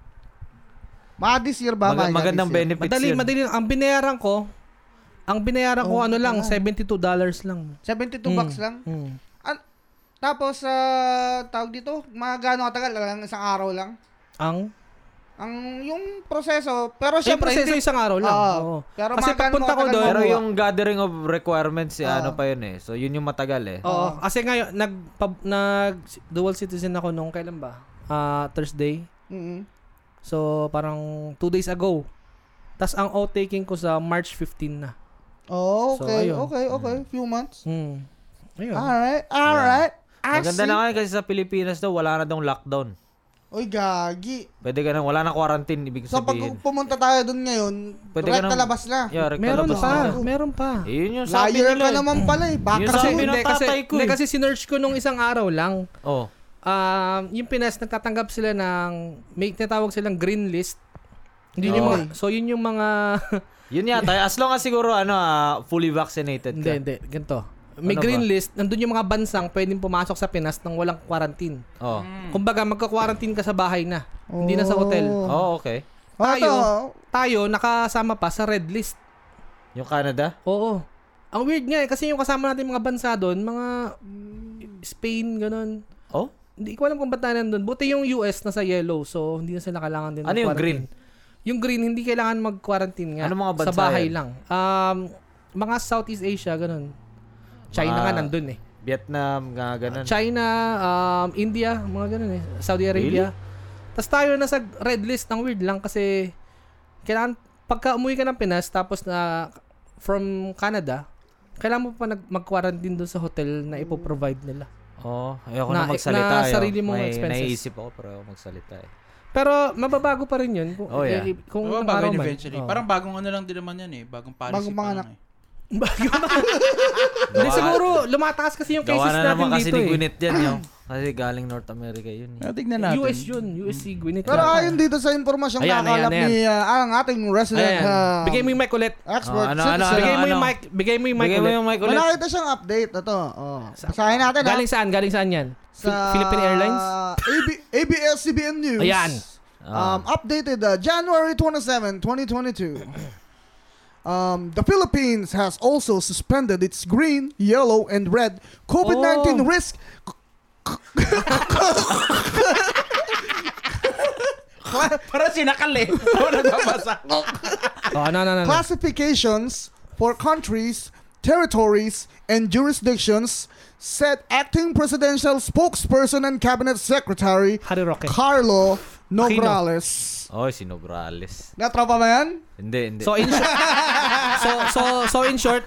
[SPEAKER 7] Mga this year ba?
[SPEAKER 5] Mag-
[SPEAKER 7] mga
[SPEAKER 5] magandang
[SPEAKER 7] this year?
[SPEAKER 5] benefits
[SPEAKER 2] Madali,
[SPEAKER 5] yun.
[SPEAKER 2] madali. lang. Ang binayaran ko, ang binayaran ko ano lang, $72 lang.
[SPEAKER 7] 72 bucks lang.
[SPEAKER 2] Mm.
[SPEAKER 7] An- tapos, ah, tawag dito, mga gano'ng katagal, lang isang araw lang.
[SPEAKER 2] Ang?
[SPEAKER 7] Ang yung proseso, pero
[SPEAKER 2] Ay,
[SPEAKER 7] syempre,
[SPEAKER 2] proseso
[SPEAKER 7] hindi-
[SPEAKER 2] isang araw lang.
[SPEAKER 7] Oo.
[SPEAKER 2] Oo.
[SPEAKER 7] Pero
[SPEAKER 2] Kasi
[SPEAKER 7] mga ganun,
[SPEAKER 2] pagpunta
[SPEAKER 7] mga
[SPEAKER 2] ko
[SPEAKER 7] ganun.
[SPEAKER 2] doon,
[SPEAKER 5] Pero yung gathering of requirements, eh, ano pa yun eh. So yun yung matagal eh.
[SPEAKER 2] Oo. Kasi ngayon, nag, pab- nag dual citizen ako nung kailan ba? Ah, Thursday.
[SPEAKER 7] Mm-mm.
[SPEAKER 2] So, parang two days ago. Tapos ang outtaking ko sa March 15 na.
[SPEAKER 7] Oh,
[SPEAKER 2] So,
[SPEAKER 7] okay,
[SPEAKER 2] ayun.
[SPEAKER 7] okay, okay. Few months.
[SPEAKER 2] Hmm. Ayun.
[SPEAKER 7] Alright, alright. I
[SPEAKER 5] Maganda
[SPEAKER 7] see.
[SPEAKER 5] na kayo kasi sa Pilipinas daw, wala na daw lockdown.
[SPEAKER 7] Uy, gagi.
[SPEAKER 5] Pwede ka na, wala na quarantine, ibig
[SPEAKER 7] So, pag
[SPEAKER 5] sabihin.
[SPEAKER 7] pumunta tayo dun ngayon,
[SPEAKER 5] Pwede
[SPEAKER 7] kahit
[SPEAKER 5] ka nang-
[SPEAKER 7] nalabas na.
[SPEAKER 5] yeah,
[SPEAKER 2] meron
[SPEAKER 5] rektalabas
[SPEAKER 2] pa.
[SPEAKER 5] na.
[SPEAKER 2] Meron pa.
[SPEAKER 5] Eh, Yun yung sabi
[SPEAKER 7] Liar
[SPEAKER 5] nila.
[SPEAKER 7] ka
[SPEAKER 5] eh.
[SPEAKER 7] naman pala eh. Baka
[SPEAKER 5] Yun
[SPEAKER 7] kasi,
[SPEAKER 5] sabi ng
[SPEAKER 2] Hindi, kasi,
[SPEAKER 5] tatay ko
[SPEAKER 2] hindi,
[SPEAKER 5] eh.
[SPEAKER 2] kasi sinerge ko nung isang araw lang.
[SPEAKER 5] Oh.
[SPEAKER 2] Um, yung Pinas, nagtatanggap sila ng, may tinatawag silang green list.
[SPEAKER 7] Oh.
[SPEAKER 2] Yun yung
[SPEAKER 5] Oo.
[SPEAKER 2] mga, so, yun yung mga,
[SPEAKER 5] Yun yata. As long as siguro, ano, ah, fully vaccinated
[SPEAKER 2] hindi,
[SPEAKER 5] ka.
[SPEAKER 2] hindi, ganito. May
[SPEAKER 5] Ano
[SPEAKER 2] green
[SPEAKER 5] ba?
[SPEAKER 2] list, nandun yung mga bansang pwedeng pumasok sa Pinas nang walang quarantine.
[SPEAKER 5] Oh.
[SPEAKER 2] Kumbaga, magka-quarantine ka sa bahay na. Hindi na sa hotel.
[SPEAKER 5] Oh, okay.
[SPEAKER 2] Tayo,
[SPEAKER 7] Tayo.
[SPEAKER 2] tayo nakasama pa sa red list.
[SPEAKER 5] Yung Canada?
[SPEAKER 2] Oo. Ang weird nga eh, kasi yung kasama natin mga bansa doon, mga Spain, ganun.
[SPEAKER 5] Oh?
[SPEAKER 2] Hindi ko alam kung ba't tayo nandun. Buti yung US nasa yellow, so hindi na sila kailangan din ng
[SPEAKER 5] Ano yung green?
[SPEAKER 2] quarantine. Yung green, hindi kailangan mag-quarantine nga.
[SPEAKER 5] Ano mga bansa
[SPEAKER 2] Sa bahay
[SPEAKER 5] yan?
[SPEAKER 2] lang. Um, mga Southeast Asia, ganun. China
[SPEAKER 5] Mga-
[SPEAKER 2] nga nandun eh.
[SPEAKER 5] Vietnam, nga ganun.
[SPEAKER 2] China, um, India, mga ganun eh. Saudi Arabia. Tapos tayo nasa red list. Ang weird lang kasi kailangan, pagka umuwi ka ng Pinas, tapos na from Canada, kailangan mo pa nag- mag-quarantine doon sa hotel na ipoprovide nila.
[SPEAKER 5] Oh, ayoko
[SPEAKER 2] Na-
[SPEAKER 5] na, magsalita.
[SPEAKER 2] na
[SPEAKER 5] yo.
[SPEAKER 2] sarili mong
[SPEAKER 5] May
[SPEAKER 2] expenses.
[SPEAKER 5] Naiisip ako, pero ayoko magsalita eh.
[SPEAKER 2] Pero mababago pa rin yun. Kung,
[SPEAKER 5] Oh, yeah.
[SPEAKER 2] i- i- kung
[SPEAKER 1] Diba,
[SPEAKER 2] ng
[SPEAKER 1] bago
[SPEAKER 2] araw
[SPEAKER 1] yun
[SPEAKER 2] man. Oh.
[SPEAKER 1] eventually.
[SPEAKER 2] Oo.
[SPEAKER 1] Parang bagong ano lang din naman yan eh. Bagong policy
[SPEAKER 7] Bagong mga
[SPEAKER 1] pa
[SPEAKER 7] anak.
[SPEAKER 1] lang eh.
[SPEAKER 2] Bago na. Hindi, siguro, lumataas kasi yung
[SPEAKER 5] Gawa
[SPEAKER 2] cases
[SPEAKER 5] na
[SPEAKER 2] natin
[SPEAKER 5] naman kasi
[SPEAKER 2] dito
[SPEAKER 5] ni
[SPEAKER 2] eh.
[SPEAKER 5] Gwyneth yan, yo. Kasi galing North America yun. eh.
[SPEAKER 1] Ah, tignan natin.
[SPEAKER 2] US yun. US si Gwyneth.
[SPEAKER 7] Pero
[SPEAKER 2] Paltrow.
[SPEAKER 7] ayon dito sa impormasyong
[SPEAKER 2] Ayan,
[SPEAKER 7] nakakalap
[SPEAKER 2] ayan, ayan.
[SPEAKER 7] ni ah, ang ating resident
[SPEAKER 2] Ayan.
[SPEAKER 7] ah,
[SPEAKER 2] Bigay mo yung mic ulit.
[SPEAKER 7] expert.
[SPEAKER 5] Oh, ano,
[SPEAKER 7] citizen.
[SPEAKER 5] ano,
[SPEAKER 2] Bigay mo
[SPEAKER 5] ano?
[SPEAKER 2] yung mic. Bigay mo yung mic
[SPEAKER 5] Bigay mo
[SPEAKER 2] ulit.
[SPEAKER 5] yung mic ulit.
[SPEAKER 7] Wala kita siyang update. Ito. Oh. Basahin natin ha.
[SPEAKER 2] Galing saan? Galing saan yan? Phil- Philippine Airlines?
[SPEAKER 7] AB- ABS-CBN News.
[SPEAKER 2] Ayan. Ah.
[SPEAKER 7] Um, updated uh, January 27, 2022. Um, the Philippines has also suspended its green, yellow, and red COVID-19
[SPEAKER 2] Oh.
[SPEAKER 7] risk
[SPEAKER 1] Parang sinakal eh. Ako nababasa.
[SPEAKER 2] Oh, ano, ano, ano. ano.
[SPEAKER 7] classifications for countries, territories, and jurisdictions, said acting presidential spokesperson and cabinet secretary
[SPEAKER 2] Harry Roque.
[SPEAKER 7] Carlo Nograles.
[SPEAKER 5] Oh, sinobrales.
[SPEAKER 7] Natrapa ba yan?
[SPEAKER 5] Hindi, hindi.
[SPEAKER 2] So in short, so so so in short,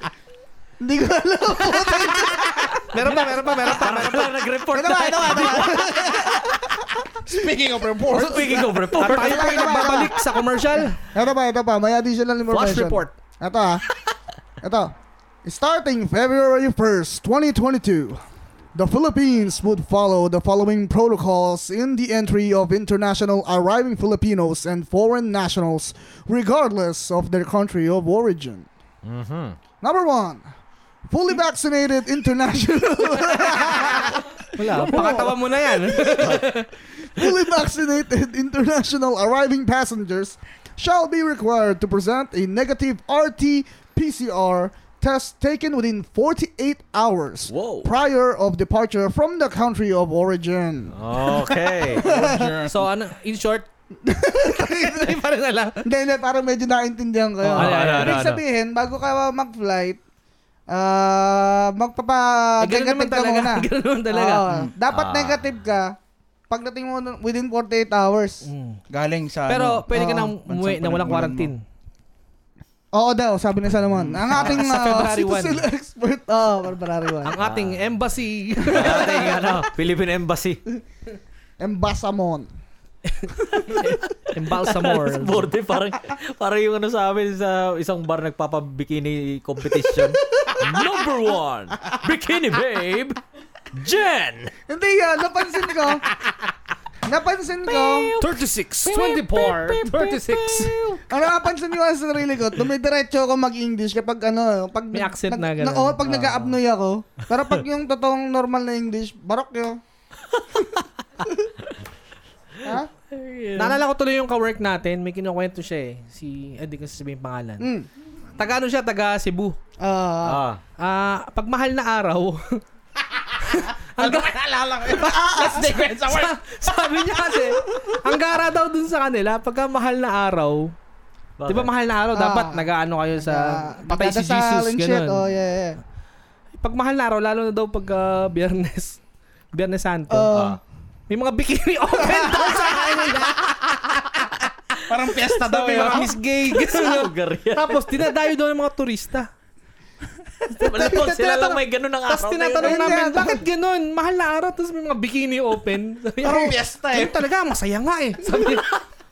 [SPEAKER 7] Hindi ko alam.
[SPEAKER 2] meron pa, meron pa, meron pa.
[SPEAKER 5] Parang pala nag-report
[SPEAKER 7] Ito ba, ito ba, ito ba? Speaking of report.
[SPEAKER 5] Speaking of report.
[SPEAKER 2] At tayo pa yung nagbabalik sa commercial.
[SPEAKER 7] Ito ba, ito ba? May additional information.
[SPEAKER 2] Flash report.
[SPEAKER 7] Ito ah. Ito. Starting February 1st, 2022, the Philippines would follow the following protocols in the entry of international arriving Filipinos and foreign nationals, regardless of their country of origin.
[SPEAKER 2] Mm-hmm.
[SPEAKER 7] Number one, fully vaccinated international,
[SPEAKER 2] Wala, pakatawa mo na yan.
[SPEAKER 7] fully vaccinated international arriving passengers shall be required to present a negative RT-PCR test taken within 48 hours
[SPEAKER 5] Wow.
[SPEAKER 7] prior of departure from the country of origin.
[SPEAKER 5] Okay.
[SPEAKER 2] So ano, in short, hindi pa rin alam.
[SPEAKER 7] Hindi, hindi, parang medyo naintindihan ko yun.
[SPEAKER 5] Oh, ano, ano,
[SPEAKER 7] Ibig
[SPEAKER 5] ano, ano?
[SPEAKER 7] sabihin, bago ka mag-flight, ah, magpapa
[SPEAKER 2] Eh, ganun naman
[SPEAKER 7] negative ka
[SPEAKER 2] talaga.
[SPEAKER 7] muna.
[SPEAKER 2] Ganun naman talaga. Hmm.
[SPEAKER 7] Oo, dapat
[SPEAKER 5] Ah.
[SPEAKER 7] negative ka pagdating mo nun- within 48 hours.
[SPEAKER 1] Galing sa
[SPEAKER 2] Pero
[SPEAKER 1] ano.
[SPEAKER 2] pwede ka
[SPEAKER 7] Oo,
[SPEAKER 2] nang umuwi
[SPEAKER 1] bansang
[SPEAKER 2] na walang
[SPEAKER 1] pinagmulan
[SPEAKER 2] quarantine.
[SPEAKER 3] Oo daw, sabi ni Salomon. Ang ating
[SPEAKER 2] Sa
[SPEAKER 3] ah,
[SPEAKER 2] February 1.
[SPEAKER 3] citizen expert. Oo, February 1.
[SPEAKER 2] Ang ating embassy.
[SPEAKER 5] Ating
[SPEAKER 2] ah.
[SPEAKER 5] ano, Philippine Embassy.
[SPEAKER 3] Embasamon.
[SPEAKER 2] Embalsamor.
[SPEAKER 5] Sa borde, parang, parang yung ano sa amin sa isang bar nagpapabikini competition. Number one, Bikini Babe, Jen!
[SPEAKER 3] Hindi yan, napansin ko. napansin ko.
[SPEAKER 2] 36, 24, 36.
[SPEAKER 3] Ano napansin ko sa sarili ko, dumidiretso ako mag-English kapag ano, pag
[SPEAKER 2] May accent na
[SPEAKER 3] nag-
[SPEAKER 2] ganun. Ah.
[SPEAKER 3] Oo, pag
[SPEAKER 2] Oo.
[SPEAKER 3] nag-aabnoy ako. Pero pag yung totoong normal na English, barok yun. ha?
[SPEAKER 2] Naalala ko tuloy yung kawork natin. May kinukwento siya eh. Si, hindi ko sasabihin yung pangalan.
[SPEAKER 3] Mm.
[SPEAKER 2] Taga ano siya? Taga Cebu.
[SPEAKER 3] Ah.
[SPEAKER 5] Ah,
[SPEAKER 2] Ah, pag mahal na araw. ang ga- Last day ko yun sa work. sabi niya kasi, ang gara daw dun sa kanila, pagka mahal na araw, di ba mahal na araw, dapat
[SPEAKER 3] Ah.
[SPEAKER 2] nag-ano kayo sa
[SPEAKER 3] Ah,
[SPEAKER 2] patay si
[SPEAKER 3] nagdadasal
[SPEAKER 2] Jesus,
[SPEAKER 3] and shit.
[SPEAKER 2] ganun.
[SPEAKER 3] Oh, yeah, yeah.
[SPEAKER 2] Pag mahal na araw, lalo na daw pag ah, biyernes, biyernes santo,
[SPEAKER 3] Oh.
[SPEAKER 2] may mga bikini open daw sa kanila.
[SPEAKER 1] Parang piyesta daw
[SPEAKER 2] Sabi
[SPEAKER 1] eh.
[SPEAKER 2] mga
[SPEAKER 1] oh.
[SPEAKER 2] Miss Gay, ganun.
[SPEAKER 5] sugar yan.
[SPEAKER 2] Tapos dinadayo daw ng mga turista.
[SPEAKER 5] Malamang sila lang may ganun ang
[SPEAKER 2] Tapos
[SPEAKER 5] araw. na Ah, yun. eh.
[SPEAKER 2] tinatanong
[SPEAKER 3] Hindi,
[SPEAKER 2] namin,
[SPEAKER 3] ano?
[SPEAKER 2] bakit ganun? Mahal na araw, tapos may mga bikini open. Sabi niya,
[SPEAKER 1] Parang piyesta eh.
[SPEAKER 2] Yung talaga, masaya nga eh. Sabi niya.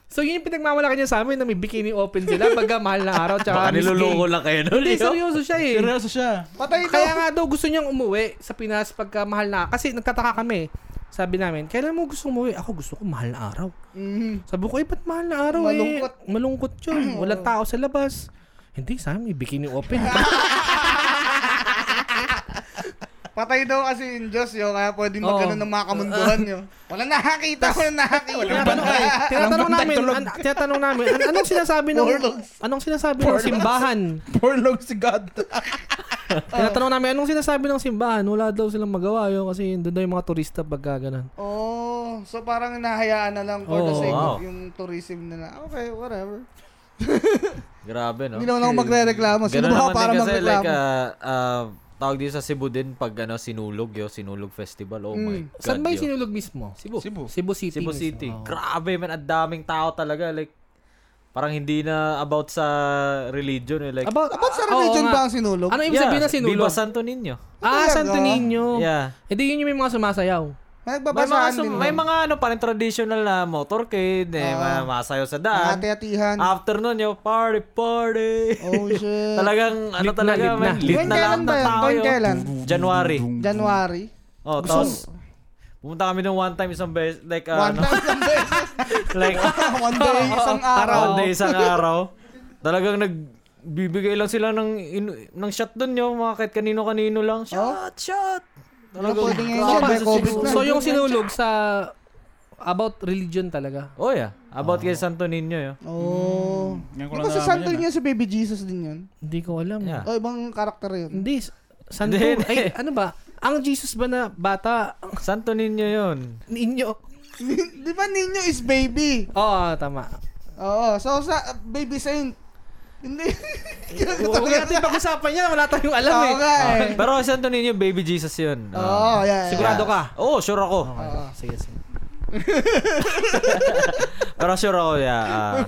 [SPEAKER 2] so yun yung pinagmamalaki niya sa amin na may bikini open sila pagka mahal na araw tsaka
[SPEAKER 5] Baka
[SPEAKER 2] Miss
[SPEAKER 5] niloloko
[SPEAKER 2] Gay.
[SPEAKER 5] lang kayo nun. oh.
[SPEAKER 2] Hindi,
[SPEAKER 5] yo.
[SPEAKER 2] seryoso siya eh.
[SPEAKER 1] Seryoso siya.
[SPEAKER 3] Patay daw.
[SPEAKER 2] Kaya nga daw gusto niyang umuwi sa Pinas pagka mahal na Kasi nagtataka kami. Sabi namin, kailan mo gusto umuwi? Ako gusto ko mahal na araw.
[SPEAKER 7] Mm-hmm.
[SPEAKER 3] Mhm.
[SPEAKER 2] Sabi ko, eh, ba't mahal na araw
[SPEAKER 3] Malungkot.
[SPEAKER 2] eh? Malungkot yun. Walang tao sa labas. Hindi, sa amin, may bikini open.
[SPEAKER 3] Patay daw kasi yung Diyos yun, kaya pwede magkano
[SPEAKER 2] Oo.
[SPEAKER 3] ng mga kamunduhan yun. Wala nakakita, wala nakakita. Wala
[SPEAKER 2] Tinatanong,
[SPEAKER 1] Ah,
[SPEAKER 2] tinatanong namin, an, tinatanong namin, an- anong sinasabi ng
[SPEAKER 3] Porlogs.
[SPEAKER 2] anong sinasabi ng simbahan?
[SPEAKER 1] Porlog si God.
[SPEAKER 2] Tinatanong namin anong sinasabi ng simbahan? Wala daw silang magawa yun kasi doon daw yung mga turista pagka ganun.
[SPEAKER 3] Oh, so parang nahayaan na lang for the
[SPEAKER 2] Oo,
[SPEAKER 3] sake
[SPEAKER 5] wow.
[SPEAKER 3] of yung tourism nila. Okay, whatever.
[SPEAKER 5] Grabe, no?
[SPEAKER 3] Hindi naman ako magre-reklamo. Sino
[SPEAKER 5] Ganun
[SPEAKER 3] ba ako
[SPEAKER 5] naman
[SPEAKER 3] para
[SPEAKER 5] din kasi,
[SPEAKER 3] magreklamo?
[SPEAKER 5] like, ah, ah, tawag dito sa Cebu din, pag ano, sinulog, yo, sinulog festival. Oh my God,
[SPEAKER 2] Mm. Saan ba yung
[SPEAKER 5] yo.
[SPEAKER 2] sinulog mismo? Cebu.
[SPEAKER 1] Cebu.
[SPEAKER 2] Cebu City.
[SPEAKER 5] Cebu
[SPEAKER 2] mismo.
[SPEAKER 5] City.
[SPEAKER 2] Oo.
[SPEAKER 5] Grabe, man. Ang daming tao talaga. Like, parang hindi na about sa religion. Eh. Like,
[SPEAKER 2] About, ah,
[SPEAKER 3] Ba't sa
[SPEAKER 2] oo
[SPEAKER 3] religion
[SPEAKER 2] nga.
[SPEAKER 3] ba ang sinulog?
[SPEAKER 2] Ano ibig sabihin ng sinulog?
[SPEAKER 5] Viva Santo Niño.
[SPEAKER 2] Ah,
[SPEAKER 3] Talaga?
[SPEAKER 2] Santo Niño.
[SPEAKER 5] Yeah.
[SPEAKER 2] Eh di yun yung may mga sumasayaw.
[SPEAKER 5] uh, May mga,
[SPEAKER 3] Nagbabasahan
[SPEAKER 5] sum-
[SPEAKER 3] din.
[SPEAKER 5] may mga ano, parang traditional na motorcade, eh, mga masayo sa daan.
[SPEAKER 3] Ate-atihan.
[SPEAKER 5] After nun, yo, party, party.
[SPEAKER 3] Oh, shit.
[SPEAKER 5] Talagang, ano
[SPEAKER 2] Lit na,
[SPEAKER 5] talaga,
[SPEAKER 2] lit
[SPEAKER 5] man,
[SPEAKER 2] na.
[SPEAKER 5] lit
[SPEAKER 3] Tuwing
[SPEAKER 5] na lahat
[SPEAKER 3] kailan ba
[SPEAKER 5] ng
[SPEAKER 3] yun?
[SPEAKER 5] tao.
[SPEAKER 3] Tuwing
[SPEAKER 5] yo.
[SPEAKER 3] kailan?
[SPEAKER 5] January.
[SPEAKER 3] January.
[SPEAKER 5] Oh, tapos, pumunta kami nung one time isang beses, like,
[SPEAKER 3] One
[SPEAKER 5] ano,
[SPEAKER 3] time, isang beses.
[SPEAKER 5] like,
[SPEAKER 3] One day, isang araw.
[SPEAKER 5] one day, isang araw. Talagang nagbibigay lang sila ng, inu- ng shot dun yo, mga kahit kanino-kanino
[SPEAKER 3] Oh.
[SPEAKER 5] lang. Shot, shot.
[SPEAKER 3] Ano pwede ngayon
[SPEAKER 2] So,
[SPEAKER 3] yan? May COVID na.
[SPEAKER 2] so yung sinulog sa about religion talaga.
[SPEAKER 5] Oh yeah, about kay Santo Niño yo.
[SPEAKER 3] Oh.
[SPEAKER 1] Yan ko
[SPEAKER 3] Yung
[SPEAKER 1] lang
[SPEAKER 3] kasi
[SPEAKER 1] nalaman
[SPEAKER 3] santo
[SPEAKER 1] yun, ah.
[SPEAKER 3] niya si Baby Jesus din yun.
[SPEAKER 2] Hindi ko alam.
[SPEAKER 5] Yeah.
[SPEAKER 3] O, ibang karakter yun.
[SPEAKER 2] Hindi. Santo.
[SPEAKER 5] Hindi, hindi.
[SPEAKER 2] Ay, ano ba? Ang Jesus ba na bata? Ang
[SPEAKER 5] Santo Niño yun.
[SPEAKER 2] Ninyo.
[SPEAKER 3] Di ba ninyo is baby?
[SPEAKER 2] Oo, tama.
[SPEAKER 3] Oo. So, sa baby saint. Hindi.
[SPEAKER 2] Huwag natin pag-usapan yan. Wala tayong alam
[SPEAKER 3] Oo
[SPEAKER 2] eh.
[SPEAKER 3] nga eh.
[SPEAKER 5] Pero Santo Niño, baby Jesus yun.
[SPEAKER 3] Oo,
[SPEAKER 5] Ah.
[SPEAKER 3] Oh, yeah, yeah.
[SPEAKER 2] Sigurado ka?
[SPEAKER 5] Oo, oh, sure ako.
[SPEAKER 2] Ah, sige, sige.
[SPEAKER 5] Pero sure ako, yeah. ah.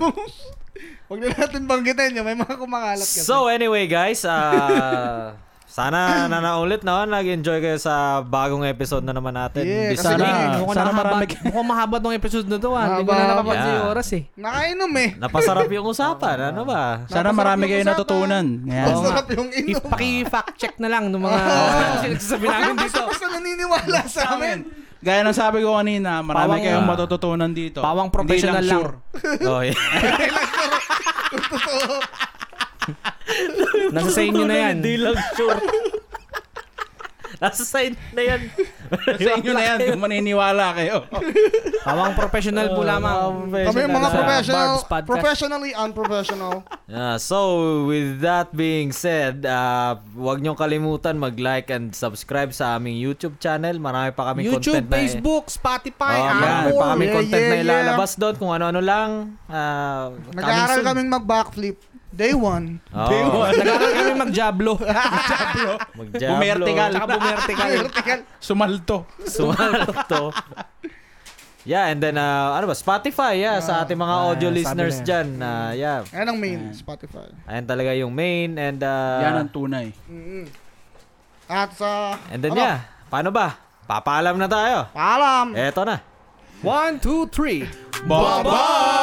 [SPEAKER 3] Huwag na natin banggitin yun. May mga kumakalat kasi.
[SPEAKER 5] So anyway guys, ah, sana na naulit na nag-enjoy kayo sa bagong episode na naman natin.
[SPEAKER 3] Yeah,
[SPEAKER 5] This
[SPEAKER 3] kasi
[SPEAKER 5] week.
[SPEAKER 1] Sana,
[SPEAKER 2] Mukhang
[SPEAKER 1] sana
[SPEAKER 2] nakahaba-
[SPEAKER 1] marami.
[SPEAKER 2] Mukhang mahaba tong episode na to ah. Hindi ko na
[SPEAKER 3] Mahaba.
[SPEAKER 2] napapansin
[SPEAKER 5] Yeah.
[SPEAKER 2] yung oras eh.
[SPEAKER 3] Nakainom eh.
[SPEAKER 5] Napasarap yung usapan, ano ba?
[SPEAKER 1] Sana
[SPEAKER 3] Napasarap
[SPEAKER 1] marami
[SPEAKER 3] yung
[SPEAKER 1] kayo
[SPEAKER 3] usapan.
[SPEAKER 1] natutunan. Yan.
[SPEAKER 3] Ang sarap yung inom.
[SPEAKER 2] Paki-fact check na lang ng mga sinasabi namin
[SPEAKER 3] Basta
[SPEAKER 2] dito.
[SPEAKER 3] basta naniniwala sa amin.
[SPEAKER 1] Gaya ng sabi ko kanina, marami
[SPEAKER 2] Pawang-
[SPEAKER 1] kayong
[SPEAKER 5] Ah.
[SPEAKER 1] matututunan dito.
[SPEAKER 2] Pawang
[SPEAKER 1] Hindi
[SPEAKER 2] professional
[SPEAKER 1] sure.
[SPEAKER 2] lang.
[SPEAKER 5] Oh, yeah.
[SPEAKER 2] Nasa sa inyo na yan.
[SPEAKER 5] Hindi lang sure. Nasa sign na yan.
[SPEAKER 1] Sa inyo na yan kung maniniwala kayo.
[SPEAKER 2] Pawang professional po lamang.
[SPEAKER 3] Kami yung mga
[SPEAKER 2] Sa
[SPEAKER 3] professional,
[SPEAKER 2] Barb's Podcast.
[SPEAKER 3] professionally unprofessional.
[SPEAKER 5] Ah, so, with that being said, ah, huwag niyong kalimutan mag-like and subscribe sa aming YouTube channel. Marami pa kaming
[SPEAKER 2] YouTube,
[SPEAKER 5] content na eh.
[SPEAKER 2] Facebook, Spotify, ah.
[SPEAKER 5] Oh, marami
[SPEAKER 2] Anchor.
[SPEAKER 5] pa kaming
[SPEAKER 3] Yeah,
[SPEAKER 5] content
[SPEAKER 3] yeah,
[SPEAKER 5] na
[SPEAKER 3] yeah.
[SPEAKER 5] ilalabas doon kung ano-ano lang. Ah, coming
[SPEAKER 3] Nag-aaral
[SPEAKER 5] soon.
[SPEAKER 3] kaming mag-backflip. Day one.
[SPEAKER 5] Oh,
[SPEAKER 2] Nag-aaral kami mag-jablo.
[SPEAKER 5] mag-jablo.
[SPEAKER 1] Bumertical.
[SPEAKER 2] Tsaka bumertical.
[SPEAKER 3] Vertical.
[SPEAKER 1] Sumalto.
[SPEAKER 5] Sumalok to. Yeah, and then, uh, ano ba, Spotify, yeah, sa ating mga
[SPEAKER 2] Ah,
[SPEAKER 5] audio
[SPEAKER 2] sabi na
[SPEAKER 5] listeners
[SPEAKER 2] yan.
[SPEAKER 5] dyan. ah, yeah,
[SPEAKER 3] Ayan ang main, Spotify.
[SPEAKER 5] ayan talaga yung main and,
[SPEAKER 1] Yan
[SPEAKER 5] uh,
[SPEAKER 1] ang tunay.
[SPEAKER 3] Mm-mm. At sa...
[SPEAKER 5] and then,
[SPEAKER 3] ano,
[SPEAKER 5] yeah, paano ba? Papaalam na tayo.
[SPEAKER 3] Paalam!
[SPEAKER 5] Eto na.
[SPEAKER 2] One, two, three.
[SPEAKER 1] Bye-bye!